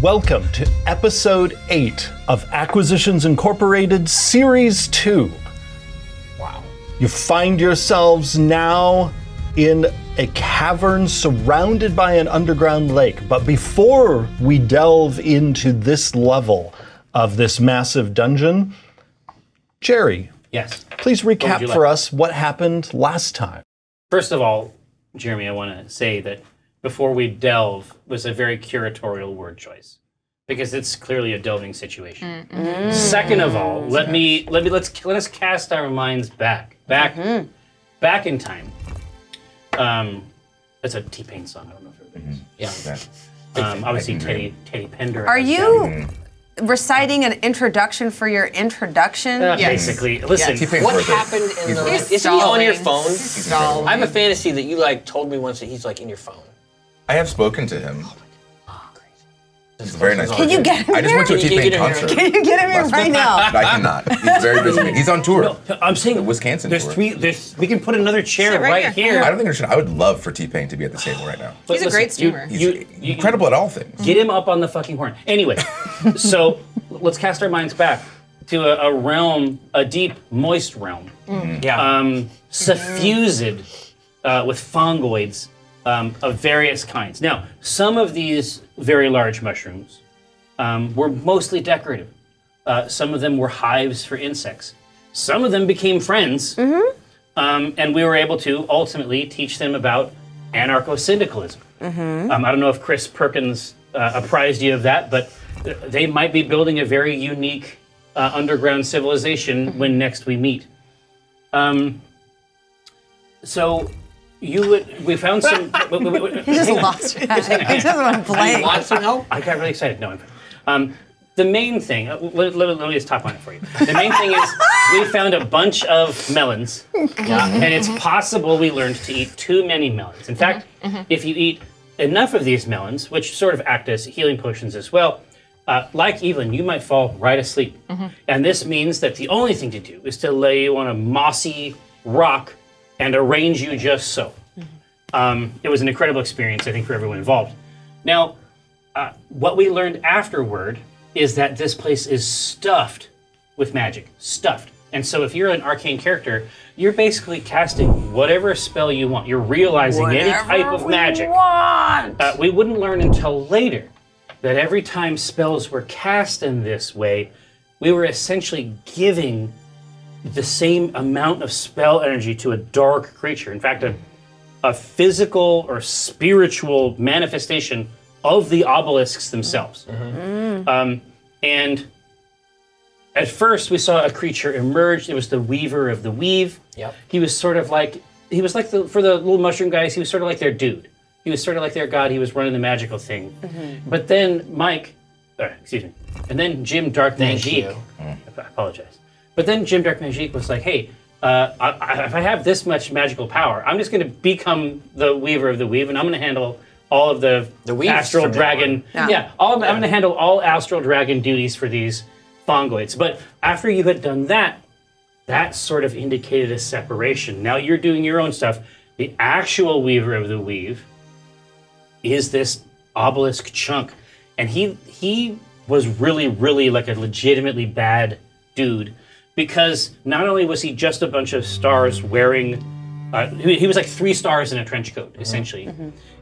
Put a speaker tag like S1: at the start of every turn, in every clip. S1: Welcome to episode 8 of Acquisitions Incorporated Series 2.
S2: Wow.
S1: You find yourselves now in a cavern surrounded by an underground lake. But before we delve into this level of this massive dungeon, Jerry,
S2: Yes.
S1: please recap
S2: you like?
S1: for us what happened last time.
S2: First of all, Jeremy, I want to say that before we delve was a very curatorial word choice because it's clearly a delving situation.
S3: Mm-hmm.
S2: Second of all, let me let me let's let us cast our minds back back
S3: Mm-hmm.
S2: back in time. Um, that's a T Pain song. I don't know if everybody knows.
S3: Mm-hmm.
S2: Yeah. Um, obviously, Teddy Teddy Pender.
S4: Are you reciting an introduction for your introduction?
S2: Basically, listen.
S5: What happened in the? Isn't he on your phone? I have a fantasy that you like told me once that he's like in your phone.
S6: I have spoken to him. He's a very nice.
S4: Oh Can you
S6: person.
S4: get him
S6: I just went to a
S4: there?
S6: T Pain
S5: Can you get him
S6: concert.
S4: Can you get him here right now?
S6: I cannot. He's very busy. man. He's on tour.
S2: I'm saying
S6: The Wisconsin
S2: There's
S6: tour.
S2: three. There's we can put another chair
S3: Sit right
S2: right,
S3: here.
S2: here.
S6: I don't think I should. I would love for T Pain to be at the table right now.
S2: But
S3: He's a great
S2: you-
S3: streamer.
S6: He's
S2: you- you-
S6: incredible at all things.
S2: Get him up on the fucking horn. Anyway, so let's cast our minds back to a, a realm, a deep, moist realm,
S5: Yeah.
S2: um, suffused uh, with fungoids um, of various kinds. Now, some of these very large mushrooms um, were mostly decorative. Uh, some of them were hives for insects. Some of them became friends, um, and we were able to ultimately teach them about anarcho-syndicalism. Um, I don't know if Chris Perkins uh, apprised you of that, but th- they might be building a very unique uh, underground civilization when next we meet. Um, so you would we found some. w- w- w-
S4: He just
S2: hang on.
S4: lost track. He doesn't want to blank.
S5: Want some help?
S2: I got really excited. No, I'm fine. Um, the main thing, uh, let, let- let me just top on it for you. The main thing is we found a bunch of melons, and it's possible we learned to eat too many melons. In fact, if you eat enough of these melons, which sort of act as healing potions as well, uh, like Evelyn, you might fall right asleep. And this means that the only thing to do is to lay you on a mossy rock and arrange you just so. Um, it was an incredible experience, I think, for everyone involved. Now, uh, what we learned afterward is that this place is stuffed with magic, stuffed. And so, if you're an arcane character, you're basically casting whatever spell you want. You're realizing any type of magic. Uh, we wouldn't learn until later that every time spells were cast in this way, we were essentially giving the same amount of spell energy to a dark creature. In fact, a, a physical or spiritual manifestation of the obelisks themselves. Um, and at first, we saw a creature emerge. It was the Weaver of the Weave.
S5: Yep.
S2: He was sort of like he was like the for the little mushroom guys. He was sort of like their dude. He was sort of like their god. He was running the magical thing. But then Mike, uh, excuse me, and then Jim Dark Magic. I apologize. But then Jim Dark Magic was like, hey. Uh, I, I, if I have this much magical power, I'm just going to become the Weaver of the Weave, and I'm going to handle all of the,
S5: The Weaves
S2: astral
S5: from now
S2: dragon. Yeah,
S4: on.
S2: all, I'm going to handle all astral dragon duties for these Fongoids. But after you had done that, that sort of indicated a separation. Now you're doing your own stuff. The actual weaver of the weave is this obelisk chunk, and he he was really really like a legitimately bad dude because not only was he just a bunch of stars wearing, uh, he, he was like three stars in a trench coat
S4: Mm-hmm.
S2: essentially,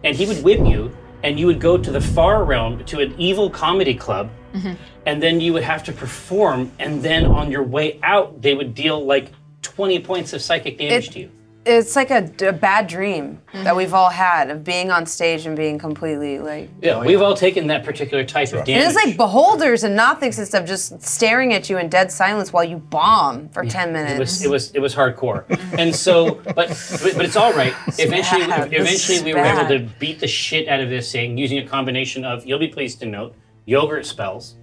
S2: and he would whip you, and you would go to the far realm to an evil comedy club
S4: Mm-hmm.
S2: and then you would have to perform and then on your way out they would deal like 20 points of psychic damage
S4: It-
S2: to you
S4: It's like a, d- a bad dream
S2: Mm-hmm.
S4: that we've all had of being on stage and being completely like.
S2: yeah we've all taken that particular type of
S4: It
S2: damage
S4: is like beholders and nothings and stuff just staring at you in dead silence while you bomb for 10 minutes.
S2: it was it was it was hardcore and so but but it's all right eventually
S4: Mm-hmm. bad. This
S2: eventually
S4: is
S2: we were able
S4: bad.
S2: to beat the shit out of this thing using a combination of you'll be pleased to note yogurt spells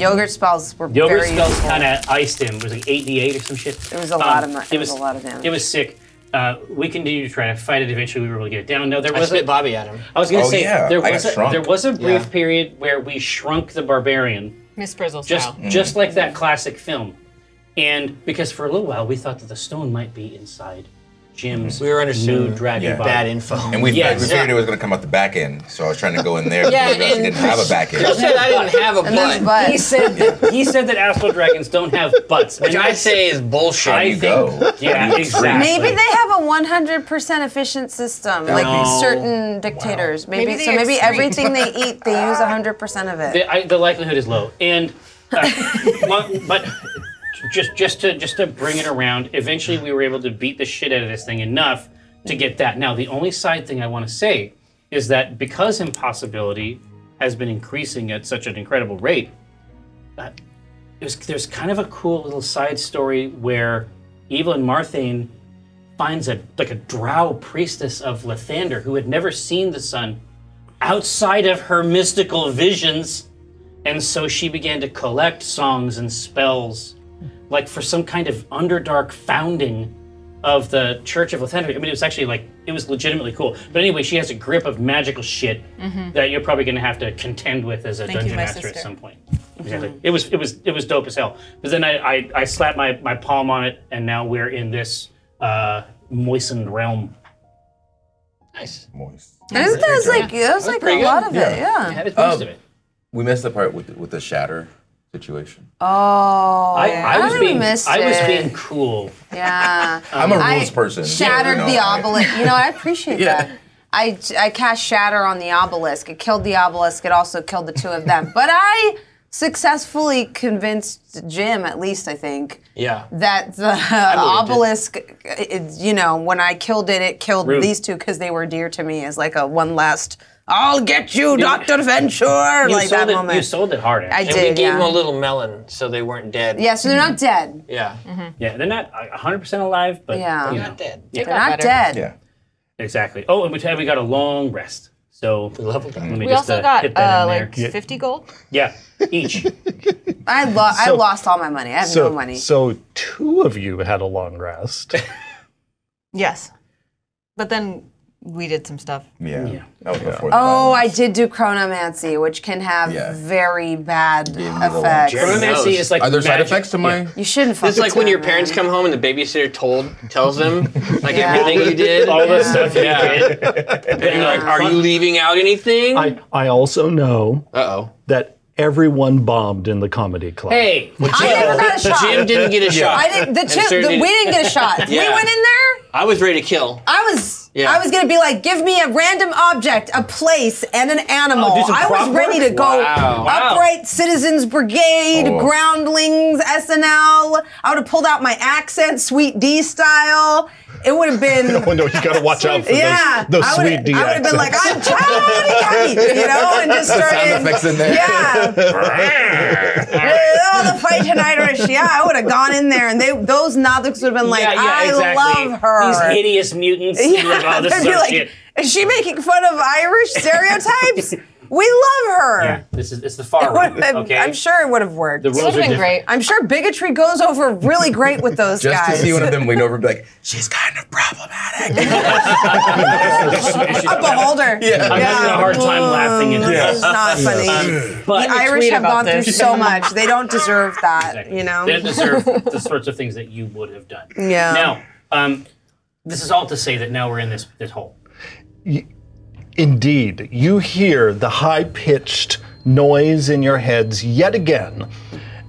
S4: Yogurt spells were
S2: Yogurt
S4: very
S2: spells
S4: useful.
S2: kind of iced him. It was like 88 or some shit. Um, It
S4: was a lot of mu- it was a lot of damage.
S2: It was sick. Uh, we continued to try to fight it. Eventually, we were able to get it down. No, there
S5: I
S2: was
S5: spit
S2: a,
S5: Bobby at him.
S2: I was gonna
S6: Oh,
S2: say
S6: yeah.
S2: there
S6: I
S2: was
S6: got
S2: a,
S6: shrunk.
S2: there was a brief
S5: Yeah.
S2: period where we shrunk the barbarian,
S3: Miss Brizzle
S2: just
S3: style.
S5: Mm.
S2: just like that classic film, and because for a little while we thought that the stone might be inside Jim's
S5: Mm-hmm. We were under
S2: new
S5: some
S2: dragon
S6: yeah.
S2: body.
S6: bad
S5: bad info.
S6: And we,
S2: Yes.
S6: we figured it was going to come out the back end, so I was trying to go in there. but
S5: Yeah,
S6: we actually
S5: and-
S6: didn't have a back end.
S5: You said I didn't have a
S4: And there's
S5: butt,
S2: He
S4: butt.
S2: said that he said that astral dragons don't have butts,
S5: which I say is bullshit.
S2: I
S6: You
S2: think-
S6: go.
S2: yeah, exactly.
S4: Maybe they have a 100% efficient system, like
S2: No.
S4: certain dictators. Maybe,
S3: Maybe they
S4: so. Maybe
S3: extreme.
S4: everything they eat, they use 100% of it.
S2: the, I, the likelihood is low. And uh, one- but just just to just to bring it around, eventually we were able to beat the shit out of this thing enough to get that. Now the only side thing I want to say is that because impossibility has been increasing at such an incredible rate, uh, there's there's kind of a cool little side story where Evelyn Marthane finds a like a drow priestess of Lathander who had never seen the sun outside of her mystical visions. And so she began to collect songs and spells, like for some kind of underdark founding of the Church of Lethendrick. I mean, it was actually like, it was legitimately cool. But anyway, she has a grip of magical shit
S4: Mm-hmm.
S2: that you're probably going to have to contend with as a
S3: Thank you,
S2: dungeon
S3: my
S2: master at
S3: sister.
S2: some point.
S4: Mm-hmm.
S2: Exactly. It was it was it was dope as hell. But then I I, I slapped my, my palm on it, and now we're in this uh, moistened realm.
S5: Nice.
S6: Moist.
S4: And isn't that was like that was like a
S5: pretty
S4: lot
S5: good.
S4: of it? Yeah.
S2: That is most of it.
S6: We missed the part with the, with the shatter situation.
S4: Oh,
S2: I, I was
S4: really
S2: being
S4: missed
S2: I was
S4: it.
S2: being cool.
S4: yeah.
S6: I'm a
S4: I
S6: rules person. so, you
S4: Shattered
S6: know,
S4: the
S6: I-
S4: obelisk. You know, I appreciate
S6: Yeah.
S4: that. I, I cast shatter on the obelisk. It killed the obelisk. It also killed the two of them. But I successfully convinced Jim, at least I think,
S5: Yeah.
S4: that the
S5: believed it.
S4: obelisk, it, you know, when I killed it, it killed
S2: Rude.
S4: these two because they were dear to me as like a one last. I'll get you, Doctor Venture,
S2: You
S4: like
S2: sold
S4: that
S2: it,
S4: moment.
S2: You sold it hard.
S4: I
S2: Actually.
S5: And we
S4: did,
S5: gave
S4: yeah.
S5: them a little melon so they weren't dead.
S4: yeah, so they're not dead.
S5: Yeah.
S2: Yeah, they're not uh, 100% alive, but
S4: Yeah.
S2: you
S4: They're
S2: know,
S5: Mm-hmm. Not dead.
S3: It
S4: They're
S3: got
S4: not
S3: better.
S4: dead.
S6: Yeah.
S2: exactly. Oh, and we, we got a long rest. So we
S5: leveled up.
S2: Let me
S3: We
S2: just,
S3: also
S2: uh,
S3: got
S2: hit that
S3: uh,
S2: in
S3: like
S2: there.
S3: 50 gold.
S2: Yeah, each.
S4: I, lo- I
S1: So-
S4: lost all my money. I have
S1: So,
S4: no money.
S1: so two of you had a long rest.
S3: Yes. But then we did some stuff.
S6: Yeah. That was before
S4: Oh, I did do chronomancy, which can have
S6: Yeah.
S4: very bad
S6: me the
S4: effects.
S6: one.
S2: Chronomancy is like
S6: Are there side
S2: magic.
S6: effects to my?
S4: You shouldn't fuck
S5: It's like when your parents come home and the babysitter told tells them like
S4: Yeah.
S5: everything you did.
S2: All the stuff you
S5: Yeah.
S2: did.
S5: and you're like, are you leaving out anything? Uh
S1: I, I also know
S5: oh.
S1: that everyone bombed in the comedy club.
S2: Hey,
S4: I never got a shot.
S5: Jim didn't get a shot.
S4: I didn't. The, chip,
S5: sure
S4: the
S5: did-
S4: we didn't get a shot. We
S5: Yeah.
S4: went in there.
S5: I was ready to kill.
S4: I was.
S5: Yeah.
S4: I was gonna be like, give me a random object, a place, and an animal.
S1: Oh, do some
S4: I was
S1: prop
S4: ready to
S1: work?
S4: go
S5: Wow. Wow.
S4: upright Citizens Brigade,
S6: Oh.
S4: Groundlings, SNL. I would have pulled out my accent, Sweet D style. It would have been.
S1: Oh no, you gotta watch out for
S4: Yeah,
S1: those, those
S4: I
S1: sweet
S4: would
S1: D
S4: have been like,
S1: accents.
S4: I'm Johnny, Johnny, you know, and just started.
S6: Sound effects in there.
S4: Yeah. oh, the fight tonight, Irish. Yeah, I would have gone in there, and they those Nothicks would have been like,
S2: yeah, yeah,
S4: I
S2: exactly.
S4: love her.
S2: These hideous mutants.
S4: Yeah,
S2: Yeah, like, oh, this
S4: they'd
S2: is
S4: be
S2: our
S4: like,
S2: shit.
S4: is she making fun of Irish stereotypes? we love her.
S2: Yeah, this is it's the far right.
S4: Would've-
S2: Okay,
S4: I'm sure it would have worked.
S2: the rules are
S3: That would have been
S2: different.
S3: great.
S4: I'm sure bigotry goes over really great with those
S6: Just
S4: guys.
S6: to see one of them lean over and be like, she's kind of problematic.
S4: a beholder.
S2: I'm having a hard time laughing at
S4: This
S2: this.
S4: is not funny.
S2: But
S4: The Irish
S3: tweet
S4: have
S3: about
S4: gone through
S3: this.
S4: so much. They don't deserve that, you know?
S2: They don't deserve the sorts of things that you would have done.
S4: Yeah.
S2: Now, um, this is all to say that now we're in this this hole.
S1: Indeed, you hear the high pitched noise in your heads yet again,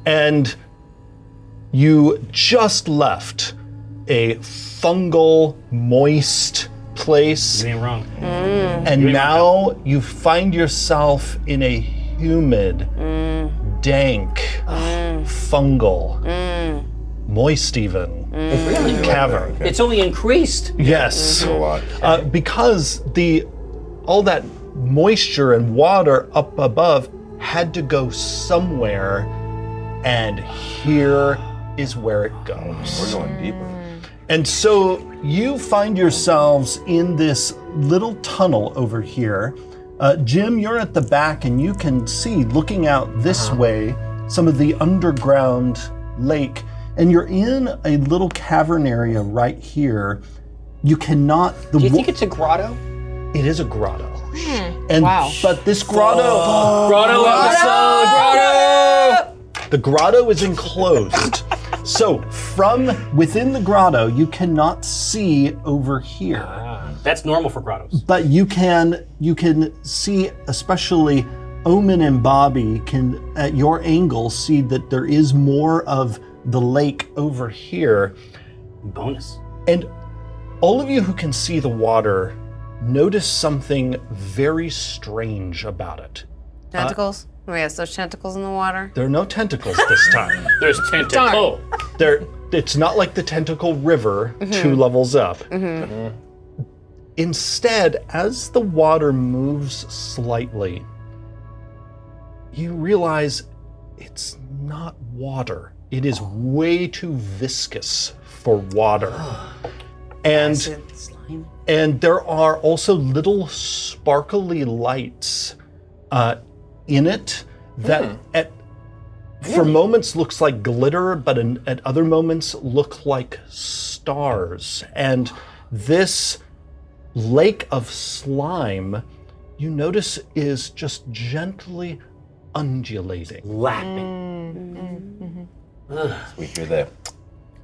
S1: and you just left a fungal, moist place,
S2: Being wrong.
S1: and now you find yourself in a humid, dank, fungal, moist even cavern.
S2: It's only increased.
S1: Yes.
S6: A lot.
S1: Uh, because the all that moisture and water up above had to go somewhere, and here is where it goes.
S6: We're going deeper.
S1: And so you find yourselves in this little tunnel over here. Uh, Jim, you're at the back, and you can see looking out this
S5: Uh-huh.
S1: way some of the underground lake. And you're in a little cavern area right here. You cannot. The
S5: Do you
S1: wa-
S5: think it's Hmm. a grotto?
S1: it is a grotto. And
S3: Wow.
S1: but this grotto
S5: Grotto episode. Grotto.
S1: the grotto is enclosed. So, from within the grotto, you cannot see over here,
S2: That's normal for grottos.
S1: but you can you can see, especially Omen and Bobby can at your angle see that there is more of the lake over here.
S2: Bonus.
S1: And all of you who can see the water notice something very strange about it.
S4: Tentacles? oh, yes, those tentacles in the water.
S1: There are no tentacles this time.
S2: There's Oh, tentacle.
S1: there it's not like the tentacle river two levels up instead as the water moves slightly you realize it's not water it is way too viscous for water and and there are also little sparkly lights uh, in it that at for moments looks like glitter, but in, at other moments look like stars. And this lake of slime, you notice, is just gently undulating.
S2: Lapping.
S6: We hear the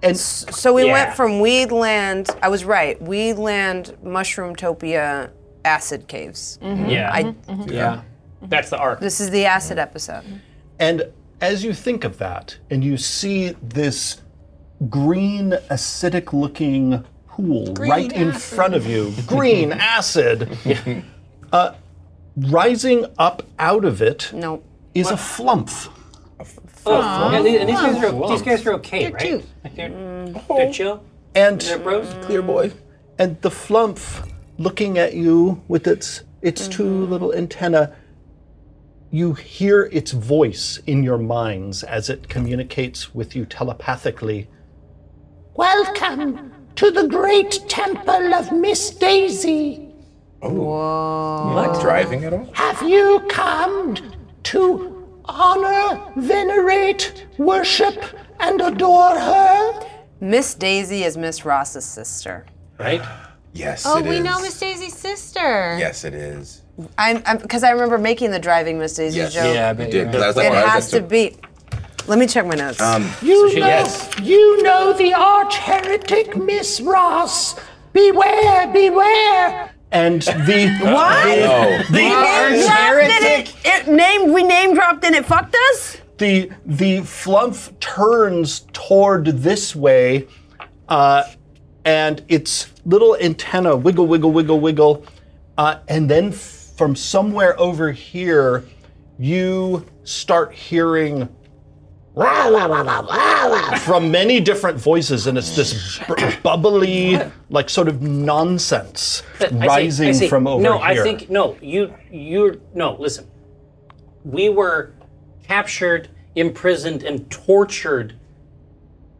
S1: And
S4: So we
S2: Yeah.
S4: went from Weedland, I was right, Weedland, Mushroom Topia, Acid Caves.
S2: Yeah.
S4: I,
S5: Yeah.
S2: That's the arc.
S4: This is the acid episode.
S1: And as you think of that, and you see this green, acidic looking pool right in front of you, green acid, uh, rising up out of it is
S4: Nope.
S1: a flumph.
S2: Oh, and, these, and these guys are these guys are okay, right?
S3: cute.
S2: Like they're, they're chill.
S1: And
S2: They're bros.
S6: clear boy.
S1: and the flumph looking at you with its its two
S6: Mm-hmm.
S1: little antenna you hear its voice in your minds as it communicates with you telepathically
S7: Welcome to the great temple of Miss Daisy.
S6: Not oh. driving at all?
S7: Have you come to honor, venerate, worship, and adore her?
S4: Miss Daisy is Miss Ross's sister.
S2: Right?
S6: Yes.
S8: Oh,
S6: it
S8: we
S6: is.
S8: know Miss Daisy's sister.
S6: Yes, it is.
S4: I'm because I remember making the driving Miss Daisy
S6: Yes.
S4: joke.
S5: Yeah, I
S6: You
S5: bet
S6: did.
S5: you're
S6: but I was
S4: It
S6: like, why is
S4: has
S6: that
S4: to be. Let me check my notes.
S6: Um,
S7: You know,
S6: yes.
S7: you know the arch heretic Miss Ross. Beware, beware.
S1: and the
S6: Oh.
S1: the
S4: Name dropped it, it, it named we name dropped and it fucked us.
S1: the the flumph turns toward this way, uh, and its little antenna wiggle, wiggle, wiggle, wiggle, uh, and then from somewhere over here, you start hearing "Wah, wah, wah, wah, wah, wah," from many different voices, and it's this br- bubbly, like sort of nonsense
S2: I see-
S1: rising
S2: I see.
S1: from over
S2: no,
S1: here.
S2: I think no. You you're no. Listen, we were captured, imprisoned, and tortured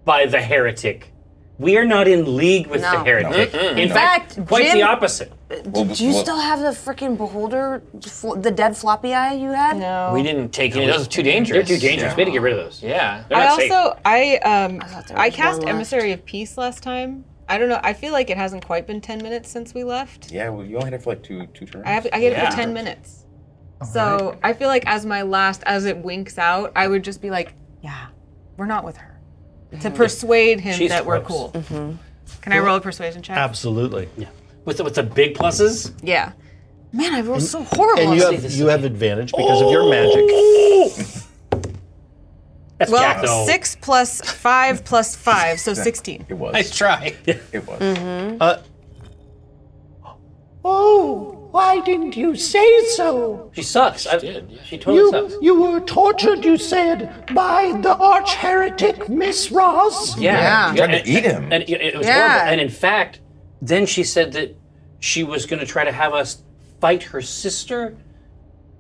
S2: by the heretic. We are not in league with the
S4: No.
S2: heretic. In
S4: fact,
S2: quite the
S4: Jim-
S2: opposite.
S4: Do you still have the freaking beholder, fl- the dead floppy eye you had?
S3: No.
S5: We didn't take any. Those are too
S2: They're
S5: dangerous.
S2: too dangerous. We had to get rid of those.
S5: Yeah.
S2: They're
S3: I
S2: not safe.
S3: also I um
S4: thought there
S3: I,
S4: was
S3: cast
S4: one left.
S3: emissary of peace last time. I don't know. I feel like it hasn't quite been ten minutes since we left.
S6: Yeah, well, you only had it for like two two turns.
S3: I have I get it
S2: Yeah.
S3: for ten minutes. So I feel like as my last, as it winks out, I would just be like, yeah, we're not with her. To persuade him
S2: Mm-hmm. She's
S3: that we're cool.
S2: gross.
S3: Can I roll a persuasion check?
S1: absolutely.
S2: with the, with the big pluses.
S3: yeah.
S4: Man, I rolled so horrible.
S1: And you
S4: on
S1: have you have advantage because of your
S2: Oh!
S1: magic.
S2: That's
S3: Well,
S2: Jack though.
S3: six plus five plus five, so sixteen.
S6: It was.
S5: Nice try.
S6: It was.
S1: Uh,
S7: Oh, why didn't you say so?
S2: she sucks. I, She totally sucks.
S7: You, you were tortured, you said, by the arch heretic Miss Ross.
S2: Yeah.
S6: Tried to eat him.
S2: And it, it was
S4: Yeah.
S2: horrible. And in fact, then she said that she was going to try to have us fight her sister.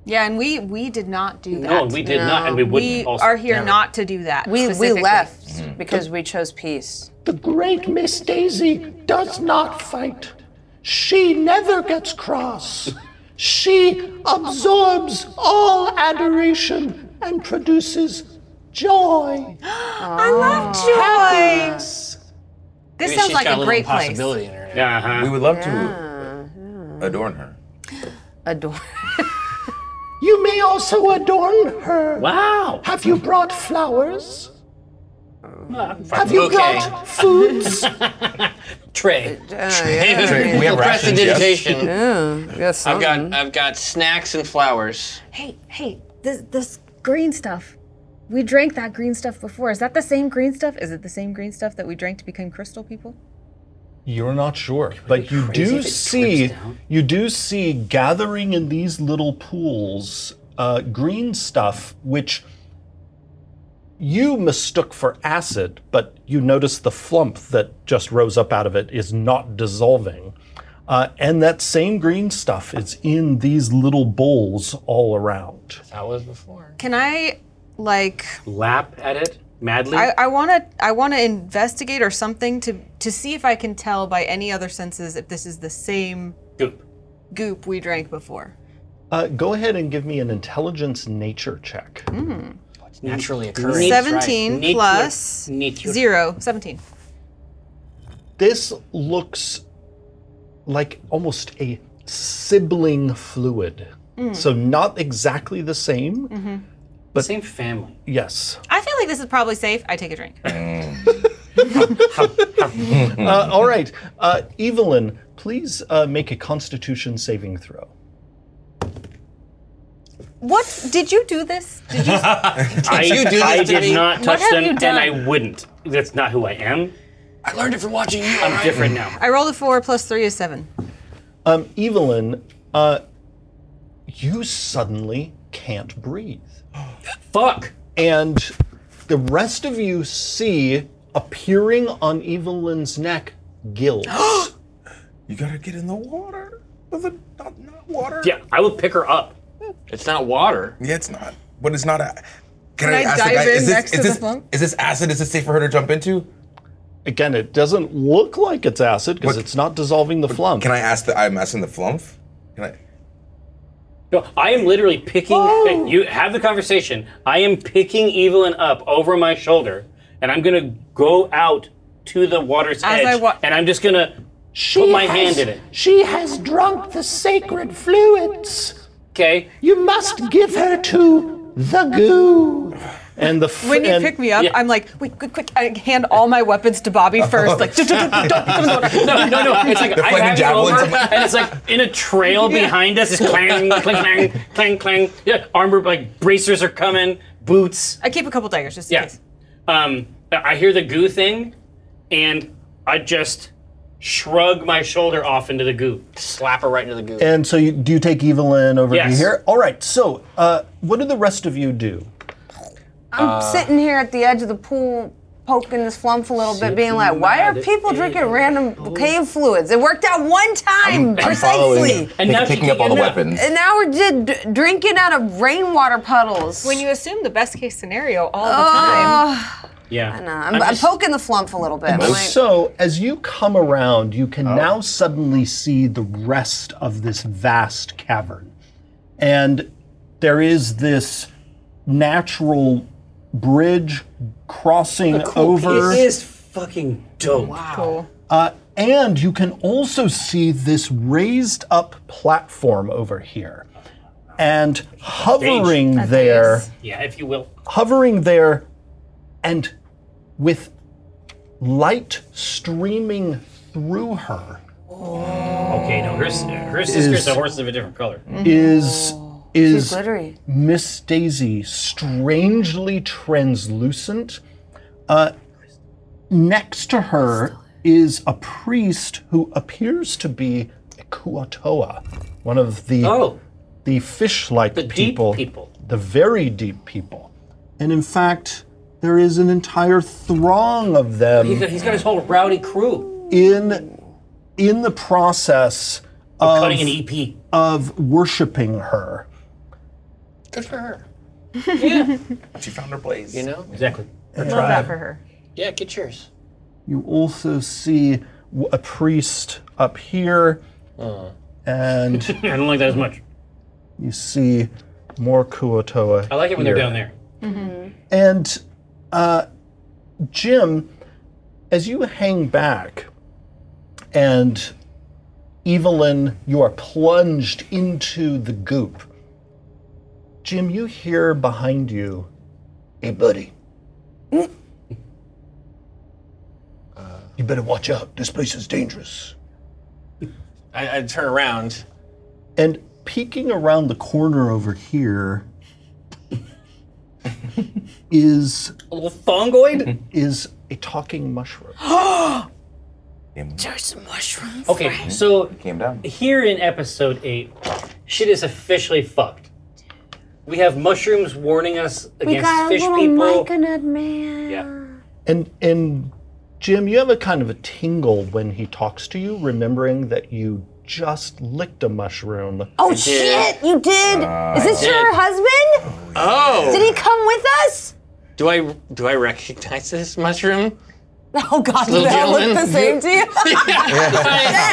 S3: Yeah, and we we did not do that.
S2: No, and we did not, and we wouldn't.
S3: We
S2: also.
S3: are here not to do that.
S4: we we
S3: specifically.
S4: left because we chose peace.
S7: The great Miss Daisy does not fight. She never gets cross. She absorbs all adoration and produces joy.
S3: I love joy. This sounds
S5: She's
S3: like
S5: got
S3: a
S5: little
S3: great place.
S5: possibility in her.
S2: Uh-huh.
S6: we would love to adorn her.
S4: Adore.
S7: You may also adorn her.
S2: Wow.
S7: Have you brought flowers? Have you
S5: Okay.
S7: got foods?
S5: Trey.
S6: Trey, we have rations, yes?
S5: Prestidigitation.
S4: Yes,
S5: I've got I've got snacks and flowers.
S9: Hey, hey, this this green stuff. We drank that green stuff before. Is that the same green stuff? Is it the same green stuff that we drank to become crystal people?
S1: You're not sure, but you
S2: if it
S1: do
S2: drips
S1: see
S2: down?
S1: you do see gathering in these little pools uh, green stuff, which you mistook for acid, but you notice the flump that just rose up out of it is not dissolving, uh, and that same green stuff is in these little bowls all around.
S5: That was before.
S3: Can I, like,
S2: Lap at it madly.
S3: I, I want to, I want to investigate or something to to see if I can tell by any other senses if this is the same
S2: Goop.
S3: goop we drank before.
S1: Uh, go ahead and give me an intelligence nature check.
S5: Naturally occurring.
S2: Neat.
S3: Seventeen
S2: Nature-
S3: plus
S2: nature.
S3: zero. Seventeen.
S1: this looks like almost a sibling fluid. So not exactly the same.
S2: but same family.
S1: Yes.
S3: I feel like this is probably safe. I take a drink.
S1: Uh, all right, uh, Evelyn, please uh, make a Constitution saving throw.
S3: What did you do this? Did you?
S2: I,
S5: you do this
S2: I
S5: to
S2: did
S5: me?
S2: not touch
S9: have
S2: them,
S9: you
S2: and I
S9: done?
S2: wouldn't. That's not who I am.
S5: I learned it from watching you.
S2: I'm different now.
S3: I rolled a four plus three is seven.
S1: Um, Evelyn, uh, you suddenly can't breathe.
S2: Fuck.
S1: and the rest of you see appearing on Evelyn's neck gills.
S6: You gotta get in the water. The, not, not water.
S2: Yeah, I would pick her up.
S5: It's not water.
S6: Yeah, it's not. But it's not a. Can,
S3: I dive in next to
S6: is
S3: the
S6: this,
S3: pump?
S6: Is this acid? Is this safe for her to jump into?
S1: Again, it doesn't look like it's acid because
S6: Look-
S1: it's not dissolving the flum.
S6: Can I ask the? I'm asking the flump. Can I?
S2: No, I am literally picking. You have the conversation. I am picking Evelyn up over my shoulder, and I'm gonna go out to the water's
S3: As
S2: edge,
S3: I wa-
S2: and I'm just gonna
S7: She
S2: put my
S7: has,
S2: hand in it.
S7: She has drunk the sacred fluids.
S2: Okay.
S7: You must give her to the goo.
S1: and the f-
S3: When you
S1: and-
S3: pick me up,
S2: yeah.
S3: I'm like, wait, quick, quick! I hand all my weapons to Bobby first. Like, don't put them in the water.
S2: No, no, no. It's like I
S6: fucking
S2: have it
S6: javelins.
S2: over, and it's like in a trail behind us. It's clang, clang, clang, clang, clang. Yeah, armor like bracers are coming, boots.
S3: I keep a couple daggers just in
S2: Yeah.
S3: case.
S2: Um, I hear the goo thing, and I just shrug my shoulder off into the goo.
S5: Slap her right into the goo.
S1: and so you, do you take Evelyn over to
S2: Yes.
S1: here? All right. So, uh, what do the rest of you do?
S4: I'm
S2: Uh,
S4: sitting here at the edge of the pool, poking this flump a little bit, being like, "Why are
S2: at
S4: people
S2: it.
S4: drinking random cave fluids?" It worked out one time precisely,
S2: And now she
S6: picking up
S2: can
S6: all the
S2: get in
S6: weapons.
S4: and now we're just d- drinking out of rainwater puddles.
S3: When you assume the best case scenario all the time,
S2: Yeah. I
S4: No, I'm, I'm, poking the flump a little bit. I'm like,
S1: So, as you come around, you
S7: Oh.
S1: can now suddenly see the rest of this vast cavern. And there is this natural bridge crossing over.
S2: It is fucking dope. Wow.
S3: cool.
S1: Uh, and you can also see this raised up platform over here. And hovering there
S2: Yeah, if you will.
S1: hovering there and with light streaming through her
S2: Okay, no, her, s- her sister's a horse of a different color.
S1: Mm. is is
S4: glittery.
S1: Miss Daisy strangely translucent uh, next to her is a priest who appears to be a Kuatoa one of the
S2: Oh,
S1: the fish-like
S2: The deep
S1: people,
S2: people.
S1: the very deep people, and in fact, there is an entire throng of
S2: he's
S1: them
S2: got, he's got his whole rowdy crew
S1: in in the process
S2: of
S1: of
S2: cutting an E EP.
S1: of worshiping her.
S6: Good for her. Yeah. she found her place.
S5: You know?
S2: Exactly.
S3: Love that for her.
S5: Yeah, get yours.
S1: You also see w- a priest up here,
S2: Uh.
S1: and
S2: I don't like that as much.
S1: you see more Kuotoa.
S2: I like it when they're
S1: here.
S2: down there.
S1: And uh, Jim, as you hang back and Evelyn, you are plunged into the goop. Uh, Jim, you hear behind you, hey buddy,
S7: You better watch out. This place is dangerous.
S5: I, I turn around.
S1: And peeking around the corner over here is
S2: A little
S1: Mm-hmm.
S2: fungoid?
S1: is a talking mushroom.
S6: Came,
S2: Okay, so
S6: came down.
S2: here in episode eight, shit is officially fucked. We have mushrooms warning us against fish people.
S8: Myconid man.
S2: Yeah.
S1: And and Jim, you have a kind of a tingle when he talks to you, remembering that you just licked a mushroom.
S4: Oh shit! You did.
S2: Uh,
S4: Is this your husband?
S5: Oh,
S4: Did he come with us?
S5: do I do I recognize this mushroom?
S4: Oh god,
S5: Little
S4: you all look
S5: gentleman.
S4: the same to you.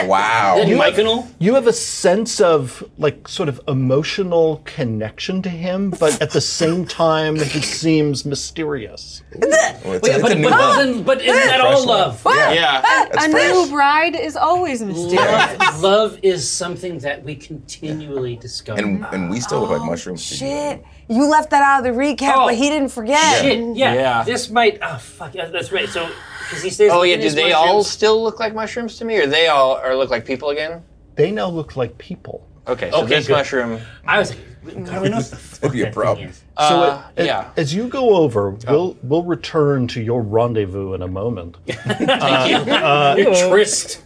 S6: Wow.
S2: Myconal?
S1: You have a sense of like sort of emotional connection to him, but at the same time he seems mysterious.
S6: Well, it's,
S2: But,
S6: it's
S2: but,
S6: a new love.
S2: isn't, but isn't that all love?
S5: Yeah.
S3: A new bride is always mysterious.
S2: Love, love is something that we continually discover.
S6: And, and we still look like mushrooms. to you.
S4: Shit. You left that out of the recap,
S2: Oh.
S4: but he didn't forget.
S2: Shit, yeah,
S5: Yeah.
S2: This might. Oh fuck, yeah, that's right. So, because he stays.
S5: Oh yeah.
S2: looking
S5: Do
S2: at
S5: they
S2: his
S5: all
S2: mushrooms.
S5: still look like mushrooms to me, or they all or look like people again?
S1: They now look like people.
S5: Okay. So
S2: Okay,
S5: this
S2: good.
S5: mushroom.
S2: I was like, God, we know what the fuck
S6: be a
S2: that thing
S6: problem.
S2: is.
S1: So
S5: Uh,
S1: a- a-
S5: yeah.
S1: as you go over, we'll we'll return to your rendezvous in a moment.
S2: Your tryst.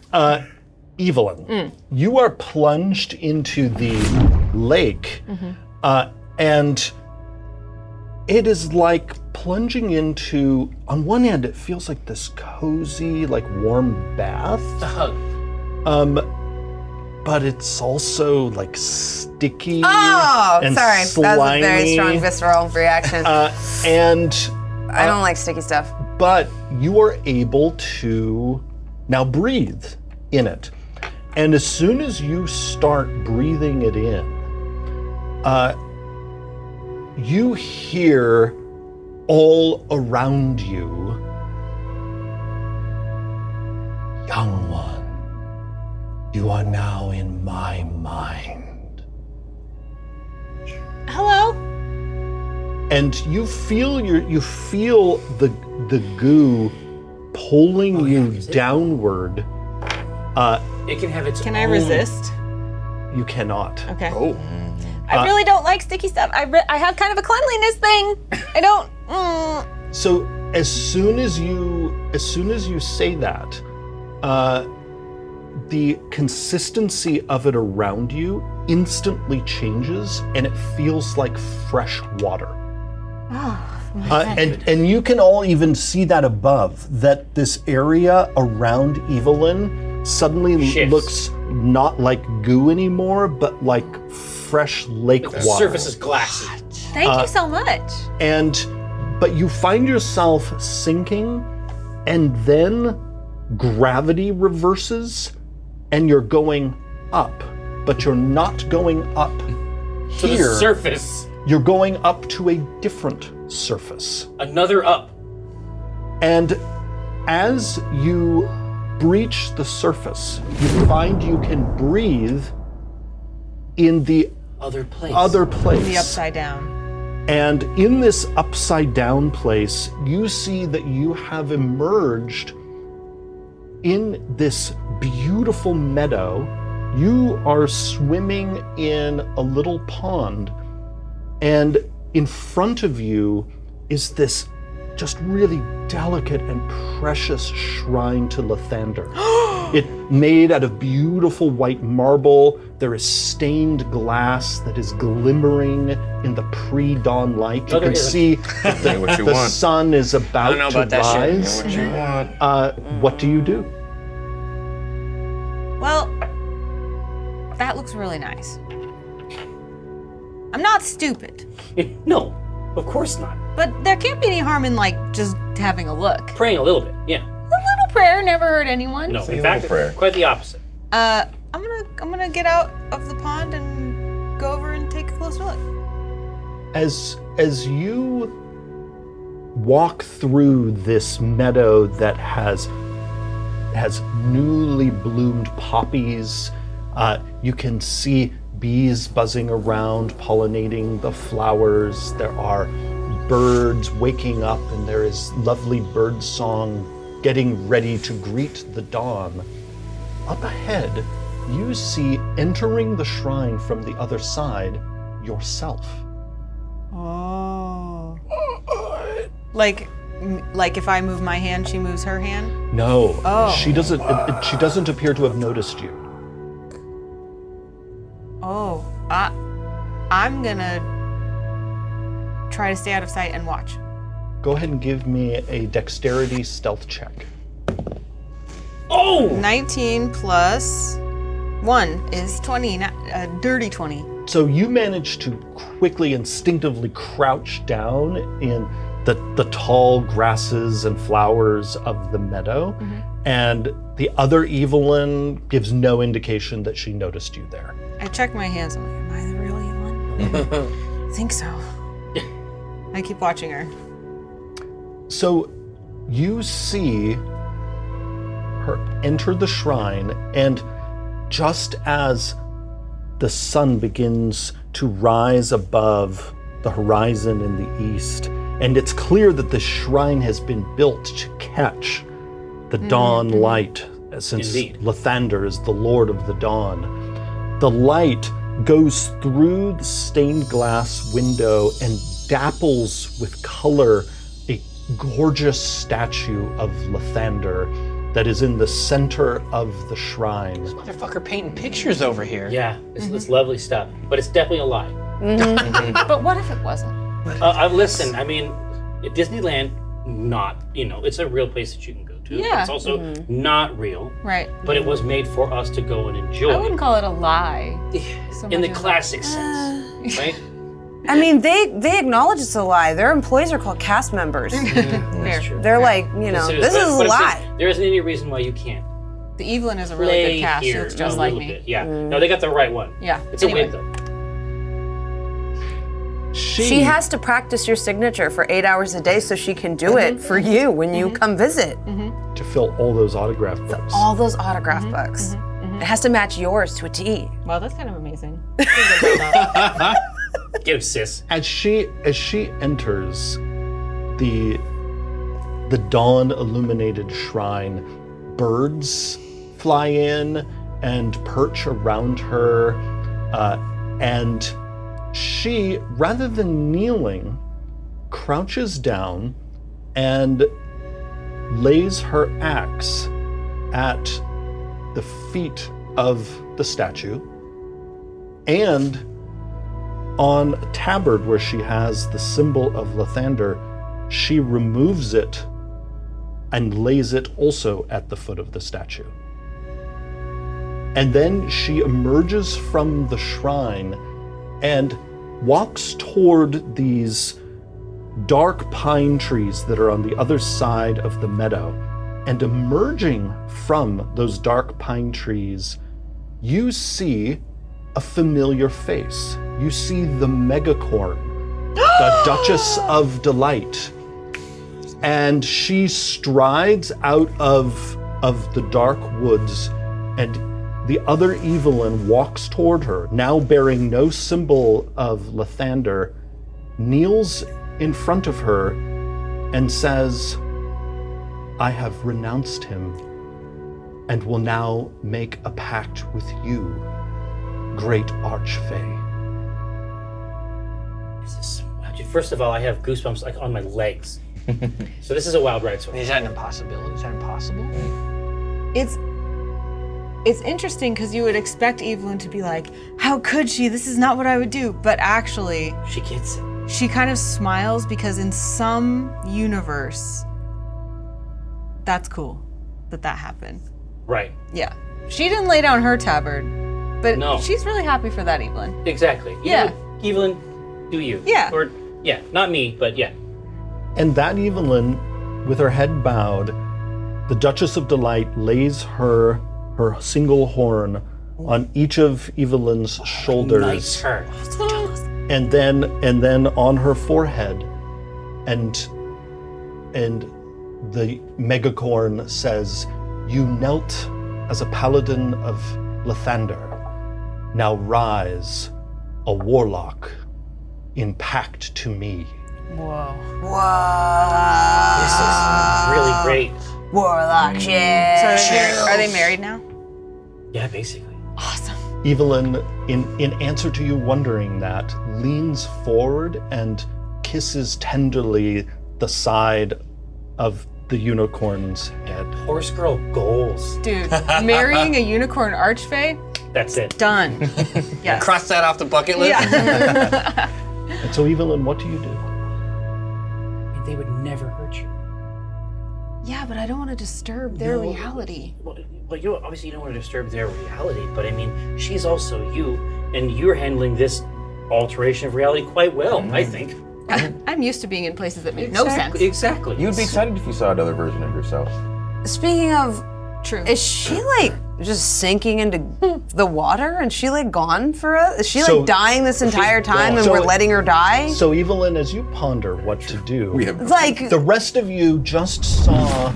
S1: Evelyn,
S4: Mm.
S1: you are plunged into the lake,
S4: Mm-hmm.
S1: uh, and it is like plunging into. On one hand, it feels like this cozy, like warm bath,
S4: Uh-huh.
S2: hug.
S1: um, but it's also like sticky.
S4: Oh,
S1: and
S4: sorry. That was a very strong
S1: slimy.
S4: visceral reaction.
S1: Uh, and
S4: I don't like sticky stuff.
S1: but you are able to now breathe in it. And as soon as you start breathing it in, uh, you hear all around you, Young one, you are now in my mind.
S8: Hello.
S1: and you feel your you feel the the goo pulling you downward. Uh,
S2: It can have its.
S3: Can I
S2: own-
S3: resist?
S1: you cannot.
S3: Okay.
S2: Oh. Uh,
S8: I really don't like sticky stuff. I re- I have kind of a cleanliness thing. I don't. Mm,
S1: So as soon as you as soon as you say that, uh, the consistency of it around you instantly changes, and it feels like fresh water. Uh, and and you can all even see that above that this area around Evelyn suddenly
S2: Shifts.
S1: looks not like goo anymore, but like fresh lake
S2: The
S1: water.
S2: surface is glassy.
S8: thank you so much.
S1: And but you find yourself sinking, and then gravity reverses, and you're going up, but you're not going up
S2: So the
S1: here.
S2: surface,
S1: you're going up to a different surface.
S2: another up.
S1: And as you breach the surface, you find you can breathe in the
S2: Other place.
S1: other place.
S3: The upside down.
S1: And in this upside down place, you see that you have emerged in this beautiful meadow. You are swimming in a little pond, and in front of you is this just really delicate and precious shrine to Lathander. It made out of beautiful white marble. There is stained glass that is glimmering in the pre-dawn light. You
S2: Look at
S1: can
S2: me.
S1: see that
S6: Say what
S1: the,
S6: you
S1: the
S6: want.
S1: sun is about
S5: know
S1: to
S5: about that shit. Mm.
S1: rise.
S6: What you want?
S1: Uh, what do you do?
S3: Well, that looks really nice. I'm not stupid,
S2: No, of course not.
S3: but there can't be any harm in like just having a look.
S2: Praying a little bit. Yeah.
S3: A little prayer never hurt anyone.
S2: No. In
S6: a
S2: fact,
S6: little prayer.
S2: quite the opposite.
S3: Uh, I'm gonna I'm gonna get out of the pond and go over and take a closer look.
S1: as as you walk through this meadow that has has newly bloomed poppies uh, you can see bees buzzing around pollinating the flowers there are birds waking up and there is lovely bird song getting ready to greet the dawn. Up ahead, you see entering the shrine from the other side yourself.
S3: Oh. Like, like if I move my hand, she moves her hand.
S1: No,
S3: Oh.
S1: she doesn't. it- it- she doesn't appear to have noticed you.
S3: Oh, I, I'm gonna try to stay out of sight and watch.
S1: Go ahead and give me a dexterity stealth check.
S2: Oh!
S3: 19 plus one is 20, not, a dirty 20.
S1: So you manage to quickly, instinctively crouch down in the, the tall grasses and flowers of the meadow, and the other Evelyn gives no indication that she noticed you there.
S3: I check my hands. I'm like, am I the real one?
S2: Mm-hmm.
S3: I think so. I keep watching her.
S1: So you see her enter the shrine, and just as the sun begins to rise above the horizon in the east, and it's clear that the shrine has been built to catch the dawn light, uh, since
S2: Indeed.
S1: Lathander is the lord of the dawn. The light goes through the stained glass window and dapples with color a gorgeous statue of Lathander that is in the center of the shrine.
S5: Motherfucker painting pictures over here.
S2: Yeah, it's, it's lovely stuff, but it's definitely a lie.
S8: But what if it wasn't?
S2: Uh, uh, listen, I mean, Disneyland, not, you know, it's a real place that you can go to. but
S8: Yeah.
S2: It's also not real,
S3: Right.
S2: but it was made for us to go and enjoy.
S8: I wouldn't call it a lie. so much
S2: in the
S8: as-
S2: classic
S3: Ah.
S2: sense, right?
S4: I mean, they they acknowledge it's a lie. Their employees are called cast members.
S3: Fair.
S4: They're like, you know,
S2: Consider
S4: this
S2: but-
S4: is a
S2: but it's
S4: lie.
S2: like, There isn't any reason why you can't
S3: The Evelyn is a really
S2: play
S3: good cast. She
S2: here.
S3: looks just
S2: a
S3: like
S2: little
S3: me.
S2: bit. Yeah.
S4: Mm.
S2: No, they got the right one.
S3: Yeah,
S2: It's a
S3: anyway.
S2: wig though. Mm.
S4: She has to practice your signature for eight hours a day so she can do
S2: Mm-hmm.
S4: it for you when you come visit.
S1: to fill all those autograph books.
S4: All those autograph
S2: Mm-hmm.
S4: books. It has to match yours to a T.
S3: Wow, that's kind of amazing.
S2: Get him, sis.
S1: as she as she enters the the dawn illuminated shrine, birds fly in and perch around her, uh, and she, rather than kneeling, crouches down and lays her axe at the feet of the statue and on a tabard where she has the symbol of Lathander, she removes it and lays it also at the foot of the statue. And then she emerges from the shrine and walks toward these dark pine trees that are on the other side of the meadow. And emerging from those dark pine trees, you see a familiar face. You see the megacorn, the Duchess of Delight. And she strides out of, of the dark woods, and the other Evelyn walks toward her, now bearing no symbol of Lathander, kneels in front of her and says, I have renounced him and will now make a pact with you great archfey.
S2: This is- First of all, I have goosebumps like on my legs. so this is a wild ride. So
S5: Is that an impossibility? Is that impossible?
S3: It's it's interesting because you would expect Evelyn to be like, "How could she? This is not what I would do." But actually,
S2: she gets it.
S3: she kind of smiles because in some universe, that's cool that that happened.
S2: Right.
S3: Yeah, she didn't lay down her tabard, but
S2: No.
S3: she's really happy for that, Evelyn.
S2: Exactly. You
S3: Yeah.
S2: know, Evelyn, do you?
S3: Yeah.
S2: Or yeah, not me, but yeah.
S1: And that Evelyn, with her head bowed, the Duchess of Delight lays her her single horn on each of Evelyn's shoulders.
S2: Nice turn.
S1: and then and then on her forehead and and the megacorn says you knelt as a paladin of lathander now rise a warlock in pact to me
S3: Whoa.
S2: This is really great.
S4: Warlock shit.
S3: So are they, married, are they married now?
S2: Yeah, basically.
S1: Evelyn, in, in answer to you wondering that, leans forward and kisses tenderly the side of the unicorn's head.
S2: Horse girl goals.
S3: Dude, marrying a unicorn archfey?
S2: That's it.
S3: Done. yes.
S5: Cross that off the bucket list.
S3: Yeah.
S1: And so, Evelyn, what do you do?
S2: They would never hurt you.
S3: yeah, but I don't want to disturb their reality.
S2: Well, well, you obviously you don't want to disturb their reality, but I mean, she's also you, and you're handling this alteration of reality quite well, I think.
S3: I'm used to being in places that make no sense.
S2: Exactly.
S6: You'd be excited if you saw another version of yourself.
S4: Speaking of,
S3: True.
S4: is she like just sinking into the water? And she like gone for us? Is she like
S1: So-
S4: dying this entire time, and
S1: So-
S4: we're letting her die?
S1: So, Evelyn, as you ponder what to do,
S6: We have
S4: It's like
S1: the rest of you just saw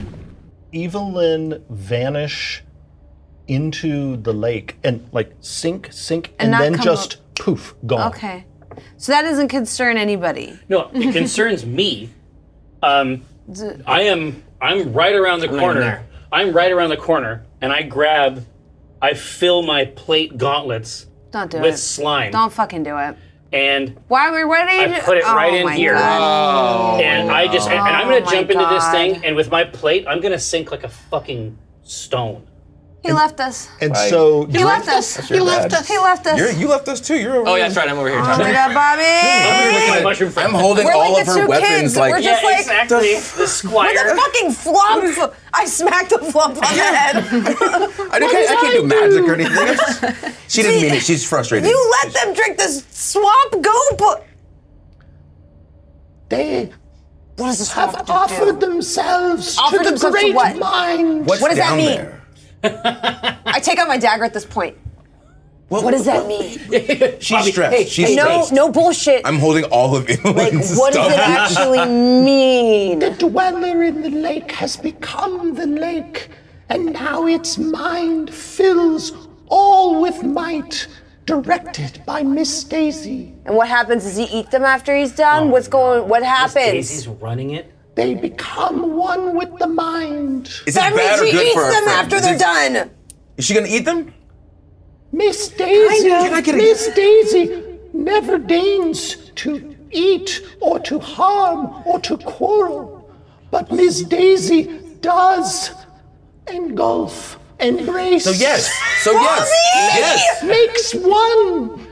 S1: Evelyn vanish into the lake and like sink, sink,
S4: And
S1: and,
S4: not
S1: then
S4: come
S1: just poof, gone.
S4: okay. So that doesn't concern anybody.
S2: No, it concerns me. Um, I am I'm right around the corner.
S5: there.
S2: I'm right around the corner, and I grab, I fill my plate gauntlets
S4: Don't do
S2: with
S4: it.
S2: slime,
S4: Don't fucking do it.
S2: and
S4: Why are we ready?
S2: I put it
S4: oh
S2: right in
S4: my
S2: here.
S4: God.
S5: Oh.
S2: and I just and, and I'm
S4: Oh
S2: gonna
S4: my
S2: jump into this thing,
S4: God.
S2: and with my plate, I'm gonna sink like a fucking stone.
S4: He left us.
S1: And
S6: Like-
S1: so,
S4: He left us.
S6: That's your bad.
S4: He left us.
S6: You're, you left us too. You're over
S5: Oh, yeah,
S6: there.
S5: that's right. I'm over here.
S4: Oh my
S5: Tommy.
S4: God, Bobby!
S2: Look at my mushroom friend.
S6: I'm holding
S4: We're
S6: all
S4: like
S6: of
S4: the
S6: her
S4: two
S6: weapons
S4: kids.
S6: like
S4: We're
S2: yeah,
S4: just like-
S2: exactly. The squire.
S4: With a fucking flump! I smacked the flump on the head.
S6: I, don't- I can't do magic or anything. I'm just- she didn't mean it. She's frustrated.
S4: You let them drink this swamp goop!
S7: They
S4: What is this
S7: have offered themselves
S4: Offered
S7: to the
S4: themselves to
S7: great
S4: what?
S7: mind.
S6: What's
S4: What does that
S6: down
S4: mean?
S6: There?
S4: I take out my dagger at this point.
S6: What,
S4: What does that mean?
S6: She's stressed. She's
S4: No,
S6: stressed.
S4: no bullshit.
S6: I'm holding all of Evelyn's
S4: like, what
S6: stuff.
S4: does it actually mean?
S7: The dweller in the lake has become the lake, and now its mind fills all with might, directed by Miss Daisy.
S4: And what happens? Does he eat them after he's
S6: Oh
S4: done? What's going? What happens?
S2: Daisy's running it.
S7: They become one with the mind.
S6: Is it
S4: That
S6: bad
S4: means
S6: or
S4: he
S6: good
S4: eats
S6: for our
S4: them
S6: friend?
S4: after
S6: Is
S4: they're
S6: it-
S4: done.
S6: Is she gonna eat them?
S7: Miss Daisy,
S6: Kinda. Can I get a-
S7: Miss Daisy never deigns to eat or to harm or to quarrel, but Miss Daisy does engulf, embrace.
S6: So yes. So yes. Yes.
S7: makes one.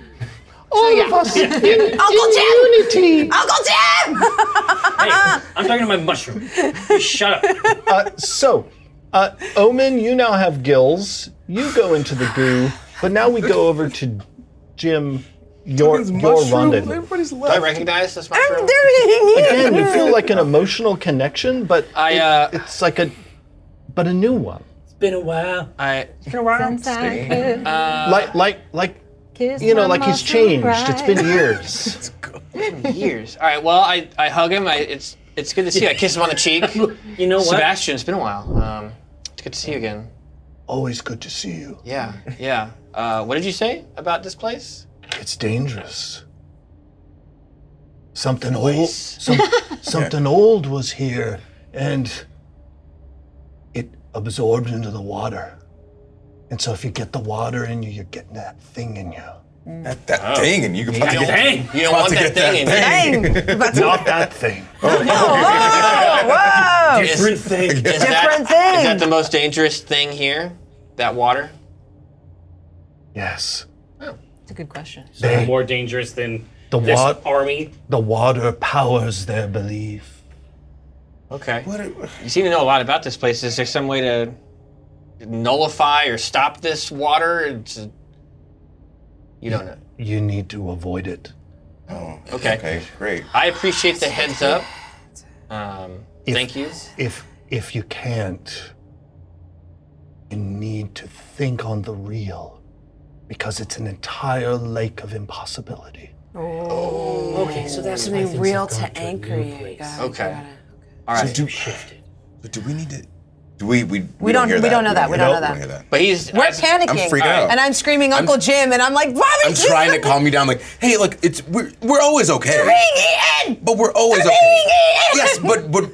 S7: All of us in, in
S4: Jim.
S7: unity.
S4: Uncle Jim!
S2: Hey, I'm talking to my mushroom. Shut up.
S1: uh, so, uh, Omen, you now have gills. You go into the goo, but now we go over to Jim. Your
S6: It's
S1: your
S6: mushroom.
S1: rendezvous.
S6: Everybody's
S5: I
S6: left.
S5: recognize this
S4: I'm
S5: mushroom.
S4: dirty.
S1: Again, you feel like an emotional connection, but
S5: I,
S1: it-
S5: uh,
S1: it's like a but a new one.
S2: It's been a while.
S5: I
S1: like like like Uh, you know, like he's changed. It's been years.
S5: years. All right. Well, I, I hug him. I, it's it's good to see you. I kiss him on the cheek.
S2: You know what?
S5: Sebastian, it's been a while. Um, it's good to see you again.
S1: Always good to see you.
S5: Yeah. Yeah. Uh, what did you say about this place?
S1: It's dangerous. Something old, some, something old was here, and it absorbed into the water. And so, if you get the water in you, you're getting that thing in you.
S6: That, that thing, and you can about to
S2: don't-
S6: get-
S2: hey,
S5: you don't
S6: about
S5: want
S6: to
S5: that
S6: get
S5: thing in
S6: that thing.
S4: Dang. About to-
S1: Not that thing.
S4: Whoa!
S2: Different thing.
S5: Is that-
S4: Different
S5: Is
S4: thing.
S5: that the most dangerous thing here? That water?
S1: Yes,
S3: That's a good question.
S1: They-
S2: More dangerous than
S1: the
S2: this
S1: water.
S2: army.
S1: The water powers their belief.
S5: Okay.
S6: What are-
S5: You seem to know a lot about this place. Is there some way to nullify or stop this water? It's, uh, you don't know.
S1: You need to avoid it.
S6: Oh,
S5: Okay.
S6: Okay. Great.
S5: I appreciate the heads up. Um,
S1: If-
S5: thank you.
S1: If if you can't, you need to think on the real, because it's an entire lake of impossibility.
S2: Okay, so that's
S4: Be real to anchor you guys.
S5: Okay. All right.
S6: Do, but do we need to? Do we? We, we,
S4: don't-
S6: hear
S4: we don't know that. We don't know
S6: hear
S4: that.
S5: But he's.
S4: We're
S5: I-
S4: panicking.
S6: I'm freaking out.
S4: And I'm screaming Uncle Jim, and I'm like, Bobby,
S6: I'm trying to calm you down. Like, hey, look, it's we're we're always okay,
S4: being eaten!
S6: but we're always
S4: They're
S6: okay.
S4: being eaten!
S6: Yes, but but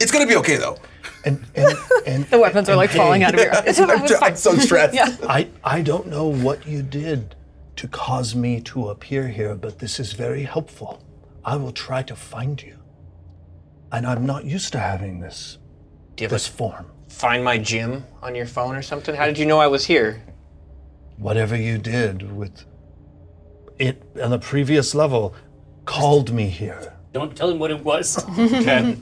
S6: it's gonna be okay though.
S1: and and, and
S3: The weapons are like falling out of your eyes.
S6: I'm, ju- I'm so stressed.
S1: I, I don't know what you did to cause me to appear here, but this is very helpful. I will try to find you. And I'm not used to having this
S5: Do you have
S1: this
S5: like
S1: form.
S5: find my gym on your phone or something? How did you know I was here?
S1: Whatever you did with it on the previous level called me here.
S2: Don't tell him what it was.
S5: Okay.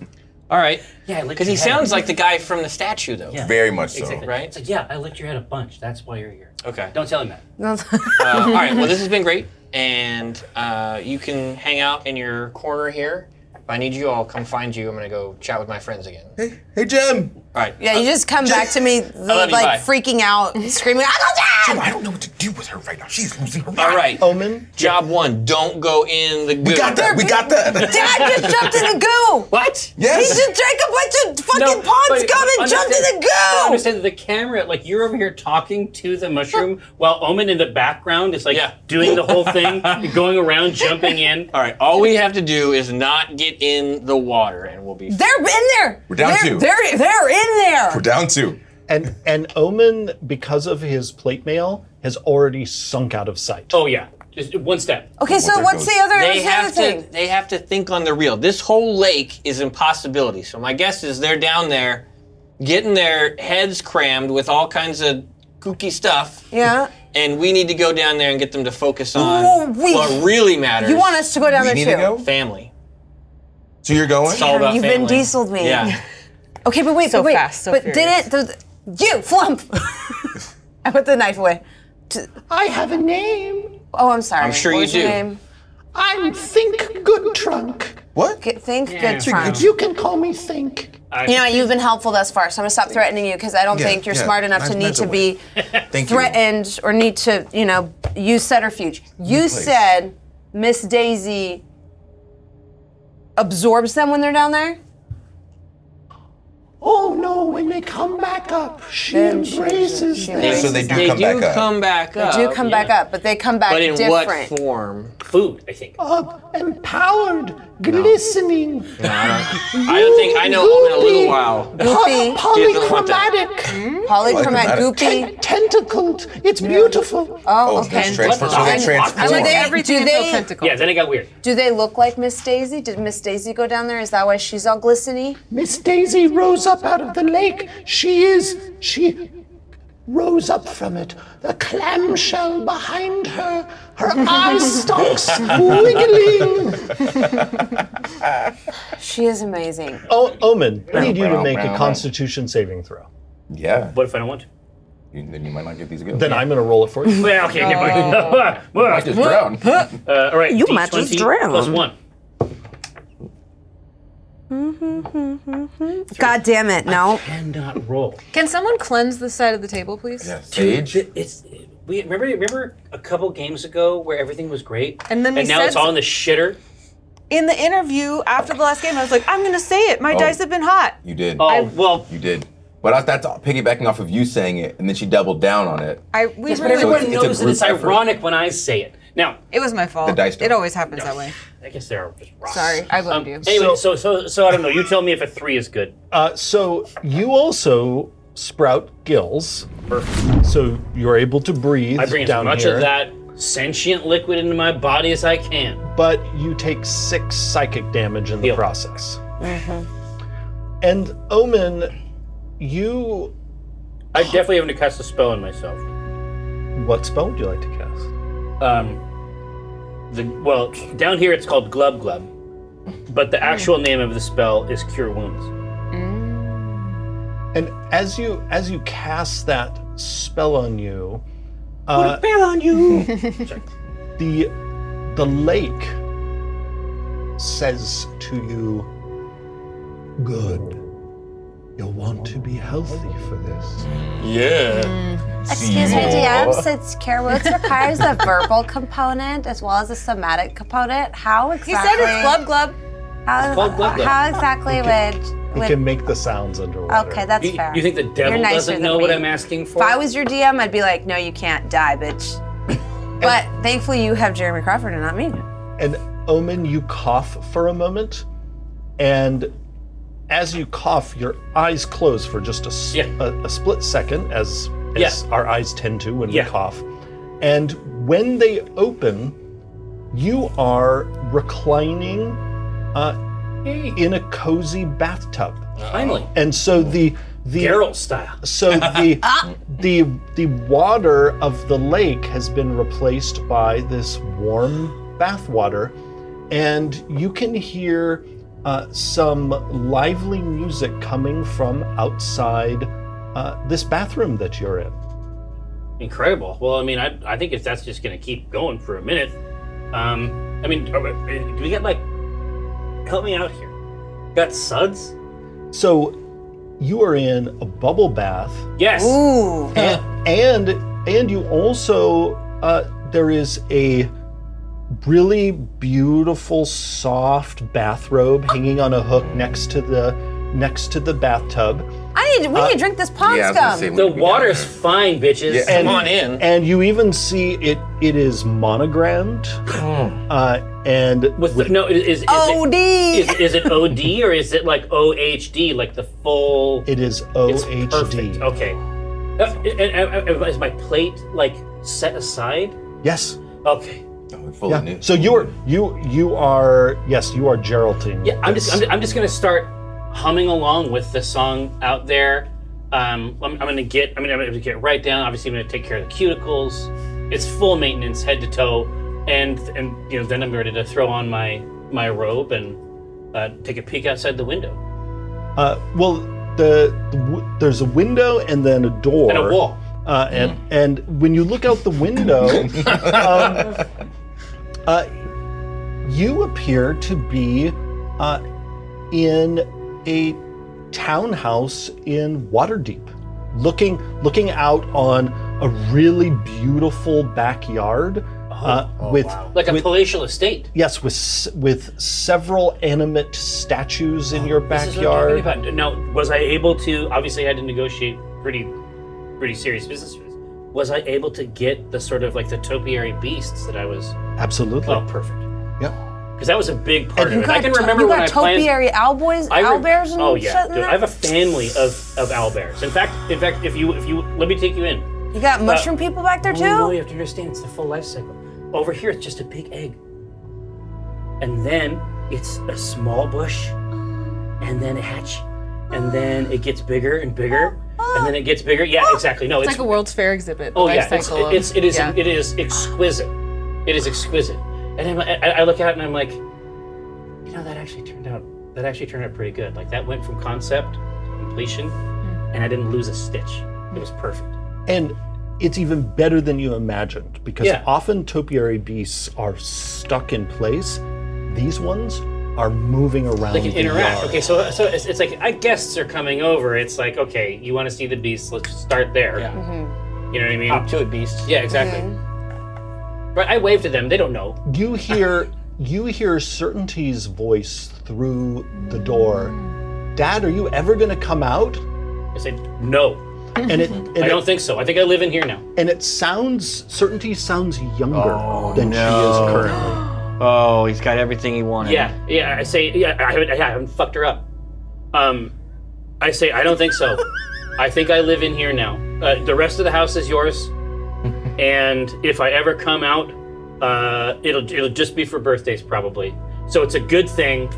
S5: All right.
S2: Yeah, I licked
S5: Because he
S2: your head.
S5: sounds like the guy from the statue, though.
S2: Yeah.
S6: Very much so.
S2: Exactly.
S5: Right?
S2: It's like, yeah, I licked your head a bunch. That's why you're here.
S5: Okay.
S2: Don't tell him that.
S5: Uh, all right. Well, this has been great, and uh, you can hang out in your corner here. If I need you, I'll come find you. I'm gonna go chat with my friends again. All
S6: Hey, Jim.
S5: right.
S4: Yeah, you just come back to me
S5: love
S4: like
S5: you, bye.
S4: freaking out, screaming, I
S6: Jim, I don't know what to do with her right now. She's losing her mind.
S5: All right.
S1: Omen?
S5: Job one. Don't go in the. Goo.
S6: We got that. We got that.
S4: Dad just jumped in the goo!
S2: What?
S4: He
S6: Yes.
S4: just drank a bunch of fucking pond
S2: but-
S4: scum
S2: but
S4: and jumped in
S2: understand-
S4: the
S2: but
S4: goo!
S2: Understand that the camera, like you're over here talking to the mushroom, while Omen in the background is like
S5: Yeah.
S2: doing the whole thing, going around, jumping in.
S5: All right. All we have to do is not get in the water, and we'll be.
S4: They're in there. We're
S6: down
S4: they're,
S6: two.
S4: They're they're in there.
S6: We're down two.
S1: And and Omen, because of his plate mail, has already sunk out of sight.
S2: Oh yeah, just one step.
S3: Oh.
S4: okay, so
S6: there
S4: what's
S6: goes-
S4: the other?
S5: They
S4: What's the other
S5: have to.
S4: thing?
S5: They have to think on the real. This whole lake is impossibility. So my guess is they're down there, getting their heads crammed with all kinds of kooky stuff.
S4: Yeah.
S5: and we need to go down there and get them to focus on
S4: Whoa, we-
S5: what really matters.
S4: You want us to go down
S6: We
S4: there
S6: need
S4: too?
S6: to go.
S5: family?
S6: So you're going?
S5: It's all about
S4: You've been
S5: family.
S4: dieseled me.
S5: Yeah,
S4: Okay, but wait,
S3: So
S4: but wait.
S3: fast, so
S4: but
S3: furious.
S4: didn't the, you flump? I put the knife away.
S7: I have a name.
S4: Oh, I'm sorry.
S5: I'm sure
S4: What
S5: you
S4: was your
S5: do.
S4: name?
S7: I'm Think Good Trunk.
S6: What?
S4: Get- Think good
S2: Yeah.
S4: trunk.
S7: You can call me Think.
S4: You know, what, you've been helpful thus far, so I'm gonna stop threatening you because I don't
S6: Yeah,
S4: think you're
S6: yeah.
S4: smart enough
S6: Nice
S4: to need to
S6: mental
S4: be
S6: Thank
S4: threatened or need to, you know, use subterfuge. You
S6: place.
S4: said Miss Daisy absorbs them when they're down there.
S7: Oh no, when they come back up, she
S4: Then she-
S7: embraces
S4: she-
S6: you.
S7: them.
S6: So they do
S5: they
S6: come
S5: do
S6: back up.
S5: come back up.
S4: do come back
S2: yeah.
S4: up, but they come back
S5: Uh, but in
S4: different.
S5: what form?
S2: Food, I think.
S3: Oh.
S7: Up, empowered, glistening,
S5: I don't think I know. Omen a little while.
S7: poly-
S4: Goopy.
S5: Doesn't want that.
S7: polychromatic,
S4: Polychromatic
S6: Like
S4: goopy.
S7: ten- tentacled. It's beautiful.
S6: Oh,
S4: Oh,
S6: it's
S4: okay.
S6: transfer- so they
S2: What?
S6: transform.
S4: I like that.
S3: Everything
S4: do
S3: until
S4: they-
S3: tentacle.
S2: Yeah, then it got weird.
S4: Do they look like Miss Daisy? Did Miss Daisy go down there? Is that why she's all glisteny?
S7: Miss Daisy rose up out of the lake. She is. She rose up from it. The clamshell behind her, her
S2: Oh,
S7: eye stalks wiggling.
S4: She is amazing.
S1: O- Omen, I need you to make a constitution saving throw.
S6: Yeah.
S2: What if I don't want to?
S6: You, then you might not get these again.
S1: Then I'm gonna roll it for you.
S2: Well, okay, never mind.
S6: I just drowned.
S2: uh, all right,
S4: You might just
S2: D20
S4: drown.
S2: Plus one.
S4: God damn it! No.
S2: Cannot uh, roll.
S3: Can someone cleanse the side of the table, please?
S6: Yeah, Sage.
S2: It's we remember remember a couple games ago where everything was great,
S3: And then we
S2: now
S3: said-
S2: it's all in the shitter.
S3: In the interview after the last game, I was like, I'm gonna say it. My
S6: Oh.
S3: dice have been hot.
S6: You did.
S2: Oh well,
S6: You did. But I, that's piggybacking off of you saying it, and then she doubled down on it.
S3: I we
S2: but
S3: really,
S2: everyone
S6: it's a
S2: knows that
S6: group
S2: it's
S6: effort.
S2: ironic when I say it. Now,
S3: it was my fault.
S6: The dice
S3: it
S6: don't-
S3: always happens that way.
S2: I guess there are just rocks.
S3: Sorry, I blamed
S2: Um,
S3: you.
S2: anyway, so, so so I don't know. You tell me if a three is good.
S1: Uh, so you also sprout gills, so you're able to breathe
S2: I bring as
S1: down
S2: much
S1: here.
S2: of that sentient liquid into my body as I can.
S1: But you take six psychic damage in the
S2: Heal.
S1: process. And Omen, you
S2: I definitely having to cast a spell on myself.
S1: what spell would you like to cast?
S2: Um, the well down here it's called Glub Glub, but the
S4: Hmm.
S2: actual name of the spell is Cure Wounds.
S1: And as you as you cast that spell on you, uh, on you. the the lake says to you, "Good. You'll want to be healthy for this."
S6: Yeah.
S4: Excuse me, DM. Since care words requires a verbal component as well as a somatic component, how exactly?
S3: He said it's glub glub.
S4: How,
S2: called glub glub.
S4: how exactly
S1: You
S4: would?
S1: can
S4: would
S1: make the sounds underwater.
S4: okay, that's
S2: You,
S4: fair.
S2: you think the devil
S4: You're nicer
S2: doesn't
S4: than
S2: know what
S4: me.
S2: I'm asking for?
S4: If I was your DM, I'd be like, no, you can't die, bitch. But thankfully, you have Jeremy Crawford and not me.
S1: And Omen, you cough for a moment, and as you cough, your eyes close for just a, s-
S2: Yeah.
S1: a- a split second, as, as
S2: Yeah.
S1: our eyes tend to when
S2: Yeah.
S1: we cough. And when they open, you are reclining uh, in a cozy bathtub.
S2: Uh, Finally,
S1: And so the the
S2: Geralt style.
S1: so the the the water of the lake has been replaced by this warm bath water, and you can hear uh, some lively music coming from outside uh, this bathroom that you're in.
S2: Incredible. Well, I mean, I, I think if that's just going to keep going for a minute, um, I mean, are we- do we get like, help me out here? Got suds?
S1: So you are in a bubble bath,
S2: Yes.
S4: Ooh.
S1: and and, and you also uh, there is a really beautiful soft bathrobe hanging on a hook next to the next to the bathtub
S4: I need. We need to drink this pond
S6: Yeah, I was gonna
S4: scum.
S6: say, we
S2: The
S6: could be down
S2: water's
S6: there.
S2: fine, bitches.
S6: Yeah.
S1: and
S5: Come on in.
S1: and you even see it it is monogrammed uh, and
S2: With the, no, is, is, is
S4: Od.
S2: it is, is it OD or is it like OHD, like the full?
S1: it is
S2: It's perfect.
S1: OHD
S2: Okay. Uh, and- and- and is my plate like set aside?
S1: yes
S2: Okay.
S6: Oh, we're full of
S1: yeah
S6: new-
S1: so you are you you are yes you are Geraldine
S2: Yeah, I'm just, I'm just I'm just gonna start humming along with the song out there. Um, I'm, I'm gonna get I mean I'm gonna get right down. Obviously, I'm gonna take care of the cuticles. It's full maintenance, head to toe, and and you know then I'm ready to throw on my my robe and uh, take a peek outside the window
S1: Uh, well, the, the w- there's a window and then a door
S2: and a wall.
S1: Uh, and
S2: Hmm.
S1: and when you look out the window, um, uh, you appear to be uh, in a townhouse in Waterdeep, looking looking out on a really beautiful backyard
S2: Oh.
S1: uh, with
S2: like a
S1: with-
S2: palatial estate.
S1: yes with s- with several animate statues in your
S2: Oh, This is what I'm talking
S1: backyard.
S2: about. Now, was I able to? Obviously, I had to negotiate pretty, pretty serious business. with this. Was I able to get the sort of like the topiary beasts that I was?
S1: Absolutely.
S2: Oh, perfect.
S1: Yep.
S2: Because that was a big
S1: And
S2: part of
S4: You
S2: it. I
S4: got
S2: can
S4: to-
S2: remember
S4: you
S2: when
S4: got
S2: I planned.
S4: topiary owlboys,
S2: I rem-
S4: owlbears, and
S2: oh
S4: shit.
S2: yeah,
S4: in
S2: dude,
S4: there?
S2: I have a family of of owlbears. In fact, in fact, if you if you let me take you in.
S4: you got mushroom people back there
S2: Oh, no, you
S4: too.
S2: have to understand it's the full life cycle. Over here, it's just a big egg, and then it's a small bush, and then a hatch, and then it gets bigger and bigger, and then it gets bigger. Yeah, exactly. No,
S3: Oh, It's
S2: it's,
S3: like a World's Fair exhibit. the
S2: oh
S3: life
S2: yeah, it's,
S3: cycle of-
S2: it's it is
S3: yeah.
S2: it is exquisite. It is exquisite, and I'm, I, I look at it and I'm like, you know, that actually turned out that actually turned out pretty good. Like that went from concept to completion,
S3: Hmm.
S2: and I didn't lose a stitch. It was perfect.
S1: And it's even better than you imagined because
S2: Yeah.
S1: often topiary beasts are stuck in place. These ones are moving around.
S2: They can
S1: the
S2: interact.
S1: yard.
S2: Okay, so so it's, it's like I guests are coming over. It's like okay, you want to see the beast? Let's start there.
S5: Yeah.
S2: You know what I mean?
S5: Up to it, beast.
S2: Yeah, exactly. But I wave to them. They don't know.
S1: You hear you hear certainty's voice through the door. Dad, are you ever gonna come out?
S2: I say no.
S1: And it and,
S2: I don't
S1: it,
S2: think so. I think I live in here now.
S1: and it sounds certainty sounds younger
S6: Oh,
S1: than she
S5: no.
S1: is currently.
S5: Oh, he's got everything he wanted.
S2: Yeah, yeah. I say yeah. I haven't, I haven't fucked her up. Um, I say I don't think so. I think I live in here now. Uh, the rest of the house is yours, and if I ever come out, uh, it'll it'll just be for birthdays probably. So it's a good thing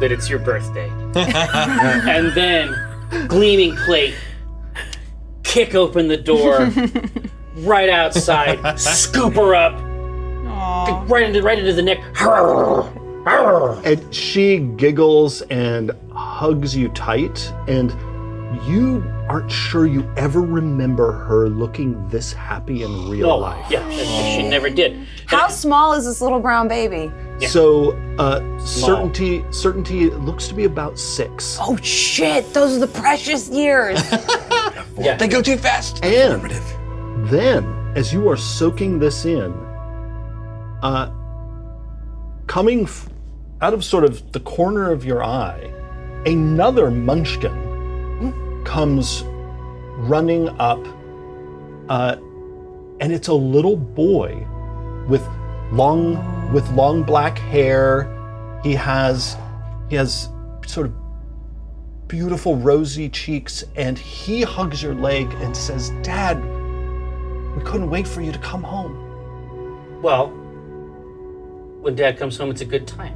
S2: that it's your birthday. and then gleaming plate, kick open the door. Right outside, scoop her up, right into right into the neck.
S1: And she giggles and hugs you tight, and you aren't sure you ever remember her looking this happy in real
S2: Oh,
S1: life.
S2: yeah, she- she never did.
S4: How small is this little brown baby?
S1: So uh, certainty, certainty it looks to be about six.
S4: Oh shit! Those are the precious years.
S5: They go too fast.
S1: and then, as you are soaking this in, uh, coming f- out of sort of the corner of your eye, another munchkin comes running up, uh, and it's a little boy with long with long black hair. He has he has sort of beautiful rosy cheeks, and he hugs your leg and says, Dad, we couldn't wait for you to come home.
S2: Well, when Dad comes home, it's a good time.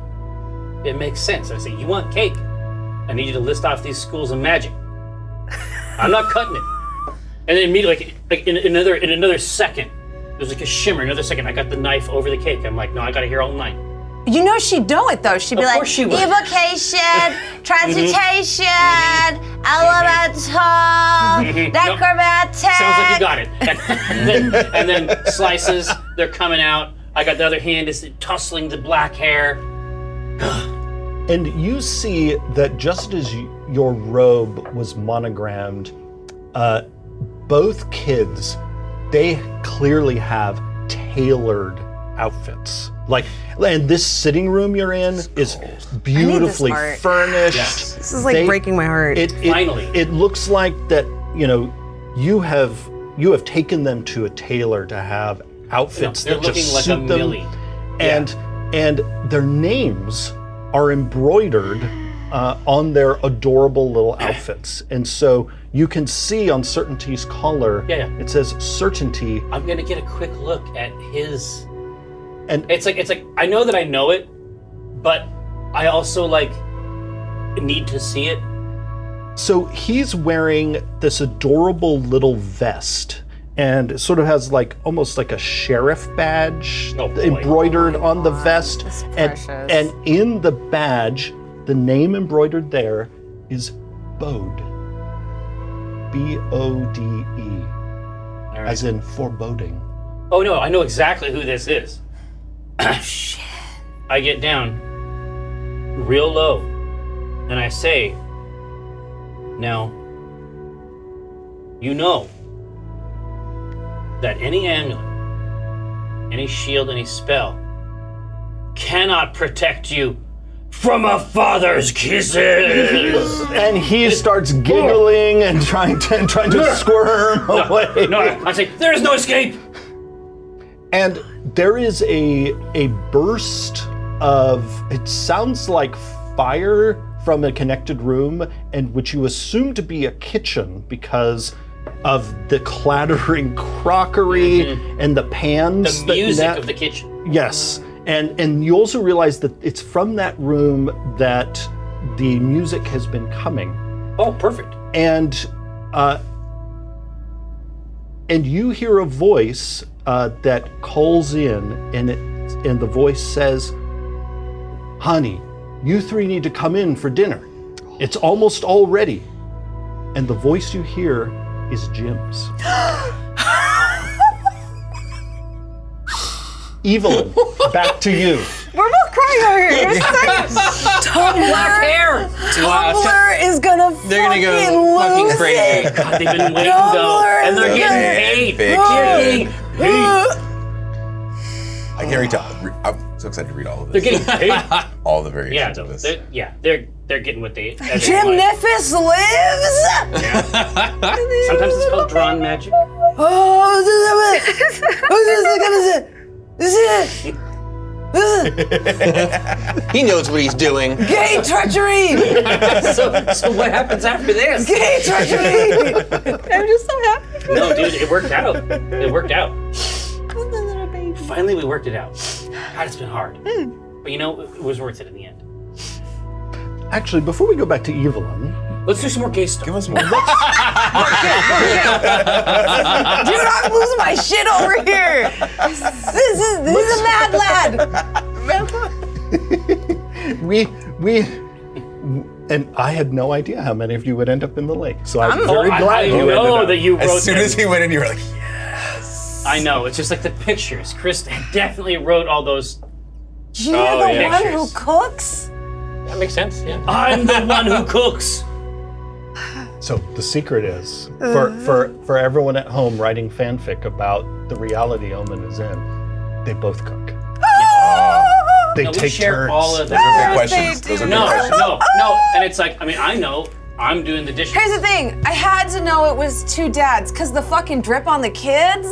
S2: It makes sense. I say, you want cake? I need you to list off these schools of magic. I'm not cutting it. And then immediately, like, like in another in another second, there's like a shimmer. Another second, I got the knife over the cake. I'm like, no, I gotta hear all nine.
S4: You know she'd know it though. She'd be
S2: Of
S4: like,
S2: course she would.
S4: evocation, transmutation,
S2: Mm-hmm.
S4: elemental,
S2: Mhm. Nope.
S4: necromantic.
S2: Sounds like you got it. And then, and then slices, they're coming out. I got the other hand is tussling the black hair.
S1: And you see that just as y- your robe was monogrammed, uh, both kids, they clearly have tailored outfits. Like, and this sitting room you're in is beautifully
S4: art.
S1: furnished.
S4: This is like
S1: They-
S4: breaking my heart.
S1: It, it-
S2: Finally.
S1: it looks like that. You know, you have you have taken them to a tailor to have outfits
S2: they're
S1: that just
S2: looking like a
S1: suit them,
S2: Millie.
S1: and and their names are embroidered uh, on their adorable little outfits, and so you can see on Certainty's collar.
S2: Yeah, yeah.
S1: It says Certainty,
S2: I'm gonna get a quick look at his.
S1: and
S2: It's like it's like I know that I know it, but I also like need to see it.
S1: So he's wearing this adorable little vest and it sort of has like almost like a sheriff badge
S2: Oh, boy.
S1: embroidered on the vest and
S4: precious.
S1: and in the badge the name embroidered there is Bode B O D E
S2: All right.
S1: as in foreboding
S2: Oh no, I know exactly who this is. I get down real low and I say, Now, you know that any amulet, any shield, any spell cannot protect you from a father's kisses.
S1: and he starts giggling and trying to and trying to squirm away
S2: no, I, I say, There is no escape.
S1: and there is a a burst of it sounds like fire from a connected room and which you assume to be a kitchen because of the clattering crockery and the pans
S2: Mm-hmm. The
S1: that
S2: music
S1: na-
S2: of the kitchen.
S1: yes and and you also realize that it's from that room that the music has been coming
S2: Oh, perfect.
S1: and uh, and you hear a voice uh, that calls in, and it and the voice says, "Honey, you three need to come in for dinner. It's almost all ready." And the voice you hear is Jim's. Evelyn, back to you.
S4: We're both crying over here.
S5: Black
S4: Tumblr,
S5: hair. Wow.
S4: Tumblr is gonna
S5: They're gonna
S4: fucking
S5: go fucking
S4: lose
S5: crazy.
S4: it.
S2: God, they've been waiting though. And they're getting paid. They're getting paid.
S6: I can't read. all- I'm so excited to read all of
S2: They're
S6: this.
S2: getting paid.
S6: all the
S2: yeah,
S6: variations
S2: though,
S6: of this.
S2: they're, yeah, they're they're getting what they. as they
S4: Jim
S2: want.
S4: Neffis lives.
S2: Sometimes it's called drawn magic.
S4: Oh, this is it. This is it. This is it. This is it.
S5: He knows what he's doing.
S4: gay treachery.
S2: so, so what happens after this?
S4: Gay treachery.
S3: I'm just so happy for
S2: No, Oh, dude, it worked out. It worked out.
S3: the little baby. Hmm.
S2: Finally, we worked it out. God, it's been hard, but you know, it was worth it in the end.
S1: Actually, before we go back to Evelyn,
S2: Let's do some more gay stuff.
S6: Give us more.
S4: Dude, I'm losing my shit over here. This is this is a mad lad.
S1: we we and I had no idea how many of you would end up in the lake. So I'm,
S2: Oh,
S1: very
S2: I-
S1: glad
S2: I,
S1: you ended
S2: know
S1: up.
S2: that you wrote
S6: as soon
S2: them.
S6: as he went in, you were like,
S2: I know. It's just like the pictures. Chris definitely wrote all those.
S4: You're
S2: Oh,
S4: the
S2: yeah.
S4: one
S2: Pictures.
S4: who cooks.
S5: That makes sense. Yeah.
S2: I'm the one who cooks.
S1: So the secret is for, for for everyone at home writing fanfic about the reality Omen is in, they both cook. They
S2: No, we
S1: take
S2: share
S1: turns.
S2: all of
S6: those
S3: Ah!
S6: are
S2: that.
S6: "Oh, good questions. Those are good
S2: No,
S6: questions.
S2: no, no. And it's like, I mean, I know I'm doing the dishes.
S4: Here's the thing. I had to know it was two dads, cause the fucking drip on the kids.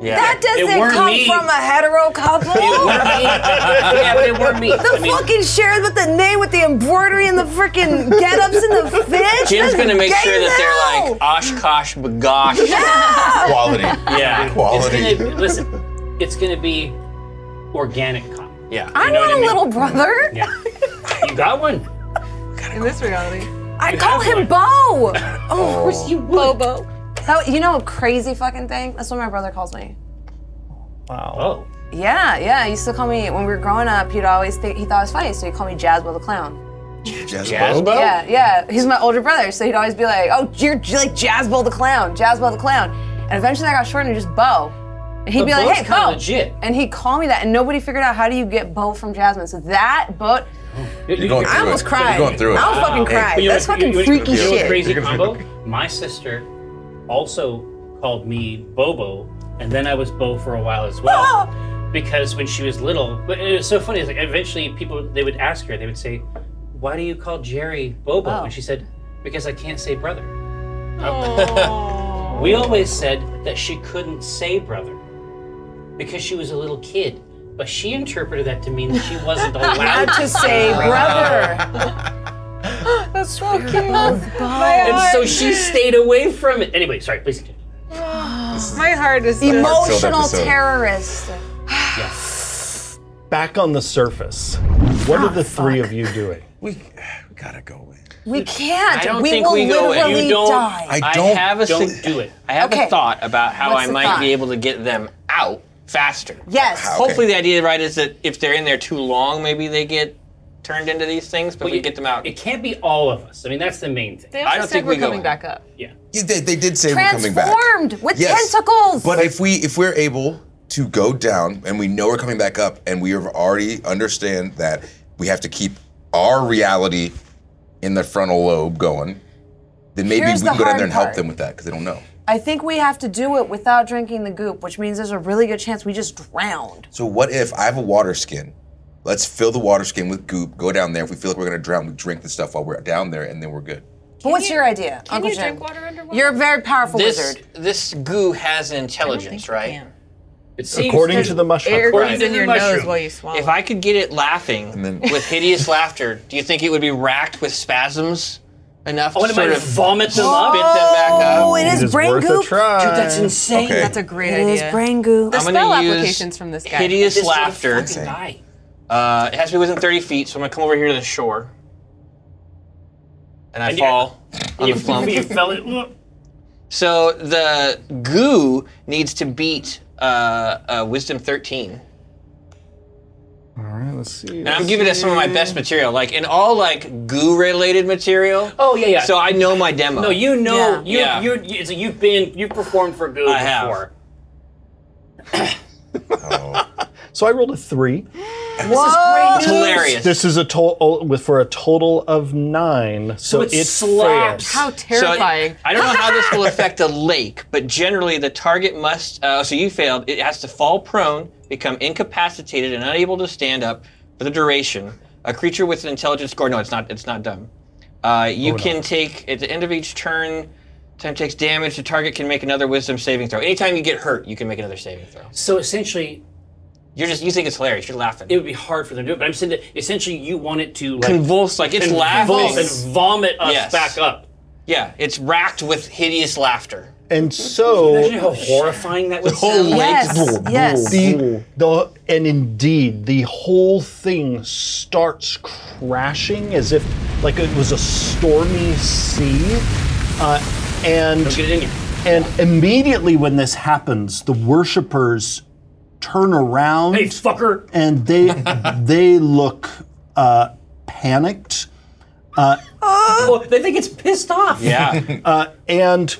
S5: Yeah.
S4: That doesn't
S2: weren't
S4: come
S2: me.
S4: from a hetero couple.
S2: yeah, but it were me.
S4: The fucking shares with the name, with the embroidery and the freaking get-ups and the fish.
S5: Jim's gonna make
S4: That's
S5: sure
S4: gay
S5: that
S4: as
S5: they're like Oshkosh bagosh.
S6: Quality.
S5: Yeah.
S6: Quality.
S2: It's gonna listen. It's gonna be organic cop.
S5: Yeah.
S4: I
S2: You know
S4: want
S2: what I
S4: a
S2: mean?
S4: little brother.
S2: Yeah. you got one.
S3: In this reality,
S4: I call him Bo. Oh,
S8: Bobo.
S4: that- you know, a crazy fucking thing. That's what my brother calls me.
S1: Wow.
S2: Oh.
S4: Yeah, yeah. He used to call me when we were growing up. He'd always think he thought I was funny, so he'd call me Jazbo the clown.
S6: Jazz
S5: Jazz-
S1: Oh.
S6: Bobo?
S4: Yeah, yeah. He's my older brother, so he'd always be like, "Oh, you're j- like Jazbo the clown, Jazbo the clown," and eventually I got shortened to just Bo. And he'd
S2: But
S4: be like,
S2: Bo's
S4: "Hey,
S2: kinda
S4: Bo,"
S2: legit.
S4: and he'd call me that, and nobody figured out how do you get Bo from Jasmine. So that, but
S2: You- you-
S6: You're going
S2: you're-
S6: through
S4: I almost
S6: it.
S4: cried.
S6: You're going through it.
S4: I almost fucking cried.
S2: But you know
S4: That's
S2: what- you
S4: fucking
S2: know what-
S4: freaky
S2: you know what
S4: shit.
S2: Crazy combo. My sister also called me Bobo, and then I was Bo for a while as
S4: Oh,
S2: well. because when she was little, but it was so funny. It's like eventually people they would ask her, they would say, "Why do you call Jerry Bobo?"
S4: Oh.
S2: And she said, "Because I can't say brother." Um, we always said that she couldn't say brother because she was a little kid. But she interpreted that to mean that she wasn't allowed
S4: Not
S2: to
S4: to say brother.
S3: that's so cute.
S2: And so she stayed away from it. Anyway, sorry, please continue.
S3: My heart is just-
S4: Emotional
S6: episode.
S4: terrorist.
S1: Back on the surface, what are the three of you doing?
S6: We, we gotta go in.
S4: We can't.
S5: I don't
S4: we
S5: think
S4: will
S5: we go in. You
S4: literally
S5: don't-
S4: die.
S6: I don't-
S5: have a
S2: Don't
S5: sig-
S2: do it.
S5: I have
S4: Okay.
S5: a thought about how
S4: What's
S5: I
S4: the
S5: might
S4: thought?
S5: be able to get them out faster.
S4: yes.
S6: How?
S5: Hopefully, the idea, right, is that if they're in there too long, maybe they get turned into these things, but we
S2: you-
S5: get them out.
S2: It can't be all of us. I mean, that's the main thing.
S3: They
S5: I
S3: also
S5: don't
S3: said
S5: think
S3: we're
S5: we go
S3: coming
S5: in.
S3: back up.
S2: Yeah.
S6: You- They, they did say we're coming back.
S4: Transformed with
S6: Yes.
S4: tentacles.
S6: But if we if we're able to go down and we know we're coming back up and we have already understand that we have to keep our reality in the frontal lobe going, then maybe
S4: Here's
S6: we can go down
S4: the hard
S6: there and help
S4: part.
S6: them with that because they don't know.
S4: I think we have to do it without drinking the goop, which means there's a really good chance we just drowned.
S6: So what if I have a water skin? Let's fill the water skin with goop. Go down there. If we feel like we're gonna drown, we drink the stuff while we're down there, and then we're good.
S4: but what's your idea,
S3: Can
S4: Uncle
S3: you
S4: Jim?
S3: drink water underwater?
S4: You're a very powerful
S5: this
S4: wizard.
S5: this goo has intelligence, right?
S2: It seems
S1: According
S2: that-
S1: to the
S3: Air
S1: mushroom.
S3: goes
S2: to
S3: in
S2: the
S3: your nose
S2: mushroom.
S3: while you swallow.
S5: If I could get it laughing
S6: then-
S5: with hideous laughter, do you think it would be racked with spasms enough
S2: I
S5: to
S2: want
S5: sort
S2: to
S5: of
S2: vomit them
S5: spit
S2: up.
S5: them back
S4: Oh,
S5: up?
S4: it
S1: It
S4: is
S1: is
S4: brain
S1: worth
S4: goop.
S1: a try.
S4: Dude, that's insane.
S6: Okay.
S3: that's a great
S4: It is
S3: idea.
S4: brain goop.
S3: The
S5: I'm gonna
S3: spell
S5: use
S3: applications from this guy.
S5: Hideous
S2: Just let it
S5: laughter.
S2: fucking die.
S5: Uh, it has to be within 30 feet, so I'm gonna come over here to the shore. And I
S2: And you-
S5: fall on
S2: You,
S5: the flump.
S2: you fell it. Look.
S5: So the goo needs to beat uh, uh, Wisdom 13.
S1: All right, let's see.
S5: And I'm giving it some of my best material, like in all like goo-related material.
S2: Oh yeah, yeah.
S5: So I know my demo.
S2: no, you know,
S4: Yeah.
S2: you you
S5: Yeah.
S2: you so you've been you've performed for good
S5: I have.
S2: before.
S1: So I rolled a three.
S5: It's hilarious.
S1: This is a total oh, with for a total of nine. So,
S2: it
S1: it
S2: slaps.
S1: fails.
S3: How terrifying.
S5: So I don't know how this will affect the lake, but generally the target must. Uh, so you failed. It has to fall prone, become incapacitated, and unable to stand up for the duration. A creature with an intelligence score. No, it's not. It's not dumb. Uh, you can take at the end of each turn. Time takes damage. The target can make another Wisdom saving throw. Anytime you get hurt, you can make another saving throw.
S2: So essentially,
S5: You're just. You think it's hilarious. You're laughing.
S2: it would be hard for them to do it. But I'm saying that essentially, you want it to like
S5: convulse like it's
S2: convulse
S5: laughing.
S2: and vomit us
S5: Yes.
S2: back up.
S5: Yeah, it's racked with hideous laughter.
S1: And
S2: Imagine
S1: so
S2: how horrifying that would
S5: whole
S2: sound.
S5: lake-
S4: Yes, yes.
S1: the, the and indeed the whole thing starts crashing as if like it was a stormy sea. Uh, and
S2: Get it in you.
S1: and immediately when this happens, the worshippers turn around.
S2: Hey, fucker.
S1: and they they look uh, panicked
S2: Oh, they think it's pissed off.
S5: Yeah,
S1: and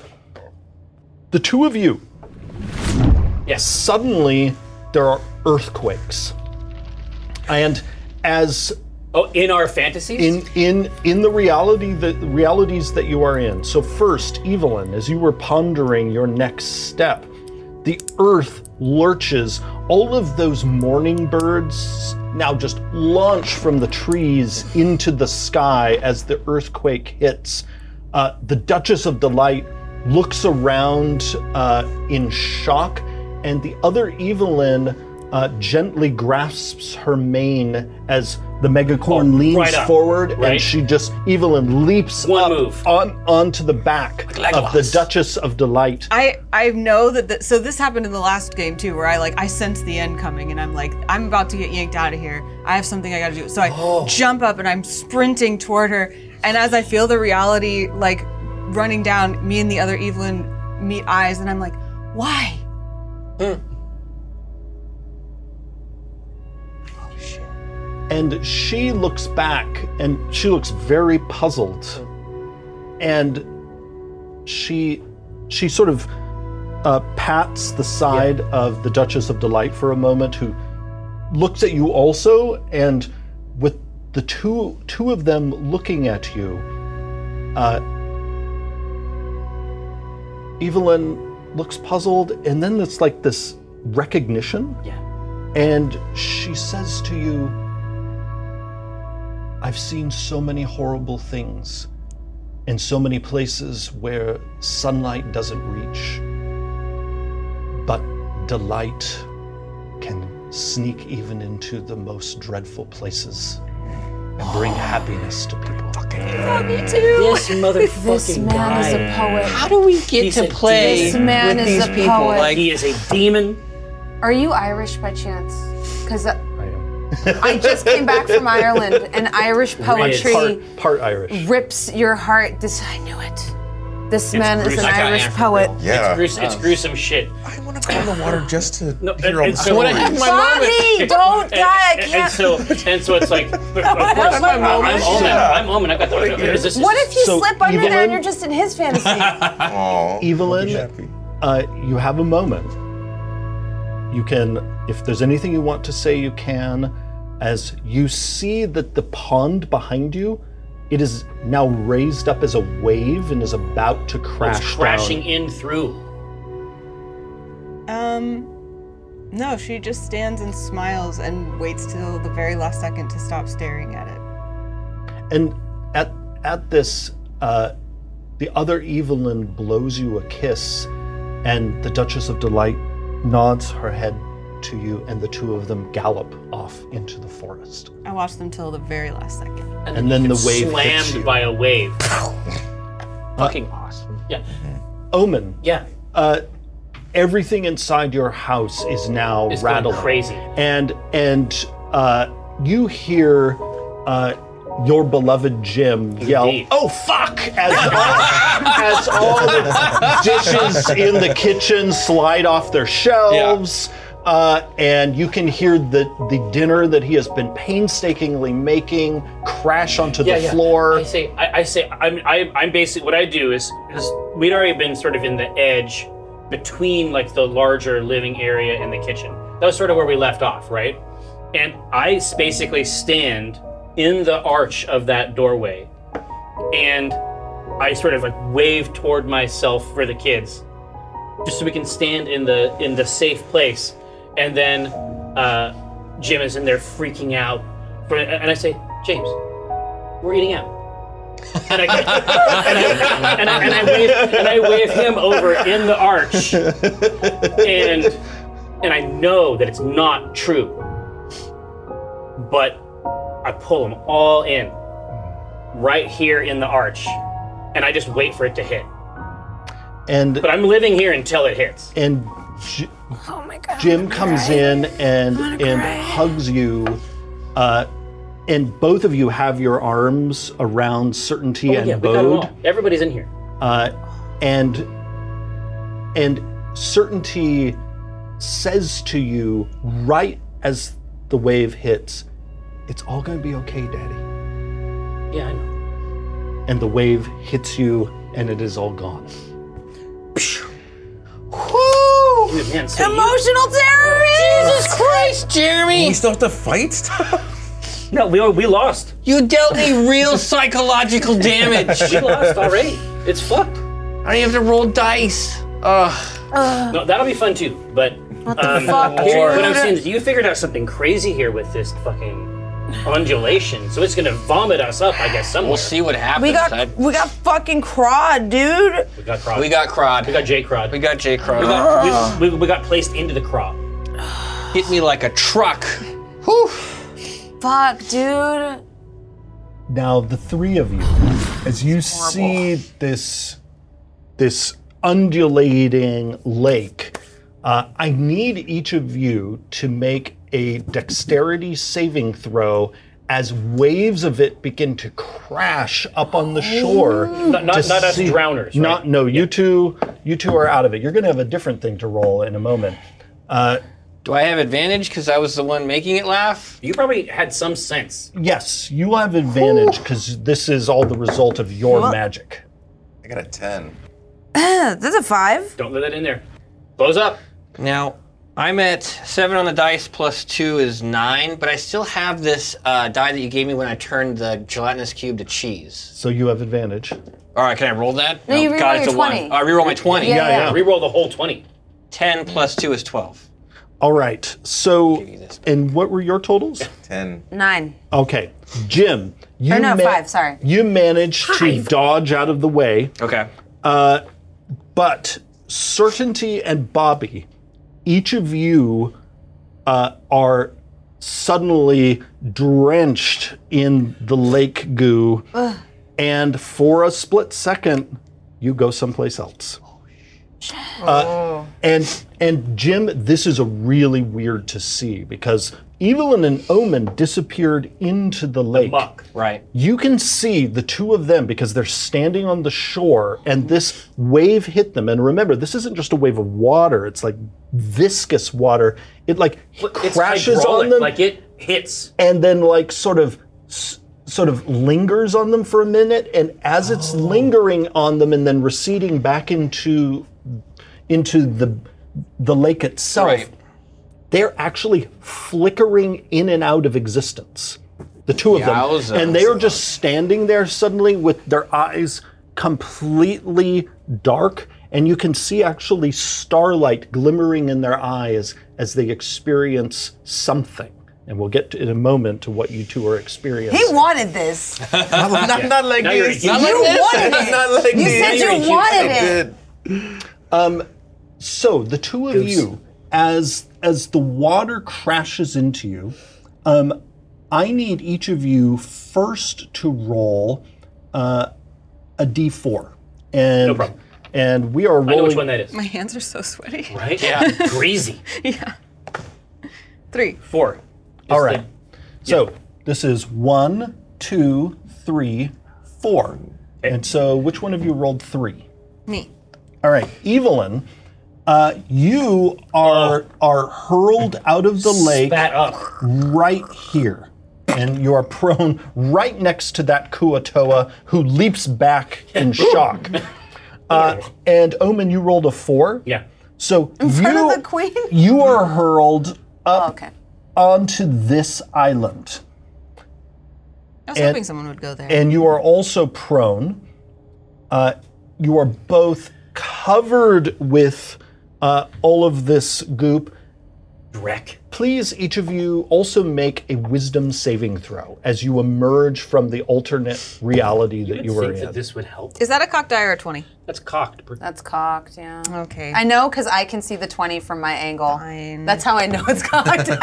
S1: the two of you
S2: Yes.
S1: suddenly there are earthquakes and as
S2: Oh, in our fantasies.
S1: in in in the reality the realities that you are in so first evelyn as you were pondering your next step the earth lurches all of those morning birds now just launch from the trees into the sky as the earthquake hits uh, the duchess of delight looks around uh, in shock and the other Evelyn uh, gently grasps her mane as the megacorn
S2: Oh,
S1: leans
S2: right up,
S1: forward, and
S2: right?
S1: she just Evelyn leaps
S2: One
S1: up
S2: move.
S1: on onto the back of the
S5: Legolas.
S1: Duchess of Delight.
S3: I I know that the, so this happened in the last game too, where I like I sense the end coming, and I'm like I'm about to get yanked out of here. I have something I got to do, so I jump up and I'm sprinting toward her, and as I feel the reality like running down, me and the other Evelyn meet eyes, and I'm like, why?
S1: and she looks back and she looks very puzzled and she she sort of uh, pats the side of the duchess of delight for a moment who looks at you also and with the two two of them looking at you uh, evelyn looks puzzled and then it's like this recognition
S2: Yeah.
S1: and she says to you I've seen so many horrible things in so many places where sunlight doesn't reach. But delight can sneak even into the most dreadful places and bring happiness to people.
S2: This motherfucking
S4: This man
S2: guy.
S4: is a poet.
S5: How do we get
S2: He's
S5: to
S2: a
S5: play
S2: This
S4: man
S5: with
S4: is
S5: these
S4: a
S5: people?
S4: poet.
S5: Like,
S2: he is a demon.
S4: Are you Irish by chance? Because
S1: I am.
S4: I just came back from Ireland, and Irish poetry
S1: Part, part Irish.
S4: rips your heart. This I knew it. This man is an
S2: gruesome. I
S5: got
S4: Irish
S5: Africa.
S4: poet.
S5: Uh,
S6: Yeah.
S2: Grues- it's gruesome shit.
S6: I want to go in the water just to
S2: No, and-
S6: hear all
S2: and
S6: the
S2: so-
S6: stories.
S5: I have my
S4: Bobby,
S5: moment.
S4: don't die! I
S2: And-
S4: can't.
S2: And so, and so it's like, of course,
S4: that's
S2: I'm,
S4: my
S2: I'm,
S4: moment.
S2: I'm Omen. I'm Omen. I've got the there's this-
S4: what if you
S1: So,
S4: slip under there
S1: Evelyn-
S4: and you're just in his fantasy?
S6: Aw,
S1: Evelyn,
S6: that'd be happy.
S1: Uh, you have a moment. You can, if there's anything you want to say, you can. As you see that the pond behind you, it is now raised up as a wave and is about to crash
S2: it's
S1: down.
S2: crashing in through.
S3: Um, no, she just stands and smiles and waits till the very last second to stop staring at it.
S1: And at at this, uh, the other Evelyn blows you a kiss, and the Duchess of Delight nods her head to you, and the two of them gallop off into the forest.
S3: I watch them till the very last second.
S1: And, then the wave
S2: slammed
S1: hits you.
S2: by a wave.
S5: Uh,
S2: Fucking awesome. Yeah.
S1: Omen.
S2: Yeah.
S1: uh, everything inside your house is now
S2: It's going
S1: rattling
S2: crazy.
S1: and and uh, you hear uh, your beloved Jim yell,
S2: Indeed.
S1: "Oh fuck!" as all, as all the dishes in the kitchen slide off their shelves. Uh, and you can hear the, the dinner that he has been painstakingly making crash onto the floor.
S2: I say, I, I say, I'm, I, I'm basically what I do is because we'd already been sort of in the edge between like the larger living area and the kitchen. That was sort of where we left off, right? And I s- basically stand in the arch of that doorway, and I sort of like wave toward myself for the kids, just so we can stand in the in the safe place. And then uh, Jim is in there freaking out, for, and I say, James, we're eating out. And I, and, I, and, I, and I wave, and I wave him over in the arch, and and I know that it's not true, but I pull them all in, right here in the arch, and I just wait for it to hit.
S1: and
S2: But I'm living here until it hits.
S1: and J- Jim comes in and and hugs you, uh, and both of you have your arms around Certainty and
S2: Oh, yeah, we got 'em
S1: Bode,
S2: all. Everybody's in here.
S1: uh, and and Certainty says to you right as the wave hits, "It's all going to be okay, Daddy."
S2: Yeah, I know.
S1: And the wave hits you, and it is all gone.
S2: Dude, man, so you-
S4: Emotional terrorist.
S5: Jesus Christ,
S10: You
S5: Jeremy!
S10: still have to fight stuff?
S2: no, we we lost.
S5: You dealt me real psychological damage.
S2: We lost already. It's fucked.
S5: I have to roll dice. Ugh.
S2: No, that'll be fun too. But what, um,
S4: fuck,
S2: here-
S4: dude?
S2: what I'm saying is, you figured out something crazy here with this fucking undulation, so it's gonna vomit us up, I guess, somewhere.
S5: We'll see what happens.
S4: We got
S5: I-
S4: we got fucking crod, dude.
S2: We got crod.
S5: we got Crod.
S2: we got J crod.
S5: We got J Crod.
S2: We got, we, we, we got placed into the crop.
S5: Hit me like a truck.
S4: Fuck, dude.
S1: Now the three of you, as you see this this undulating lake, uh, I need each of you to make a dexterity saving throw as waves of it begin to crash up on the shore.
S2: Not, not,
S1: to
S2: not us
S1: see-
S2: drowners. Oh. Right?
S1: Not no. You two, you two are out of it. You're going to have a different thing to roll in a moment. Uh,
S5: Do I have advantage because I was the one making it laugh?
S2: You probably had some sense.
S1: yes, you have advantage because this is all the result of your magic.
S6: I got a 10.
S4: That's a five.
S2: Don't let that in there. Blows up.
S5: Now, I'm at seven on the dice plus two is nine, but I still have this uh, die that you gave me when I turned the gelatinous cube to cheese.
S1: So you have advantage.
S5: All right, can I roll that? No,
S4: you reroll
S5: God, it's
S4: your
S5: a one.
S4: 20.
S5: I reroll my 20.
S4: Yeah, yeah.
S1: yeah.
S2: Reroll the whole 20.
S5: 10 plus two is 12.
S1: All right. So,
S5: this.
S1: and what were your totals?
S6: 10.
S4: Nine.
S1: Okay, Jim, you
S4: Or no, five, sorry.
S1: You managed to dodge out of the way,
S5: Okay.
S1: but certainty and Bobby, each of you uh, are suddenly drenched in the lake goo, and for a split second, you go someplace else. Uh, And and Jim, this is a really weird to see because Evelyn and Omen disappeared into the lake.
S2: Muck.
S5: Right.
S1: You can see the two of them because they're standing on the shore and this wave hit them. And remember, this isn't just a wave of water, it's like viscous water. It like
S2: It's
S1: crashes on
S2: hydraulic,
S1: them
S2: Like it hits.
S1: and then like sort of s- sort of lingers on them for a minute and as
S2: Oh.
S1: it's lingering on them and then receding back into into the the lake itself
S5: Right.
S1: they're actually flickering in and out of existence the two of them
S5: Yowza.
S1: and they are just standing there suddenly with their eyes completely dark and you can see actually starlight glimmering in their eyes as they experience something and we'll get to, in a moment to what you two are experiencing
S4: He wanted this.
S6: Not, not like
S2: Now you're a
S6: this.
S2: human.
S4: You wanted it.
S6: Not like
S4: you
S6: this.
S4: said
S2: you're a
S4: you
S2: huge-
S4: wanted
S6: I
S4: it.
S6: did.
S1: so the two of you as as the water crashes into you um, i need each of you first to roll uh, a d4 and
S2: No problem.
S1: and we are rolling
S2: I know which one that is.
S3: My hands are so sweaty.
S2: Right? Yeah. Greasy.
S3: Three.
S2: Four.
S1: All right. So this is one, two, three, four. And so which one of you rolled three?
S3: Me.
S1: All right, Evelyn, uh, you are are hurled out of the lake
S2: Bat up.
S1: right here. And you are prone right next to that Kuatoa who leaps back in shock. Uh, and Omen, you rolled a four.
S2: Yeah.
S1: So in
S4: front
S1: you,
S4: of the queen?
S1: you are hurled
S6: Uh,
S1: up
S4: Oh, okay.
S1: onto this island.
S3: I was
S1: And-
S3: hoping someone would go there.
S1: and you are also prone. Uh, you are both covered with uh, all of this goop.
S2: Wreck.
S1: Please, each of you, also make a wisdom saving throw as you emerge from the alternate reality that you
S2: I
S1: were
S2: think
S1: in.
S2: that this would help.
S3: Is that a cocked eye or a 20?
S2: That's cocked.
S4: That's cocked, yeah.
S3: Okay.
S4: I know because I can see the 20 from my angle.
S3: Fine.
S4: That's how I know it's cocked. Sorry.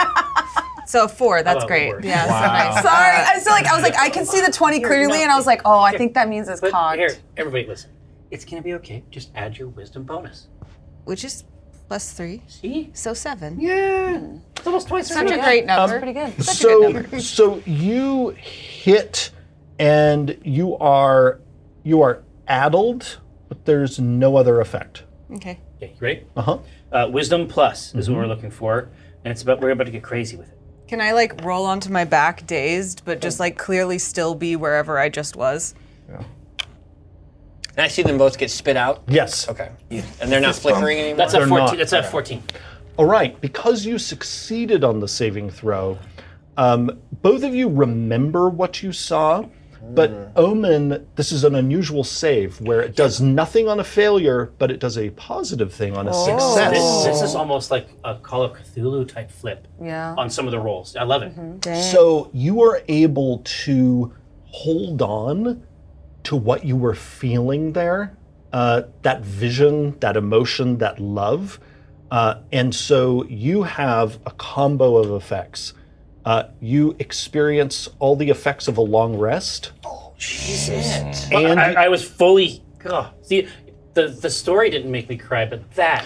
S3: so a four. That's
S2: about
S3: great.
S2: worse?
S3: Yeah. So nice.
S4: I was still like, I was like, I can see the 20 clearly, and I was like, oh, I think that means it's
S2: But
S4: cocked.
S2: here, everybody listen. It's gonna be okay. Just add your wisdom bonus.
S3: Which is plus three.
S2: See?
S3: So seven.
S2: It's almost twice
S3: Such a great number.
S4: Pretty good.
S1: so, so you hit, and you are you are addled, but there's no other effect.
S3: okay.
S2: Okay, you ready?
S1: Uh-huh. Mm-hmm.
S2: Uh, wisdom plus is what we're looking for, and it's about we're about to get crazy with it.
S3: Can I like roll onto my back dazed, but just like clearly still be wherever I just was?
S5: And I see them both get spit out.
S1: Yes.
S5: Okay. And they're not flickering anymore.
S2: That's a
S1: They're
S2: fourteen.
S1: not.
S2: That's a fourteen.
S1: All right, because you succeeded on the saving throw, um, both of you remember what you saw, But Omen, this is an unusual save where it does nothing on a failure, but it does a positive thing on a success.
S2: This, this is almost like a Call of Cthulhu type flip
S4: Yeah. Mm-hmm.
S2: on some of the rolls. I love it.
S1: So you are able to hold on to what you were feeling there, uh, that vision, that emotion, that love. Uh, and so you have a combo of effects. Uh, you experience all the effects of a long rest.
S2: Well,
S1: And-
S2: I, I was fully. Oh, see, the, the story didn't make me cry, but that.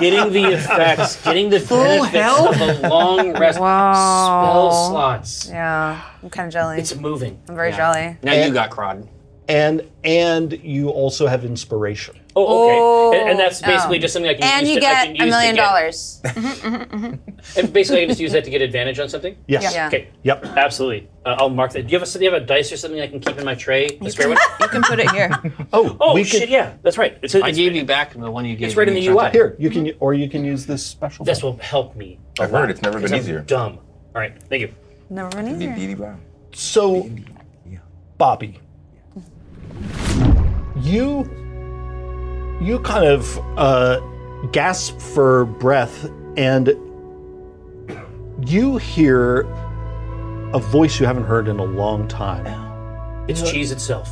S2: getting the effects, getting the benefits of a long rest, spell slots.
S4: Yeah. I'm kind of jelly.
S2: It's moving.
S4: I'm very jelly.
S5: Now you got Crod.
S1: And and you also have inspiration.
S2: Oh, okay. And, and that's
S4: Oh.
S2: basically just something I can
S4: And
S2: use.
S4: you
S2: to, I
S4: get
S2: can
S4: a
S2: use to
S4: million
S2: get-
S4: dollars.
S2: And basically, I can just use that to get advantage on something.
S1: Yes.
S4: Yeah.
S2: Okay.
S1: Yep.
S2: Absolutely. Uh, I'll mark that. Do you have a do you have a dice or something I can keep in my tray? A spare one?
S3: You can put it here.
S1: Oh,
S2: Oh
S1: we
S2: shit!
S1: could,
S2: yeah, that's right. It's, it's,
S5: I gave you back the one you gave.
S2: it's right in
S5: me,
S2: the
S5: Jonathan.
S2: UI.
S1: Here, you can or you can use this special.
S2: Mm-hmm. This will help me.
S6: I've heard it's never been easier.
S2: Dumb. All right. Thank you.
S4: Never been easier.
S6: Beady brown.
S1: So, Bobby, you you kind of uh, gasp for breath, and you hear a voice you haven't heard in a long time.
S2: It's cheese itself.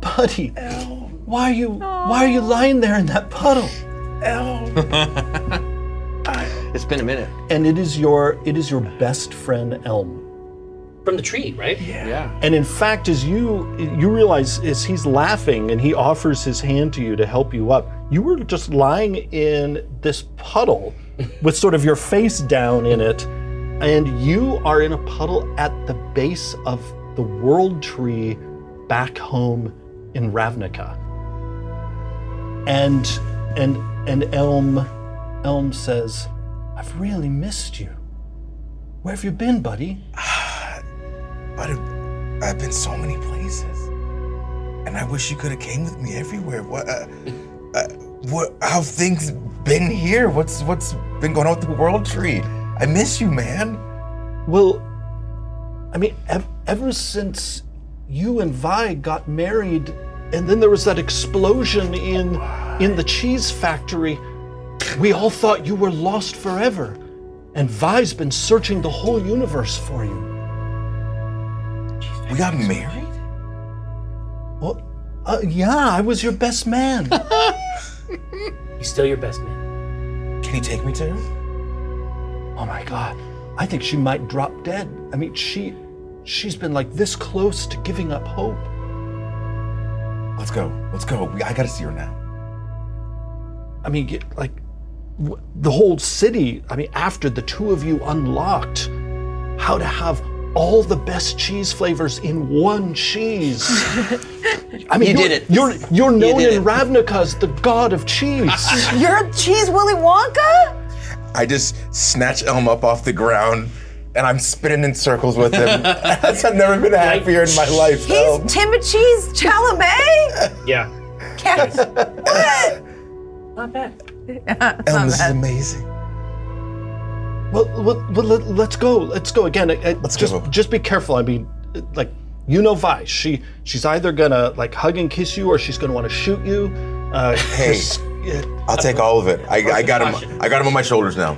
S1: Buddy, why are you why are you lying there in that puddle?
S5: It's been a minute.
S1: And it is your it is your best friend Elm.
S2: From the tree, right? Yeah.
S1: And in fact, as you you realize as he's laughing and he offers his hand to you to help you up, you were just lying in this puddle with sort of your face down in it, and you are in a puddle at the base of the world tree back home in Ravnica. And and and Elm Elm says, I've really missed you. Where have you been, buddy?
S10: But I've been so many places, and I wish you could have came with me everywhere. What? Uh, uh, what? How things been here? What's What's been going on with the World Tree? I miss you, man.
S1: Well, I mean, ev- ever since you and Vi got married, and then there was that explosion in in the cheese factory, we all thought you were lost forever. And Vi's been searching the whole universe for you.
S10: We got married.
S1: Well, uh, yeah, I was your best man. Oh
S2: He's still your best man.
S10: Can you take me to him?
S1: oh my God, I think she might drop dead. I mean, she she's been like this close to giving up hope.
S10: Let's go. Let's go. We, I gotta see her now.
S1: I mean, get- like w- the whole city. I mean, after the two of you unlocked how to have all the best cheese flavors in one cheese. I mean,
S5: You
S1: are
S5: did it.
S1: You're you're known
S5: did
S1: in
S5: it.
S1: Ravnica as the god of cheese.
S4: You're a cheese Willy Wonka?
S10: I just snatch Elm up off the ground, and I'm spinning in circles with him. I've never been happier in my life.
S4: He's
S6: Um,
S10: Elm.
S4: Timothy Cheese Chalamet?
S2: Yeah.
S4: Cat-
S2: Not bad.
S10: Elm, this is amazing.
S1: well, well, well let, let's go. Let's go again. I- I-
S10: Let's
S1: just
S10: go.
S1: just be careful. I mean, uh, like you know, Vi. She she's either gonna like hug and kiss you, or she's gonna want to shoot you. Uh,
S10: Hey. I'll take all of it. I, I got him. I got him on my shoulders now.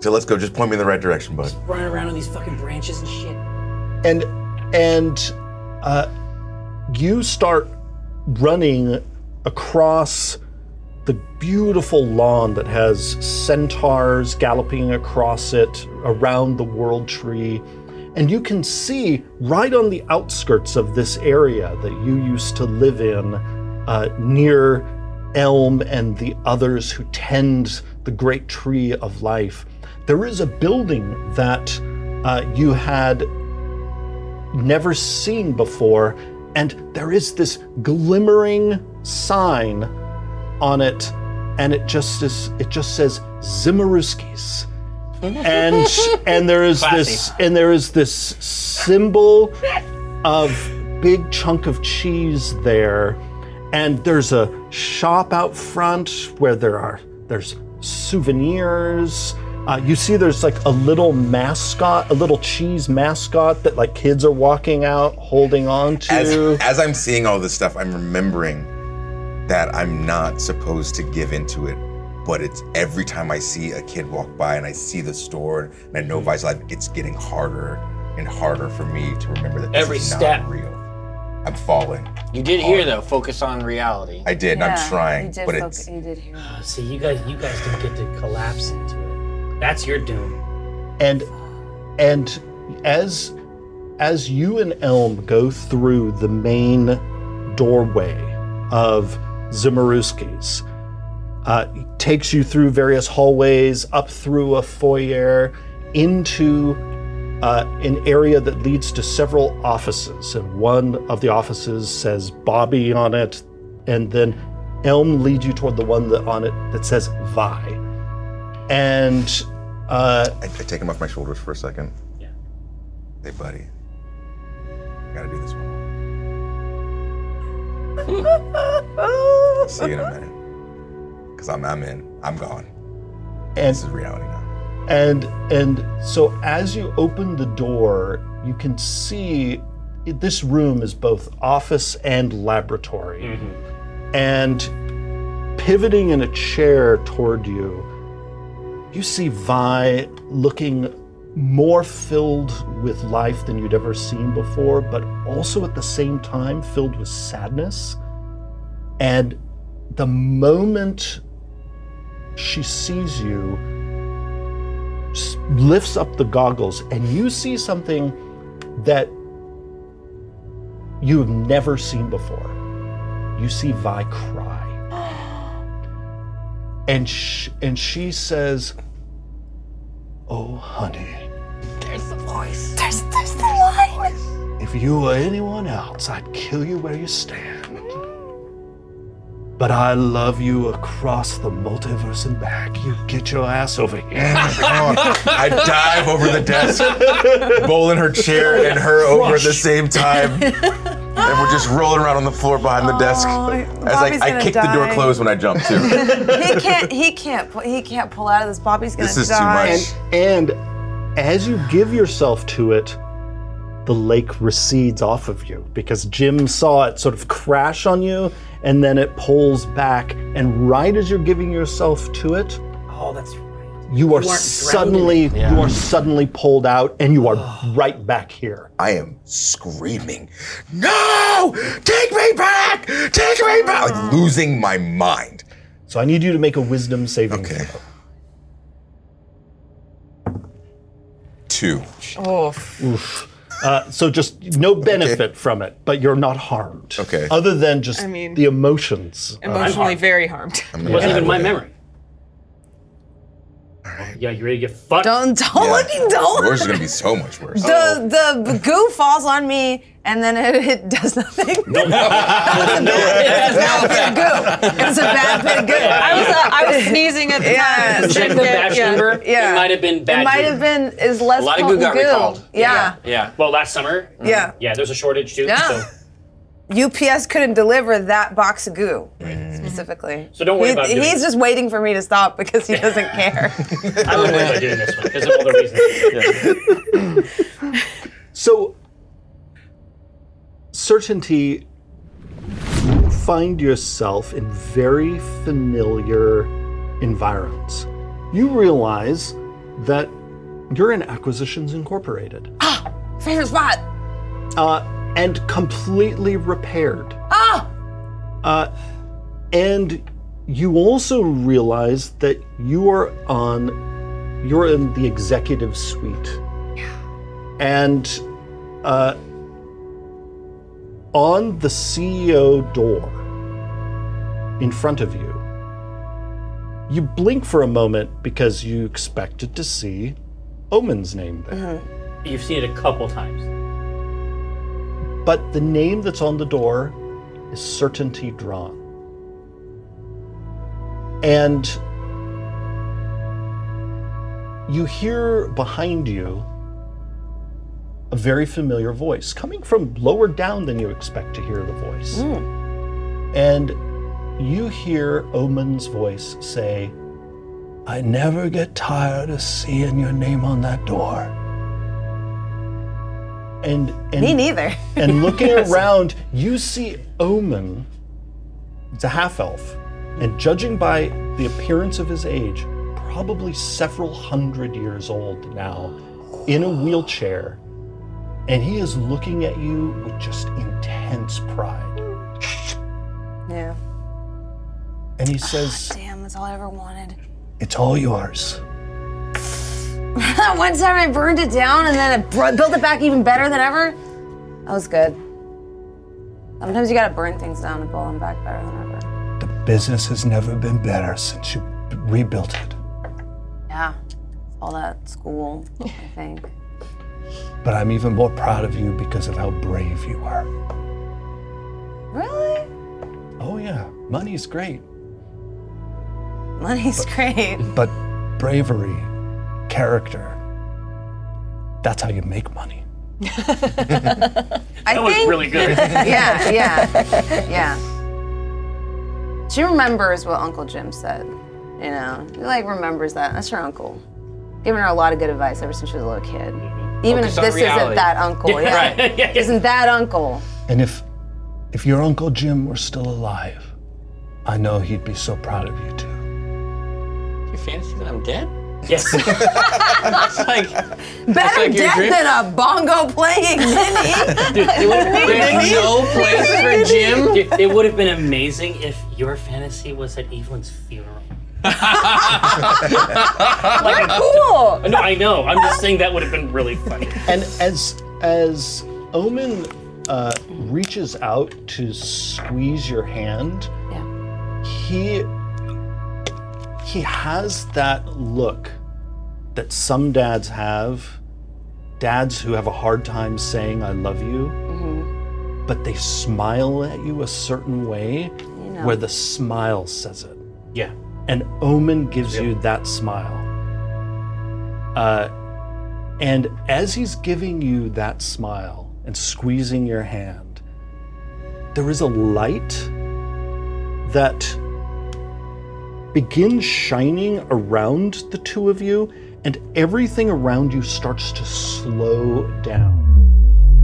S10: So let's go. Just point me in the right direction, bud.
S2: Running around on these fucking branches and shit.
S1: and and uh, you start running across the beautiful lawn that has centaurs galloping across it around the world tree and you can see right on the outskirts of this area that you used to live in uh, near elm and the others who tend the great tree of life there is a building that uh, you had never seen before, and there is this glimmering sign on it, and it just is it just says Zimmeruskis. And and there is this and there is this symbol of big chunk of cheese there. And there's a shop out front where there are there's souvenirs. Uh, you see, there's like a little mascot, a little cheese mascot that like kids are walking out holding on to.
S6: As, as I'm seeing all this stuff, I'm remembering that I'm not supposed to give into it. But it's every time I see a kid walk by and I see the store and I
S5: Mm-hmm.
S6: know Vice Life, it's getting harder and harder for me to remember that this
S5: Every
S6: is
S5: step.
S6: not real. I'm falling.
S5: You did
S2: Oh.
S5: hear though, focus on reality.
S6: I did, and I'm
S4: you
S6: trying,
S4: did
S6: but
S4: folk-
S6: it's
S4: you did hear me.
S2: Uh, See, you guys, you guys don't get to collapse into it. That's your doom.
S1: and and as as you and Elm go through the main doorway of Zimaruski's, uh, it takes you through various hallways, up through a foyer, into uh, an area that leads to several offices. And one of the offices says Bobby on it, and then Elm leads you toward the one that on it that says Vi. And uh,
S6: I, I take him off my shoulders for a second.
S2: Yeah.
S6: Hey, buddy. I gotta do this one. See you in a minute. Cause I'm I'm in. I'm gone.
S1: and
S6: This is reality now.
S1: And and so as you open the door, you can see it- this room is both office and laboratory. And pivoting in a chair toward you, you see Vi looking more filled with life than you'd ever seen before, but also at the same time filled with sadness. And the moment she sees you, s- lifts up the goggles and you see something that you have never seen before. You see Vi cry. And sh- and she says, "Oh honey,
S8: There's, there's the line.
S1: if you were anyone else, I'd kill you where you stand. But I love you across the multiverse and back. You get your ass over here."
S6: I dive over the desk, bowl in her chair and her over at the same time. And we're just rolling around on the floor behind the desk. As
S4: Oh, Bobby's
S6: I, I
S4: gonna
S6: kick the door
S4: die.
S6: closed when I jump too.
S4: He can't. He can't. pu- He can't pull out of this. Bobby's gonna
S6: This is too
S4: die.
S6: much.
S1: And as you give yourself to it, the lake recedes off of you because Jim saw it sort of crash on you and then it pulls back. And right as you're giving yourself to it,
S2: Oh, that's right.
S1: you are
S2: drowned in it.
S1: suddenly you are suddenly pulled out and you are right back here.
S6: I am screaming, No! Take me back! Take me back! Like losing my mind.
S1: So I need you to make a wisdom saving.
S6: Okay.
S1: throw.
S6: Two.
S1: Uh, so just no benefit from it, but you're not harmed.
S6: Okay.
S1: Other than just
S3: mean-
S1: the emotions. of-
S3: Emotionally very harmed.
S6: I'm
S2: It
S6: gonna
S2: wasn't
S6: die
S2: even my
S6: with it.
S2: memory. Yeah, you ready to get fucked?
S4: Don't don't
S6: Yeah.
S4: look. Don't.
S6: Yours is gonna be so much worse.
S4: The the goo falls on me and then it, it does nothing. it's a bad pit of goo. It's a bad pit of goo.
S3: I was, uh, I was sneezing at the
S4: Yeah.
S3: time.
S2: Check the batch
S3: Yeah.
S2: number.
S4: Yeah.
S2: It might have been bad.
S4: It might have
S2: goo.
S4: been is less
S5: A lot of goo got recalled.
S4: Yeah.
S5: Yeah.
S2: Well, last summer.
S4: Yeah.
S2: Yeah, there's a shortage too.
S4: Yeah.
S2: So,
S4: UPS couldn't deliver that box of goo Mm-hmm. specifically.
S2: So don't worry
S4: He-
S2: about doing
S4: He's
S2: it.
S4: just waiting for me to stop because he doesn't care.
S2: I wouldn't worry about doing this one because of all the reasons.
S1: So, certainty, you find yourself in very familiar environs. You realize that you're in Acquisitions Incorporated
S4: Favorite spot.
S1: uh, and completely repaired. Ah! Uh, and you also realize that you are on, you're in the executive suite. And uh, on the CEO door in front of you, you blink for a moment because you expected to see Omen's name there.
S2: You've seen it a couple times.
S1: But the name that's on the door is Certainty Drawn. And you hear behind you a very familiar voice coming from lower down than you expect to hear the voice.
S4: Hmm.
S1: And you hear Omen's voice say,
S7: I never get tired of seeing your name on that door.
S1: And, and
S4: Me neither.
S1: and looking around, you see Omen. It's a half elf, and judging by the appearance of his age, probably several hundred years old now, in a wheelchair, and he is looking at you with just intense pride.
S4: Yeah.
S1: And he says,
S4: Damn, that's all I ever wanted.
S1: "It's all yours."
S4: That one time I burned it down and then I br- built it back even better than ever. That was good. Sometimes you gotta burn things down and build them back better than ever.
S7: The business has never been better since you rebuilt it.
S4: Yeah. All that school, I think.
S7: But I'm even more proud of you because of how brave you were.
S4: Really?
S1: Oh yeah, money's great,
S4: Money's great.
S7: But bravery, character, that's how you make money.
S4: I
S2: That was
S4: think.
S2: really good.
S4: Yeah, yeah, yeah. She remembers what Uncle Jim said. You know, she like remembers that. That's her uncle. Giving her a lot of good advice ever since she was a little kid. Even if
S5: Focus on
S4: this isn't
S5: reality.
S4: that uncle, yeah.
S2: right. Yeah, yeah.
S4: Isn't that uncle?
S7: And if if your Uncle Jim were still alive, I know he'd be so proud of you too.
S5: You fantasy that I'm dead?
S2: Yes.
S5: It's like,
S4: Better
S5: like your
S4: death
S5: dream.
S4: than a bongo playing mini.
S2: Dude, it would have
S5: there's no place for Jim.
S2: it would have been amazing if your fantasy was at Evelyn's funeral. like,
S8: Cool.
S2: no, I know. I'm just saying that would have been really funny.
S1: And as as Omen uh, reaches out to squeeze your hand, he he has that look that some dads have, dads who have a hard time saying "I love you," but they smile at you a certain way, where the smile says it
S2: Yeah.
S1: and Omen gives you that smile. Uh, and as he's giving you that smile and squeezing your hand, there is a light that begins shining around the two of you, and everything around you starts to slow down.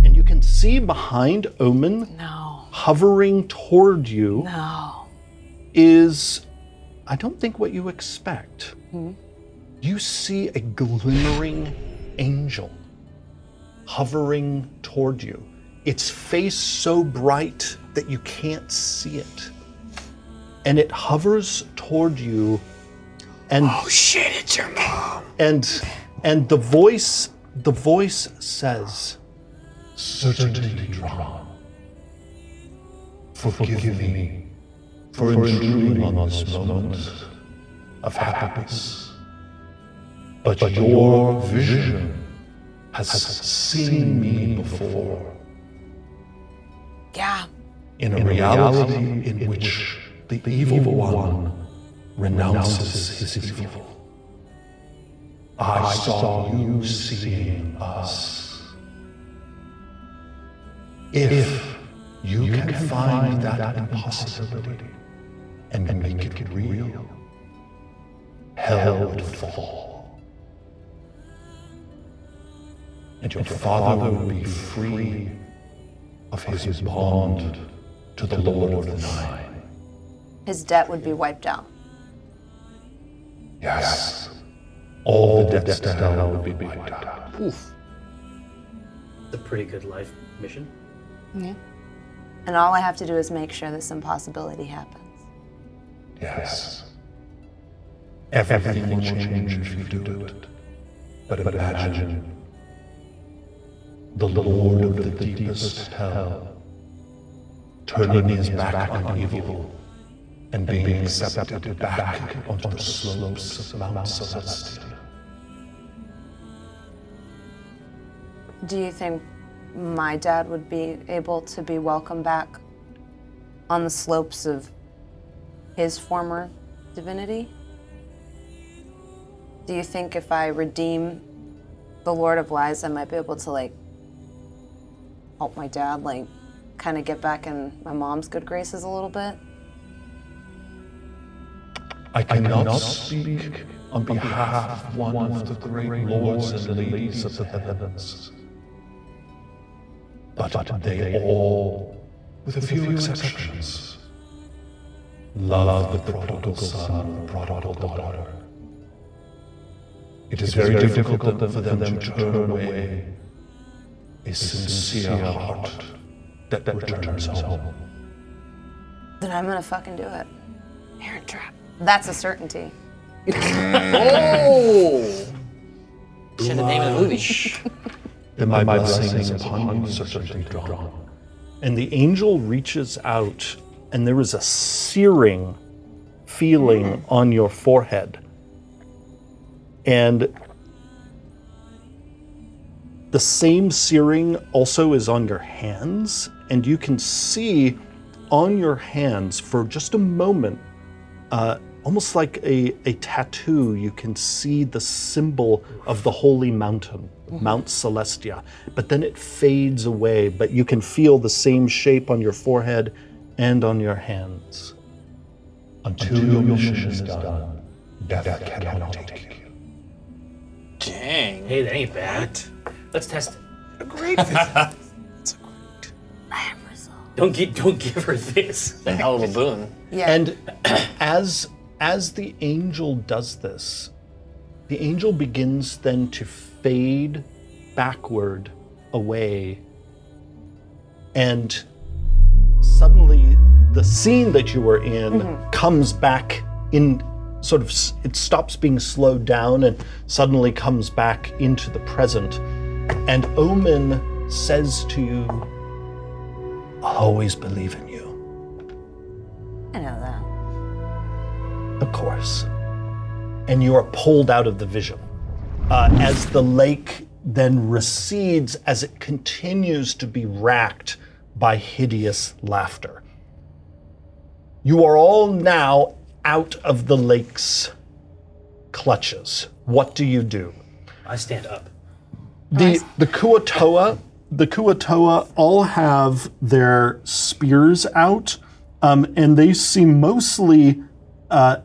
S1: And you can see behind Omen, hovering toward you, is I don't think what you expect. You see a glimmering angel hovering toward you. Its face so bright that you can't see it. And it hovers toward you and Oh shit, it's your mom. And and the voice the voice says
S7: Certainly wrong. Forgive me for intruding on this moment of happiness. But your vision has seen me before
S4: yeah.
S7: in a reality in which the evil one renounces his evil. I saw you seeing us. If you can find that impossibility and make it real, hell would fall. And your father will be free of his bond to the Lord of the Nine.
S4: His debt would be wiped out.
S7: Yes. All the debts to hell will be wiped out.
S2: The pretty good life mission.
S4: And all I have to do is make sure this impossibility happens.
S7: Yes. Everything will change if you do it. But imagine the Lord of the deepest hell turning his back on evil and being accepted back onto the slopes of Mount Celestia.
S4: Do you think my dad would be able to be welcomed back on the slopes of his former divinity? Do you think if I redeem the Lord of Lies, I might be able to like help my dad, like kind of get back in my mom's good graces a little bit?
S11: I cannot speak on behalf of one of the great lords and ladies of the heavens. But they all, with a few exceptions, love the prodigal son and prodigal daughter. It is very difficult for them to turn away a sincere heart that returns home.
S4: Then I'm gonna fucking do it. Parent trap. That's a certainty.
S5: oh! Said the name of the movie.
S11: Then my blessings upon you certainly drawn.
S1: and the angel reaches out, and there is a searing feeling on your forehead. And the same searing also is on your hands, and you can see on your hands for just a moment, uh, almost like a, a tattoo, you can see the symbol of the holy mountain, Mount Celestia. But then it fades away, but you can feel the same shape on your forehead and on your hands.
S11: Until your mission is done, death cannot take you.
S5: Dang.
S2: Hey, that ain't bad. Let's test it.
S10: Great.
S2: don't give don't give her this.
S5: The hell of a boon.
S4: Yeah.
S1: And as as the angel does this, the angel begins then to fade backward away. And suddenly the scene that you were in comes back in sort of s- it stops being slowed down and suddenly comes back into the present. And Omen says to you, I always believe in you.
S4: I know that.
S1: Of course. And you are pulled out of the vision. Uh, as the lake then recedes, as it continues to be racked by hideous laughter. You are all now out of the lake's clutches. What do you do?
S2: I stand up.
S1: The the Kuatoa, the Kuatoa all have their spears out, um, and they seem mostly uh,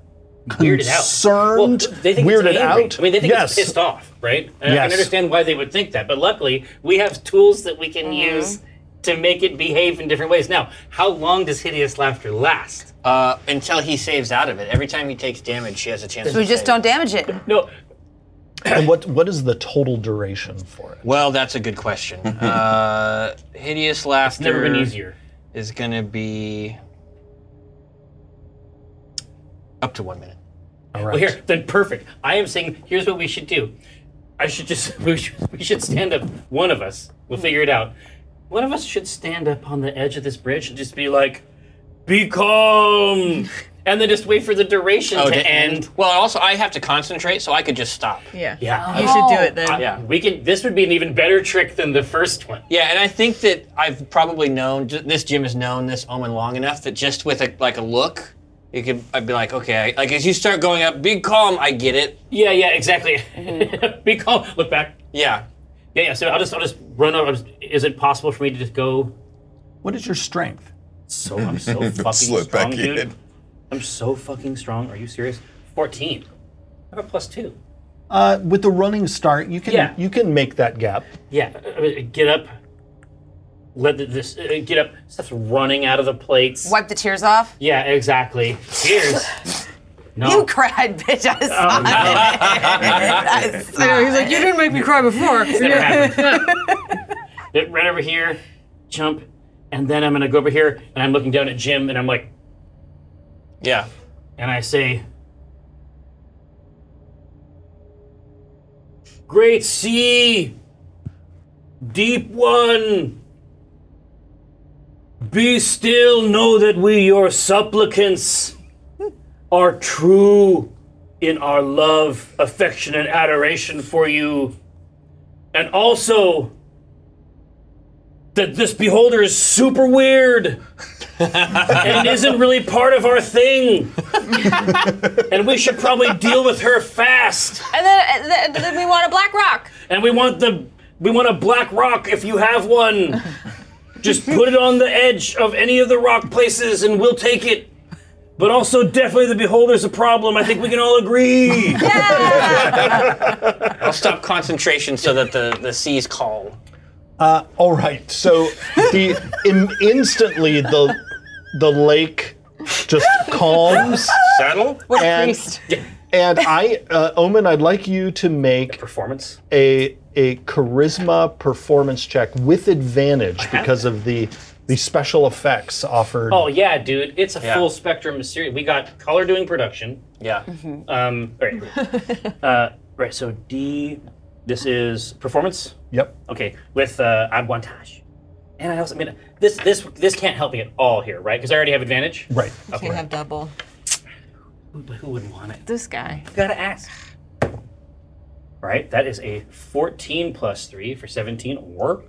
S2: Weirded out.
S1: concerned,
S2: Well, they think
S1: weirded
S2: it's angry.
S1: out.
S2: I mean, they think
S1: yes,
S2: it's pissed off, right? And I
S1: Yes.
S2: can understand why they would think that, but luckily we have tools that we can use to make it behave in different ways. Now, how long does hideous laughter last?
S5: Uh, until he saves out of it. Every time he takes damage, she has a chance.
S4: So we
S5: to
S4: just
S5: save.
S4: don't damage it.
S2: No,
S1: and what what is the total duration for it?
S5: Well, that's a good question. uh, hideous laughter.
S2: never been easier.
S5: Is gonna be up to one minute.
S1: All right.
S2: Well, here, then perfect. I am saying, here's what we should do. I should just, we should, we should stand up. One of us, we'll figure it out. One of us should stand up on the edge of this bridge and just be like, be calm. And then just wait for the duration
S1: Oh,
S2: Oh, to end.
S5: Well, also I have to concentrate, so I could just stop.
S3: Yeah.
S2: Yeah.
S3: You should do it then.
S2: I- yeah. We can, this would be an even better trick than the first one.
S5: Yeah, and I think that I've probably known j- this Jim has known this omen long enough that just with a, like a look, you could I'd be like, okay, like as you start going up, be calm. I get it.
S2: Yeah, yeah, exactly.
S6: Mm-hmm.
S2: be calm. Look back.
S5: Yeah,
S2: Yeah, yeah. So I'll just, I'll just run over. I'll just- Is it possible for me to just go?
S1: What is your strength?
S2: So I'm so fucking
S6: Slip
S2: strong,
S6: back
S2: dude.
S6: in.
S2: I'm so fucking strong. Are you serious? 14. I have a plus two.
S1: Uh, with the running start, you can
S2: Yeah.
S1: you can make that gap.
S2: Yeah, I mean, get up. Let the, this uh, get up. Stuff's running out of the plates.
S4: Wipe the tears off.
S2: Yeah, exactly. Cheers. No.
S4: You cried, bitch. I saw
S2: Oh,
S4: it. I saw
S3: I know, he's like, you didn't make me cry before.
S2: never happened. Bit right over here, jump, and then I'm gonna go over here, and I'm looking down at Jim, and I'm like,
S5: yeah.
S2: and I say, Great sea, deep one, be still, know that we, your supplicants, are true in our love, affection, and adoration for you. And also, that this beholder is super weird and isn't really part of our thing. and we should probably deal with her fast.
S8: And then, and then- and then we want a black rock.
S2: And we want the we want a black rock if you have one. Just put it on the edge of any of the rock places and we'll take it.
S12: But also, definitely the beholder's a problem. I think we can all agree.
S5: I'll stop concentration so that the, the seas call.
S1: Uh, all right. So the im- instantly the the lake just calms.
S5: Settle.
S1: What and, and I, uh, Omen, I'd like you to make a
S2: performance
S1: a a charisma performance check with advantage because of the the special effects offered.
S2: Oh yeah, dude, it's a
S1: Yeah.
S2: full spectrum series. We got color doing production.
S5: Yeah.
S2: Um, all right. uh, right. So D, this is performance.
S1: Yep.
S2: Okay, with uh, advantage. And I also I mean this this this can't help me at all here, right? Because I already have advantage.
S1: Right.
S3: Can't have double.
S2: Who, who wouldn't want it?
S3: This guy.
S2: Gotta ask. All right. That is a 14 plus three for 17, or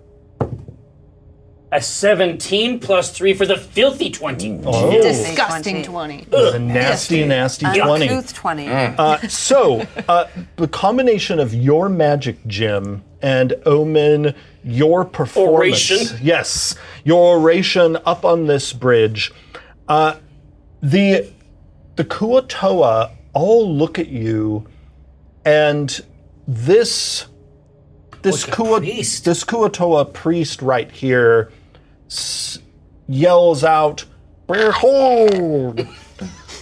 S2: a 17 plus three for the filthy 20.
S1: Oh.
S3: Disgusting 20.
S1: It's a nasty, nasty twenty. Uh, so uh, the combination of your magic gem and Omen, your performance,
S2: Oration.
S1: yes, your oration up on this bridge, uh, the the Kuatoa all look at you, and this this Kua, this Kuatoa priest right here s- yells out, "Behold!"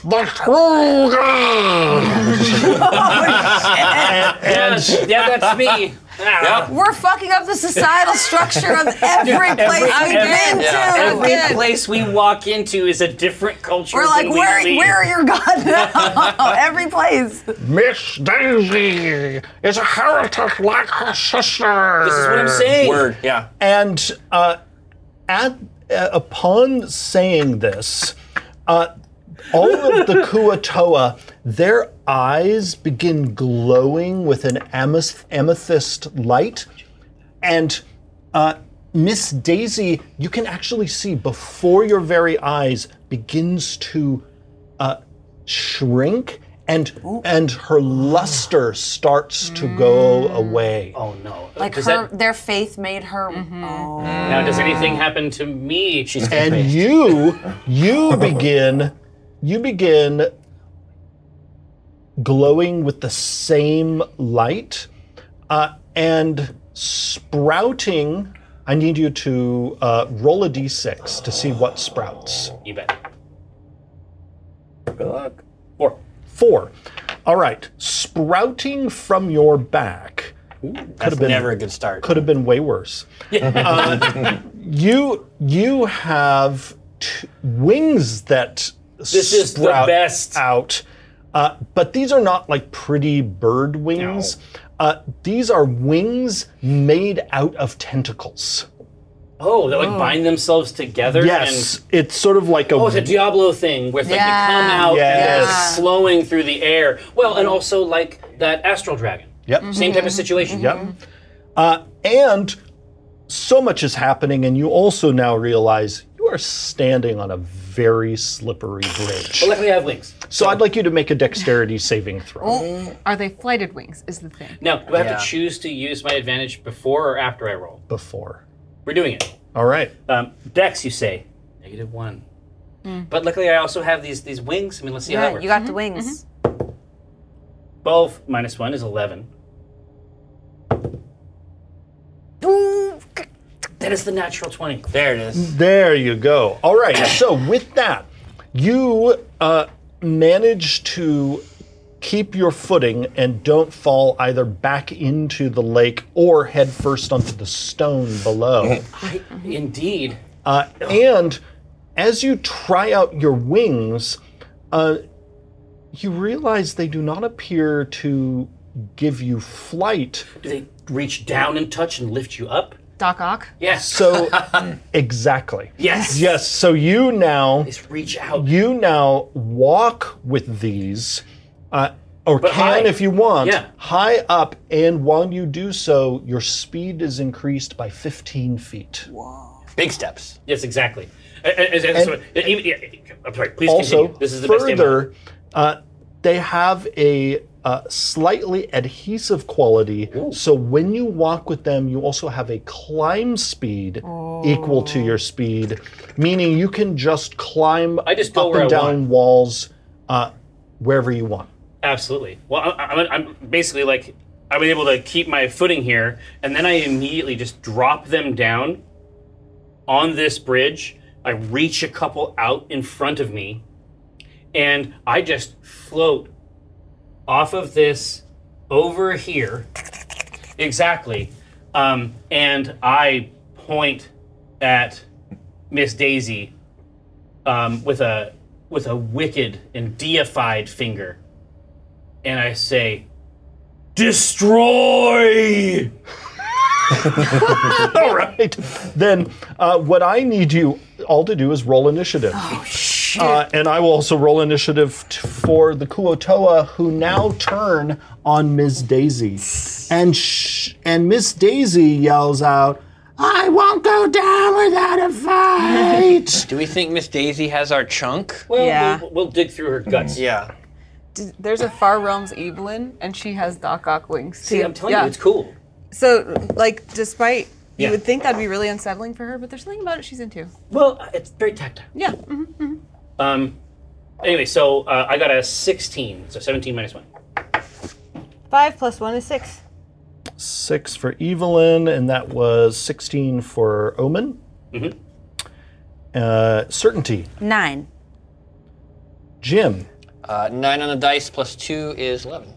S1: The true
S2: yeah, yeah, that's me. Yeah.
S4: We're fucking up the societal structure of every
S2: Dude,
S4: place
S2: every-
S4: we've been
S2: every-
S4: to.
S2: Every place we walk into is a different culture.
S4: We're like,
S2: than we
S4: where,
S2: leave."
S4: where are your god now? every place.
S1: Miss Daisy is a heretic like her sister.
S2: This is what I'm saying. Word,
S5: yeah.
S1: And uh, at uh, upon saying this, uh, all of the Kuatoa, their eyes begin glowing with an ameth- amethyst light, and uh, Miss Daisy, you can actually see before your very eyes begins to uh, shrink and and her luster starts to go away.
S2: Oh no!
S4: Like her,
S2: Does
S4: their faith made her. Oh.
S2: Now, does anything happen to me? She's
S1: and you you begin you begin glowing with the same light uh, and sprouting. I need you to uh, roll a d6 to see what sprouts.
S2: You bet.
S1: Good luck. Four. Four. All right. Sprouting from your back. could
S5: that's never a good start.
S1: Could have been way worse. Uh, you you have t- wings that
S2: This is the
S1: sprout
S2: best.
S1: out, uh, but these are not like pretty bird wings. Uh, these are wings made out of tentacles.
S2: Oh, they like bind themselves together.
S1: Yes,
S2: And,
S1: it's sort of like a
S2: oh, it's a Diablo thing where it's like
S1: Yeah.
S2: you come out and
S1: Yes.
S2: it's like flowing through the air. Well, and also like that astral dragon.
S1: Yep.
S2: Same type of situation.
S1: Yep. Uh, and so much is happening, and you also now realize you are standing on a very slippery bridge.
S2: But luckily, I have wings.
S1: So I'd like you to make a dexterity saving throw.
S3: Are they flighted wings? Is the thing.
S2: Now, do I have
S1: Yeah.
S2: to choose to use my advantage before or after I roll?
S1: Before.
S2: We're doing it.
S1: All right.
S2: Um, Dex, you say negative one. But luckily, I also have these these wings. I mean, let's see how that
S4: Yeah,
S2: works.
S4: you got the wings.
S2: 12 minus 1 is 11. That is the natural 20. There it is.
S1: There you go. All right. So with that, you uh, manage to keep your footing and don't fall either back into the lake or head first onto the stone below.
S2: I, indeed.
S1: Uh, and as you try out your wings, uh, you realize they do not appear to give you flight.
S2: Do they reach down and touch and lift you up?
S3: Doc Ock?
S2: Yes.
S1: So, exactly.
S2: Yes.
S1: Yes. So you now
S2: reach out.
S1: You now walk with these, uh, or
S2: But
S1: can
S2: high.
S1: if you want,
S2: Yeah.
S1: high up. And while you do so, your speed is increased by 15 feet. Wow.
S5: Big steps.
S2: Yes, exactly. A- a- a- so- even- yeah, I'm sorry, please
S1: also,
S2: continue. This is the best game.
S1: further, uh, they have a uh, slightly adhesive quality. So when you walk with them, you also have a climb speed equal
S2: Oh.
S1: to your speed, meaning you can just climb
S2: I just go
S1: up
S2: where
S1: and
S2: I
S1: down walls uh, wherever you want.
S2: Absolutely. Well, I, I, I'm basically like I was able to keep my footing here, and then I immediately just drop them down on this bridge. I reach a couple out in front of me, and I just float off of this over here. Exactly. Um, and I point at Miss Daisy um, with a with a wicked and deified finger, and I say,
S12: Destroy!
S1: all right. Then uh, what I need you all to do is roll initiative. Oh, shit. Uh, and I will also roll initiative t- for the Kuotoa, who now turn on Ms. Daisy. And, sh- and Miss Daisy yells out, I won't go down without a fight.
S5: Do we think Miss Daisy has our chunk?
S2: Well,
S3: Yeah.
S2: we'll, we'll dig through her guts.
S5: Yeah.
S3: D- There's a Far Realms Evelyn, and she has Doc Ock wings.
S2: See,
S3: too.
S2: I'm telling
S3: Yeah.
S2: you, it's cool.
S3: So, like, despite
S2: Yeah.
S3: you would think that'd be really unsettling for her, but there's something about it she's into.
S2: Well, it's very tactile.
S3: Yeah. hmm hmm
S2: Um. Anyway, so uh, I got a 16, so 17 minus one.
S8: Five plus one is six.
S1: Six for Evelyn, and that was 16 for Omen.
S2: Mm-hmm.
S1: Uh, certainty.
S4: Nine.
S1: Jim.
S5: Uh, nine on the dice plus two is eleven.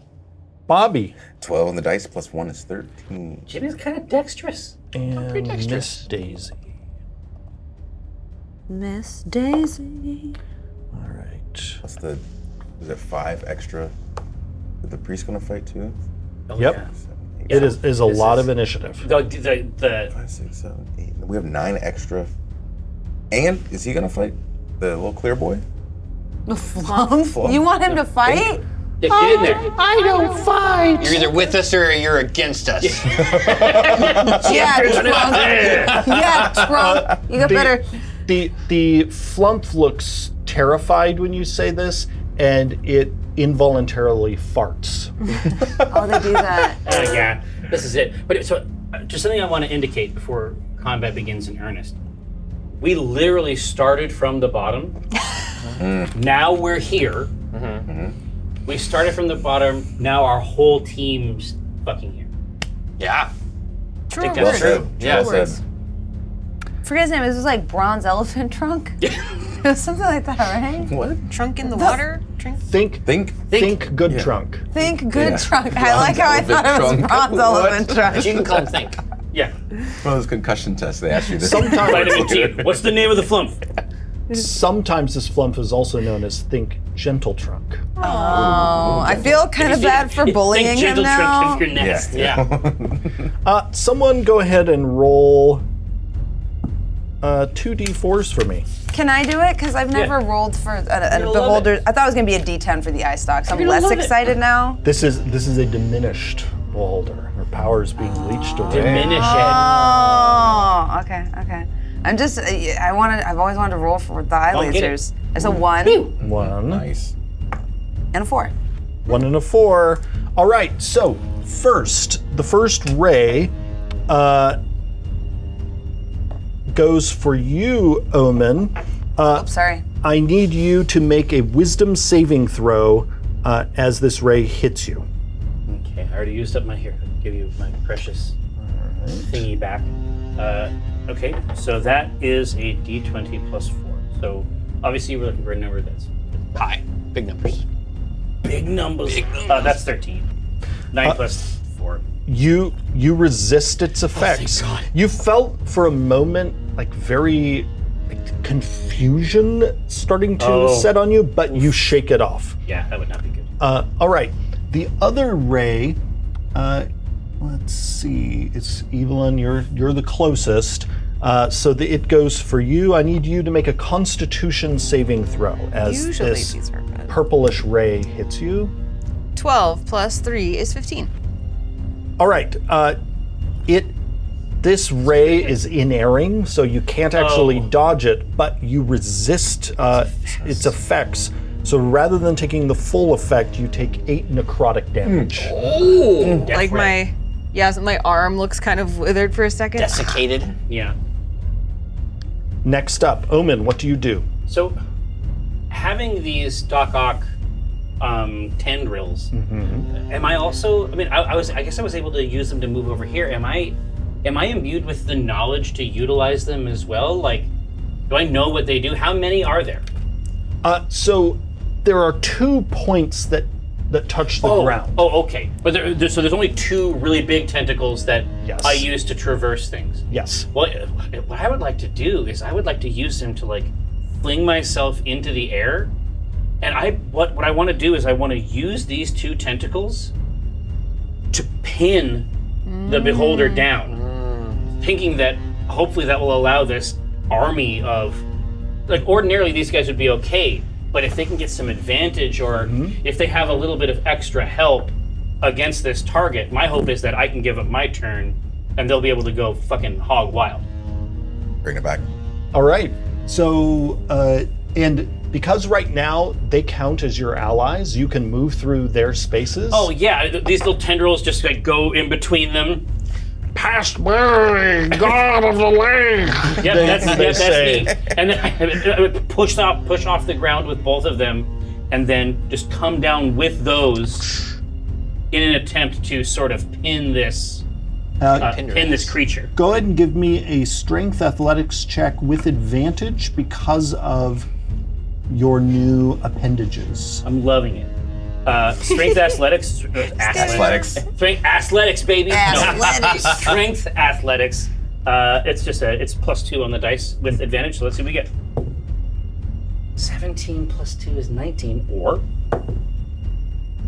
S1: Bobby.
S6: 12 on the dice plus 1 is 13.
S2: Jimmy's kind of dexterous.
S1: And Miss Daisy.
S4: Miss Mm-hmm. Daisy.
S6: What's the. Is it 5 extra? Is the priest gonna fight too?
S1: yep. It is, Oh, is a
S6: This
S1: lot
S6: is-
S1: of initiative.
S2: The, the, the,
S6: Five, six, seven, eight. We have 9 extra. And is he gonna fight the little clear boy?
S4: Flum? You want him to fight?
S2: Yeah,
S5: get in there.
S7: I don't fight.
S5: You're either with us or you're against us.
S4: Yeah,
S5: Put it out there.
S4: Yeah, Trump. You got
S1: the,
S4: better.
S1: The the flump looks terrified when you say this, and it involuntarily farts.
S4: Oh, they do that.
S2: Uh, yeah, this is it. But it- so, uh, just something I want to indicate before combat begins in earnest. We literally started from the bottom. Now we're here. We started from the bottom. Now our whole team's fucking here.
S5: Yeah.
S2: I
S3: Oh,
S2: think that's true. Yeah.
S4: Forget his name. This was like bronze elephant trunk. It was Something like that, right?
S6: What?
S3: Trunk in the water? Trunk?
S1: Think
S6: think
S1: think, good trunk.
S4: Think good
S6: Yeah.
S4: trunk. I like how I
S6: Bronze
S4: thought it was
S6: elephant trunk.
S4: bronze elephant
S6: What?
S4: trunk.
S5: You can call him think.
S2: Yeah.
S6: One of those concussion tests they ask you this.
S2: Vitamin T. What's the name of the flump?
S1: Sometimes this flump is also known as think gentle trunk.
S4: Oh, I feel kind of bad for
S2: Think
S4: bullying him
S2: gentle
S4: now.
S2: trip if you're next. Yeah.
S1: Uh, someone go ahead and roll uh, two d4s for me.
S4: Can I do it? Because I've never rolled for a, a
S2: You'll love
S4: beholder. I thought it was gonna be a D10 for the eye stock, so I'm
S2: You'll
S4: less
S2: love it.
S4: excited now.
S1: This is this is a diminished beholder. Her power is being leached away.
S2: Diminish it.
S4: Oh, okay, okay. I'm just. I I wanted. I've always wanted to roll for the eye
S2: Oh, get it.
S4: lasers. It's a one
S1: One.
S6: Nice.
S4: and a four.
S1: One and a four. All right, so first, the first ray uh, goes for you, Omen. Uh,
S4: Oops, sorry.
S1: I need you to make a wisdom saving throw uh, as this ray hits you.
S2: Okay, I already used up my here. I'll give you my precious thingy back. Uh, okay, so that is a d20 plus four. So obviously we're looking for a number that's
S5: High. Big numbers.
S2: big numbers. Uh, that's 13. Nine plus four.
S1: you you resist its effects. You felt for a moment like very like, confusion starting to
S2: Oh.
S1: set on you, but you shake it off.
S2: Yeah, that would not be good.
S1: Uh, all right, the other ray. Uh, let's see. It's Evelyn. You're you're the closest. Uh, so the, it goes for you. I need you to make a Constitution saving throw as
S3: Usually
S1: this
S3: these are bad.
S1: purplish ray hits you.
S3: 12 plus 3 is 15.
S1: All right. Uh, it this ray is inerring, so you can't actually
S2: Oh.
S1: dodge it, but you resist uh, its effects So rather than taking the full effect, you take eight necrotic damage.
S3: Oh, like my yes, my arm looks kind of withered for a second.
S5: Desiccated.
S2: Yeah.
S1: Next up, Omen, what do you do?
S2: So, having these Doc Ock um, tendrils,
S1: Mm-hmm,
S2: am I also? I mean, I, I was. I guess I was able to use them to move over here. Am I? Am I imbued with the knowledge to utilize them as well? Like, do I know what they do? How many are there?
S1: Uh, so there are two points that that touch the
S2: oh,
S1: ground.
S2: Oh, okay. But there, there, so there's only two really big tentacles that
S1: Yes.
S2: I use to traverse things.
S1: Yes.
S2: What what I would like to do is I would like to use him to like fling myself into the air, and I what what I want to do is I want to use these two tentacles to pin the beholder down, thinking that hopefully that will allow this army of like ordinarily these guys would be okay, but if they can get some advantage or if they have a little bit of extra help against this target, my hope is that I can give up my turn and they'll be able to go fucking hog wild.
S6: Bring it back.
S1: All right. So, uh, and because right now they count as your allies, you can move through their spaces.
S2: Oh yeah, th- these little tendrils just like go in between them. Past
S12: Mary, god of the lake.
S2: Yep,
S12: They-
S2: that's, yep,
S12: they
S2: that's
S12: say.
S2: me. And then I, I would push off, push off the ground with both of them, and then just come down with those in an attempt to sort of pin this,
S1: Uh,
S2: uh, pin this creature.
S1: Go ahead and give me a strength athletics check with advantage because of your new appendages.
S2: I'm loving it. Uh, strength athletics. uh,
S6: Athletics.
S2: Strength athletics, baby. No.
S6: Athletics.
S2: strength athletics. Uh, it's just a it's plus two on the dice with advantage. So let's see what we get. 17 plus 2 is 19. Or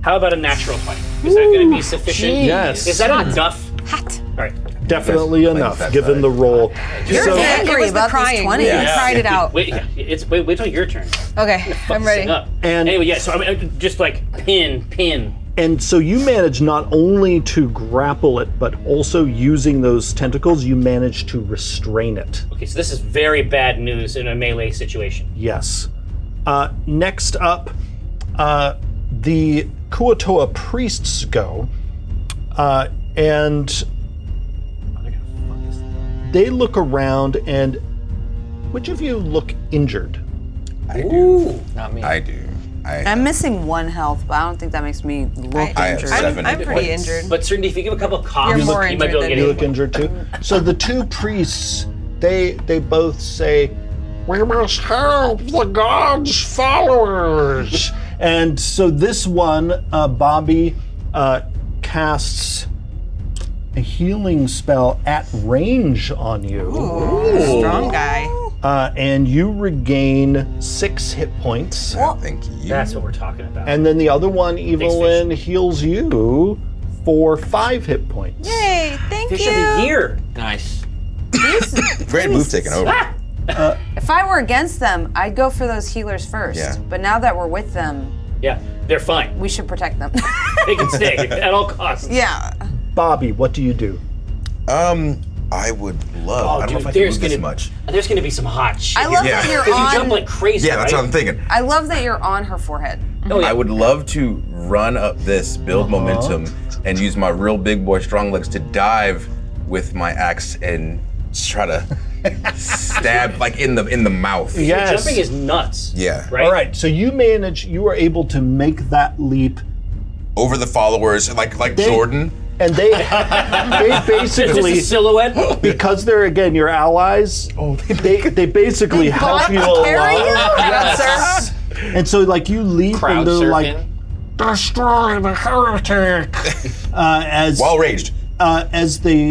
S2: How about a natural fight? Is that going to be sufficient?
S1: Jeez. Yes.
S2: Is that enough? Hot. All right.
S1: Definitely enough, given the roll.
S2: You're
S1: So-
S2: angry
S3: It was the
S4: about these
S3: crying.
S4: 20s.
S3: You cried it out.
S2: Wait, it's wait, wait till your turn.
S3: Okay, I'm ready.
S2: Sing up. anyway, yeah. So I'm uh, just like pin, pin.
S1: And so you manage not only to grapple it, but also using those tentacles, you manage to restrain it.
S2: Okay, so this is very bad news in a melee situation.
S1: Yes. Uh, next up, uh, the Kuatoa priests go, uh, and they look around. And which of you look injured?
S6: I
S2: do. Not me.
S6: I do. I,
S4: I'm missing one health, but I don't think that makes me look
S6: I have
S4: injured.
S6: seven I'm- I'm pretty points.
S4: injured.
S2: But certainly, if you give a couple of coughs,
S4: You're more
S2: you might be able to get
S1: You
S2: it.
S1: look injured too. So the two priests, they they both say, "We must help the gods' followers." and so this one, uh, Bobby, uh, casts a healing spell at range on you.
S3: Ooh, strong guy.
S1: Uh, and you regain six hit points.
S6: thank you.
S2: That's what we're talking about.
S1: And then the other one, Evelyn, heals you for five hit points.
S3: Yay! Thank
S2: Fish
S3: you.
S2: of the year.
S5: Nice.
S6: Great move taking over.
S4: If I were against them, I'd go for those healers first.
S6: Yeah.
S4: But now that we're with them,
S2: Yeah, they're fine.
S4: we should protect them.
S2: They can stay at all costs.
S4: yeah.
S1: Bobby, what do you do?
S6: Um, I would love.
S2: Ah! Oh,
S6: I don't know
S2: dude,
S6: if I can
S2: there's
S6: move this
S2: gonna-
S6: much.
S2: There's going to be some hot shit.
S4: I love that
S6: Yeah.
S4: you're
S6: 'Cause
S4: on.
S6: you jump
S2: like crazy.
S6: Yeah, that's
S2: right?
S6: what I'm thinking.
S4: I love that you're on her forehead.
S6: I would love to run up this, build
S2: Uh-huh.
S6: momentum, and use my real big boy strong legs to dive with my axe and try to stab like in the in the mouth.
S1: Your Yes. jumping is
S2: nuts.
S6: Yeah.
S1: All right, so you manage, you are able to make that leap,
S6: Over the followers, like like Jordan.
S1: and they they basically
S2: Just a silhouette.
S1: because they're again your allies. Oh, they they, basically help you a lot.
S12: carry you? Yes.
S1: And so like you leap,
S12: Crowd
S1: and they're like
S12: surfing. Destroy the heretic.
S1: uh, as
S6: well raged.
S1: Uh, as they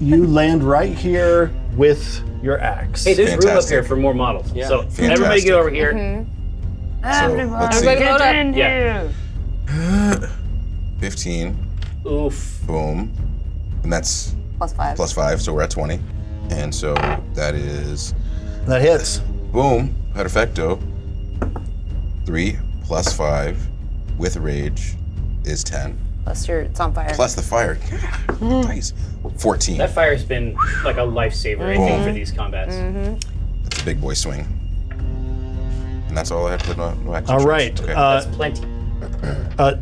S1: you land right here with your axe.
S2: Hey, there's room up here for more models. So everybody
S1: Fantastic.
S2: get over here.
S4: Mm-hmm.
S6: Everyone, let's see.
S2: Everybody load up.
S6: Continue.
S2: Yeah.
S6: 15.
S2: Oof.
S6: Boom. And that's
S4: Plus five.
S6: plus five, so we're at 20. And so that is.
S1: That hits.
S6: Boom. Perfecto. Three plus five with rage is 10.
S4: Plus your, it's on fire.
S6: Plus the fire. Mm. Nice. 14.
S2: That fire's been like a
S4: Mm-hmm.
S2: lifesaver, I think,
S6: Mhm.
S2: for these combats.
S6: That's a big boy swing. And that's all I have to know. No action
S1: All right.
S6: checks. Okay.
S2: plenty.
S1: Uh,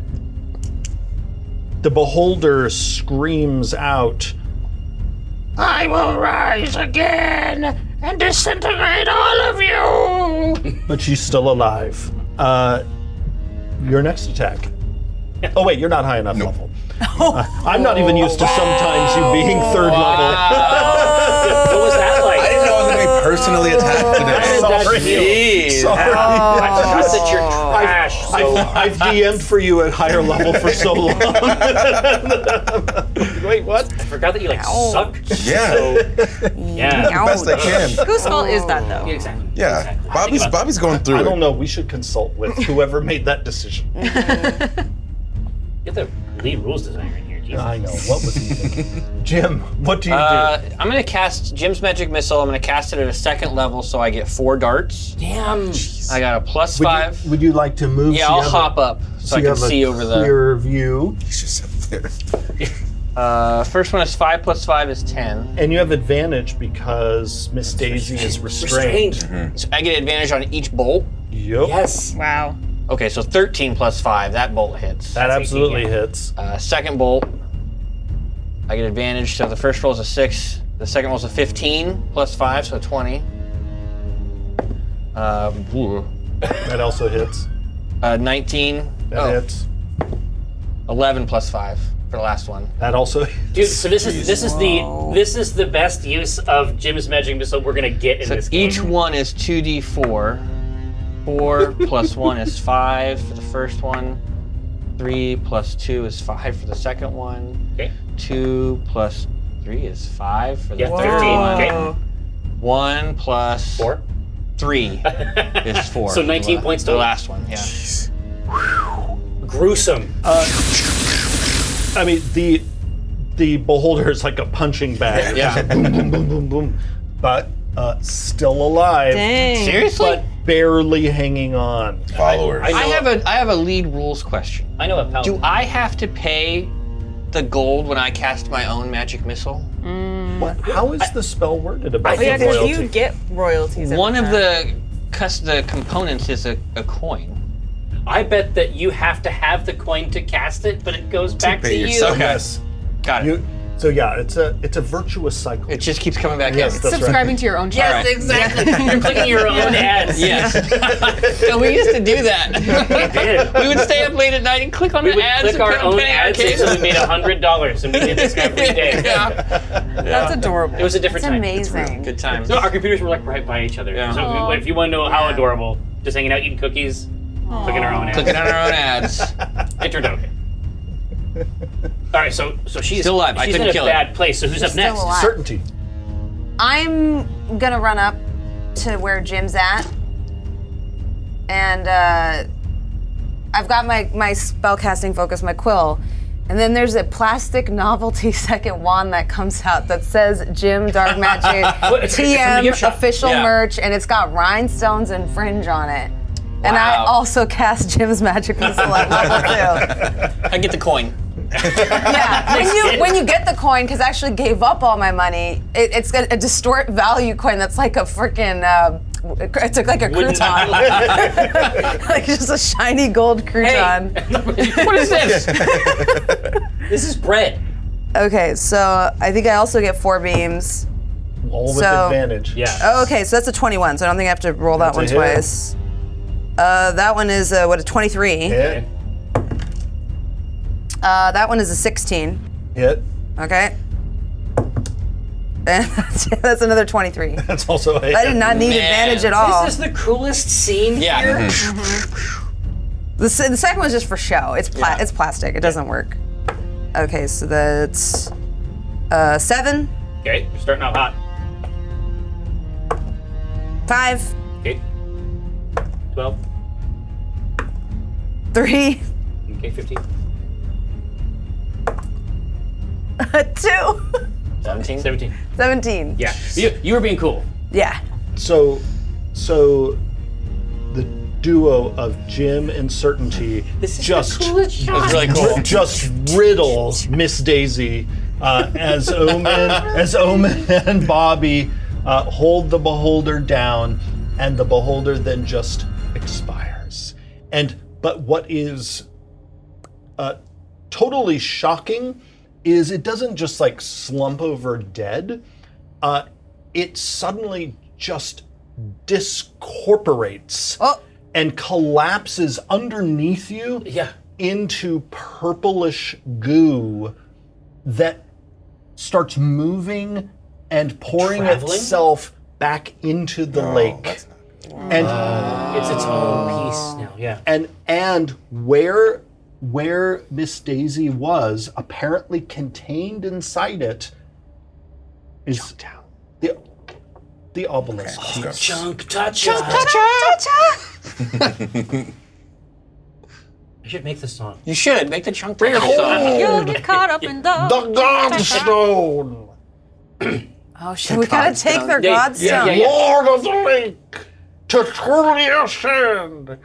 S1: the beholder screams out,
S7: I will rise again and disintegrate all of you.
S1: but she's still alive. Uh, your next attack. Oh wait, you're not high enough level. Uh, I'm not even used to sometimes you being third level.
S2: what was that like? I
S1: didn't know I was gonna be
S6: personally attacked
S1: today. Sorry.
S2: Jeez.
S1: Sorry.
S2: Oh. I forgot that you're trash.
S1: I've, I've DM'd for you at higher level for so long.
S2: Wait, what? I forgot that you like suck.
S6: Yeah.
S2: yeah.
S6: The best
S1: Oh,
S6: I can.
S3: Whose fault is that though?
S2: Exactly.
S6: Yeah. Bobby's Bobby's going through
S1: I
S6: it.
S1: don't know. We should consult with whoever made that decision.
S2: Get the lead rules designer in here. Jesus.
S1: I know. What was he thinking? Jim, what do you
S5: Uh, I'm gonna cast Jim's magic missile. I'm gonna cast it at a second level, so I get four darts.
S2: Damn.
S5: I got a plus
S1: do?
S5: five.
S1: Would you, would you like to move?
S5: Yeah,
S1: so you
S5: I'll
S1: have a-
S5: hop up so, I
S1: you
S5: can
S1: have a
S5: see over the.
S1: clearer view.
S5: Uh, first one is five plus five is ten.
S1: And you have advantage because Miss Daisy is restrained.
S5: So I get advantage on each bolt.
S1: Yup.
S2: Yes.
S3: Wow.
S5: Okay, so thirteen plus five. That bolt hits.
S1: That absolutely hits.
S5: Uh, second bolt. I get advantage. So the first roll is a six. The second roll is a fifteen plus five, so twenty. Uh, ooh.
S1: That also hits.
S5: Uh, nineteen. oh,
S1: That hits.
S5: Eleven plus five for the last one.
S1: That also.
S2: Dude, so this is this is the this is the best use of Jim's magic missile we're gonna get in
S5: So
S2: this game.
S5: each one is 2d4. 4 plus 1 is 5 for the first one. 3 plus 2 is 5 for the second one.
S2: Okay.
S5: 2 plus 3 is 5 for the
S2: Yeah,
S5: third
S2: 13,
S5: one.
S2: okay.
S5: 1 plus
S2: 4
S5: 3 is 4.
S2: So 19
S5: The la-
S2: points
S5: The
S2: total.
S5: last one, yeah.
S2: Gruesome.
S1: I mean, the the beholder is like a punching bag.
S5: Yeah.
S1: boom, boom, boom, boom, boom. But uh, still alive.
S3: Dang.
S5: Seriously?
S1: But barely hanging on.
S6: Followers.
S5: I have a I have a lead rules question.
S2: I know a paladin.
S5: Do I have to pay the gold when I cast my own magic missile?
S1: What? How is the spell worded about
S3: Oh yeah,
S1: the
S3: because
S1: royalty?
S3: you get royalties. every
S5: One of
S3: time.
S5: the cus- the components is a, a coin.
S2: I bet that you have to have the coin to cast it, but it goes back to
S6: pay
S2: you.
S6: yourself.
S1: Yes.
S5: Got it.
S1: You, so yeah, it's a it's a virtuous cycle.
S5: It just keeps coming back
S1: Yes,
S5: in.
S1: that's right.
S3: Subscribing to your own channel.
S4: Yes, exactly.
S2: You're clicking your own ads.
S5: Yes. so we used to do that.
S2: Did.
S5: we would stay up late at night and click on
S2: We
S5: the
S2: would
S5: ads
S2: click
S5: and
S2: our
S5: pay-
S2: own
S5: pay our
S2: ads
S5: kids.
S2: until we made hundred dollars, and we did this every day.
S5: yeah.
S3: That's adorable.
S2: It was a different
S4: It's
S2: time.
S4: amazing.
S5: Good times.
S2: So our computers were like right by each other.
S5: Yeah.
S2: So if you want to know how adorable, just hanging out eating cookies, clicking our own ads.
S5: Clicking on our own ads.
S2: It turned out okay. All right, so so she's
S5: Still alive. I
S2: She's
S5: couldn't
S2: in a
S5: kill her.
S2: bad place. So who's up
S4: Still
S2: next?
S4: alive.
S1: Certainty.
S4: I'm gonna run up to where Jim's at, and uh, I've got my my spellcasting focus, my quill, and then there's a plastic novelty second wand that comes out that says Jim Dark Magic
S2: What, it's- it's from the gift
S4: TM
S2: shop.
S4: official
S5: Yeah.
S4: merch, and it's got rhinestones and fringe on it. And I
S5: Wow.
S4: also cast Jim's magic missile at level two.
S5: I get the coin.
S4: Yeah, when you when you get the coin, because I actually gave up all my money. It, it's got a distort value coin that's like a freaking. Uh, it took like a
S2: Wouldn't-
S4: crouton, like just a shiny gold crouton.
S5: What is this?
S2: This is bread.
S4: Okay, so I think I also get four beams.
S1: All with
S4: So-
S1: advantage.
S2: Yeah.
S4: Oh, okay, so that's a 21. So I don't think I have to roll that
S1: That's
S4: one
S1: a hit.
S4: twice. Uh, that one is uh, what a 23.
S1: Hit.
S4: Uh, that one is a 16.
S1: Hit.
S4: Okay. And that's another 23.
S1: That's also a hit.
S4: I did not need
S5: Man.
S4: advantage at all.
S2: This is the coolest scene
S5: Yeah. Mm-hmm.
S2: here.
S4: The, se- the second one's just for show. It's pla-
S5: Yeah.
S4: it's plastic. It doesn't work. Okay, so that's uh, seven,
S2: Okay, you're starting out hot.
S4: five,
S2: Okay. Twelve.
S4: three,
S2: Okay, fifteen.
S4: two,
S5: Seventeen.
S2: Seventeen.
S4: 17.
S2: Yeah. You, you were being cool.
S4: Yeah.
S1: So, so the duo of Jim and Certainty just
S5: That's really cool.
S1: just riddle Miss Daisy uh, as Omen as Omen and Bobby uh, hold the beholder down, and the beholder then just expires. And but what is uh, totally shocking is it doesn't just like slump over dead. Uh, it suddenly just discorporates and collapses underneath you into purplish goo that starts moving and pouring
S2: Traveling?
S1: itself back into the lake. And
S2: it's its own piece now. Yeah.
S1: and and where where Miss Daisy was apparently contained inside it is the the obelisk. piece.
S2: Chunk touch.
S12: Chunk
S2: I should make the song.
S5: You should make the chunk
S2: Bring it
S5: touch song.
S2: home.
S8: You'll get caught up in the
S2: The
S1: Godstone.
S4: Oh shit, we gotta take their
S1: Yeah,
S4: godstone.
S1: yeah, yeah. Lord
S4: of
S1: the Lake, to truly ascend,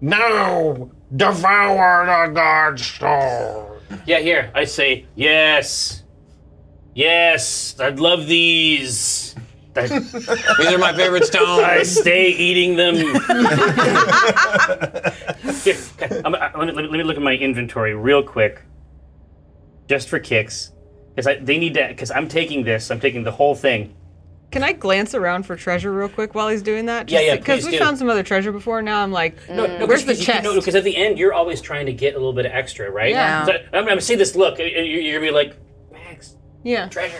S1: now devour the Godstone.
S2: Yeah, here. I say, yes. Yes. I'd love these. these are
S5: my favorite stones.
S2: I stay eating them. Here, I'm- I- let, me, let me- let me look at my inventory real quick, just for kicks, because they need to. Because I'm taking this. I'm taking the whole thing.
S3: Can I glance around for treasure real quick while he's doing that?
S2: Yeah, yeah,
S3: Because
S2: please do.
S3: we found some other treasure before. Now I'm like,
S2: No, no,
S3: Mm. where's the
S2: cause, 'cause you-
S3: chest?
S2: No, because at the end you're always trying to get a little bit of extra, right?
S3: Yeah.
S2: So, I'm, I'm gonna see this look. and you- You're gonna be like,
S3: yeah.
S2: Treasure.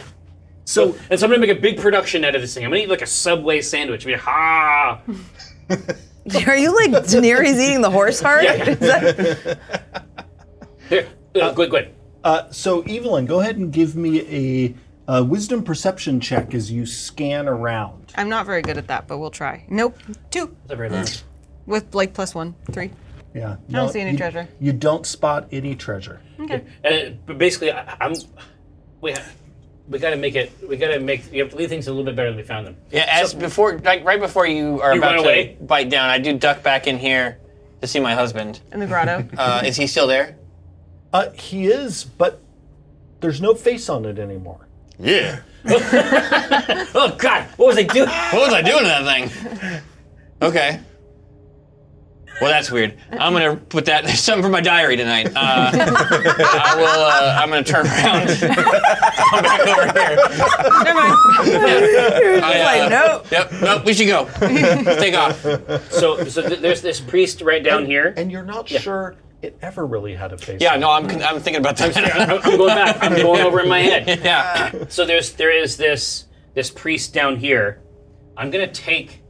S2: So, and so I'm gonna make a big production out of this thing. I'm gonna eat like a Subway sandwich. Be like, ha!
S4: Are you like Daenerys eating the horse heart? Is that-
S2: Here, uh, good, good.
S1: Uh, so Evelyn, go ahead and give me a, a wisdom perception check as you scan around.
S3: I'm not very good at that, but we'll try. Nope. Two. With like plus one, three.
S1: Yeah.
S3: I don't see any
S1: you-
S3: treasure.
S1: You don't spot any treasure.
S3: Okay.
S2: And but basically, I, I'm. We ha- we gotta make it. We gotta make. You have to leave things a little bit better than we found them.
S5: Yeah, as before, like right before you are
S2: You
S5: about
S2: run
S5: to
S2: away?
S5: bite down, I do duck back in here to see my husband.
S3: In the grotto.
S5: Uh, is he still there?
S1: Uh, he is, but there's no face on it anymore.
S5: Yeah.
S2: oh God! What was I doing?
S5: What was I doing to that thing? Okay. Well, that's weird. I'm gonna put that something for my diary tonight. Uh, I will. Uh, I'm gonna turn around. Come back over here. Never mind.
S2: like,
S5: no. Yep. Nope. We should go. Take off.
S2: So, so th- there's this priest right down here,
S1: and you're not sure it ever really had a face.
S5: Yeah. No. I'm. I'm thinking about that.
S2: I'm, I'm going back. I'm going over in my head. Yeah. So there's there is this this priest down here. I'm gonna take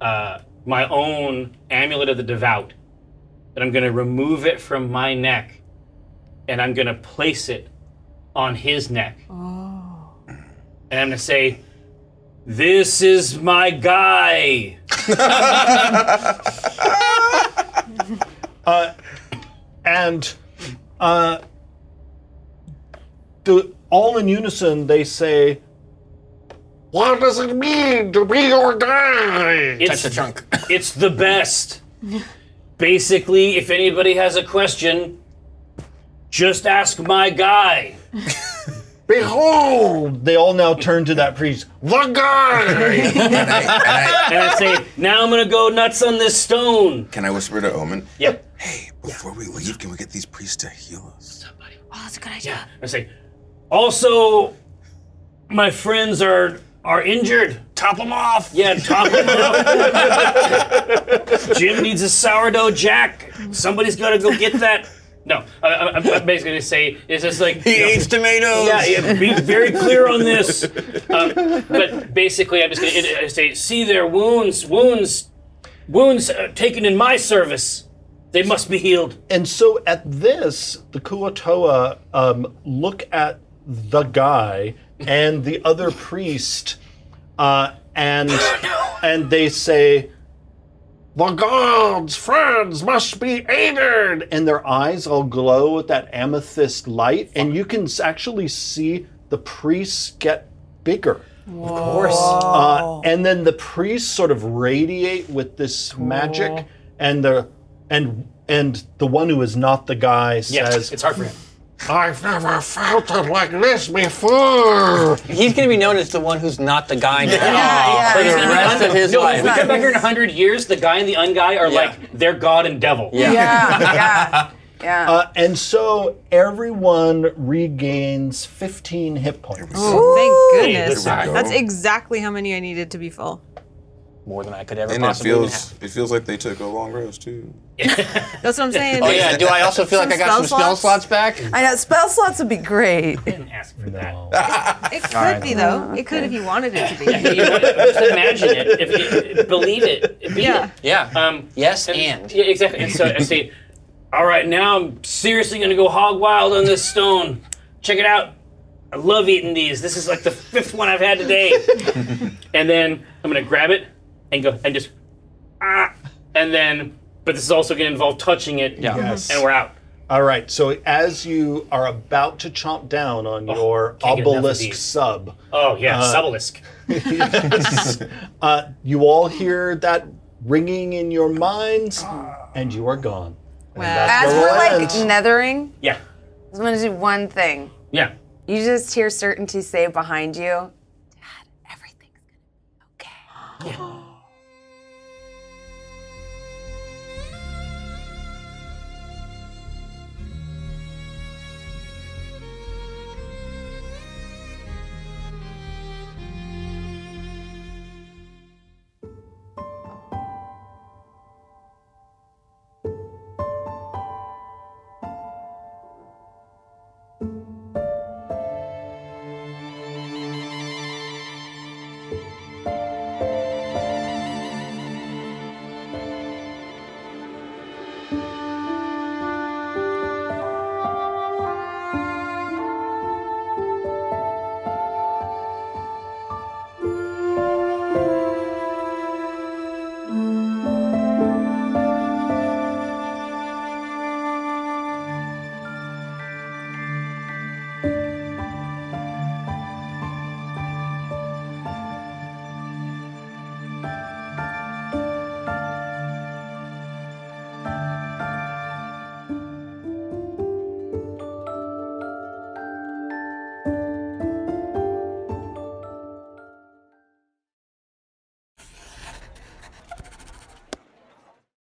S2: uh, my own amulet of the devout, and I'm gonna remove it from my neck, and I'm gonna place it on his neck,
S12: Oh.
S2: and I'm gonna say, "This is my guy."
S1: Uh, and uh, the, all in unison, they say, What does it mean to be your guy?
S2: It's, It's the best. Basically, if anybody has a question, just ask my guy.
S1: Behold! They all now turn to that priest. The guy!
S2: and, I, say, now I'm gonna go nuts on this stone.
S6: Can I whisper to Omen?
S2: Yep.
S6: Before we leave, can we get these priests to heal us?
S2: Oh, that's a good idea. I say, also, my friends are are injured. Top them off. Yeah, top them off. Jim needs a sourdough jack. Somebody's gotta go get that. No, I, I, I'm I'm basically gonna say it's just like
S5: He eats tomatoes.
S2: Yeah, yeah, be very clear on this. Um, but basically, I'm just gonna I say, see their wounds, wounds, wounds uh, taken in my service. They must be healed.
S1: And so at this, the Kuotoa um, look at the guy and the other priest, uh, and and they say, "The gods, friends, must be aided." And their eyes all glow with that amethyst light, and you can s- actually see the priests get bigger. Of course. Uh, and then the priests sort of radiate with this magic, and the and and the one who is not the guy
S2: Yeah,
S1: says,
S2: it's hard for him.
S13: I've never felt it like this before.
S5: He's going to be known as the one who's not the guy now
S2: Yeah,
S5: for
S2: yeah.
S5: the rest of his
S2: no,
S5: life.
S2: If we come back here in 100 years, the guy and the unguy are like, they're God and devil.
S5: Yeah.
S4: Yeah.
S1: Uh, and so everyone regains 15 hit points.
S3: Oh, thank goodness.
S1: There we go.
S3: That's exactly how many I needed to be full.
S5: More than I could ever
S6: And it
S5: possibly
S6: feels it feels like they took a long rest too.
S3: That's what I'm saying.
S5: Oh, yeah. Do I also feel like I got some spell slots back?
S14: I know spell slots would be great.
S3: It could
S5: right.
S3: be though.
S1: Oh,
S3: It could if you wanted it to be.
S2: Just imagine it. If you, believe it. Be yeah.
S5: Yeah.
S2: Um,
S5: yes, and,
S2: Yeah, exactly. And so I say, all right, now I'm seriously going to go hog wild on this stone. Check it out. I love eating these. This is like the fifth one I've had today. and then I'm going to grab it and go and just, ah. And then, but this is also going to involve touching it.
S1: Yeah. Yes.
S2: And we're out.
S1: All right, so as you are about to chomp down on your
S2: Oh, can't get enough of
S1: obelisk
S2: these.
S1: sub.
S2: Oh, yeah,
S1: uh,
S2: subalisk.
S1: yes, uh, you all hear that ringing in your minds,
S2: Ah.
S1: and you are gone. And that's
S4: As
S1: where
S4: for
S1: we'll
S4: like
S1: end.
S4: nethering,
S2: Yeah.
S4: I am going to do one thing.
S2: Yeah.
S4: You just hear certainty say behind you, Dad, everything's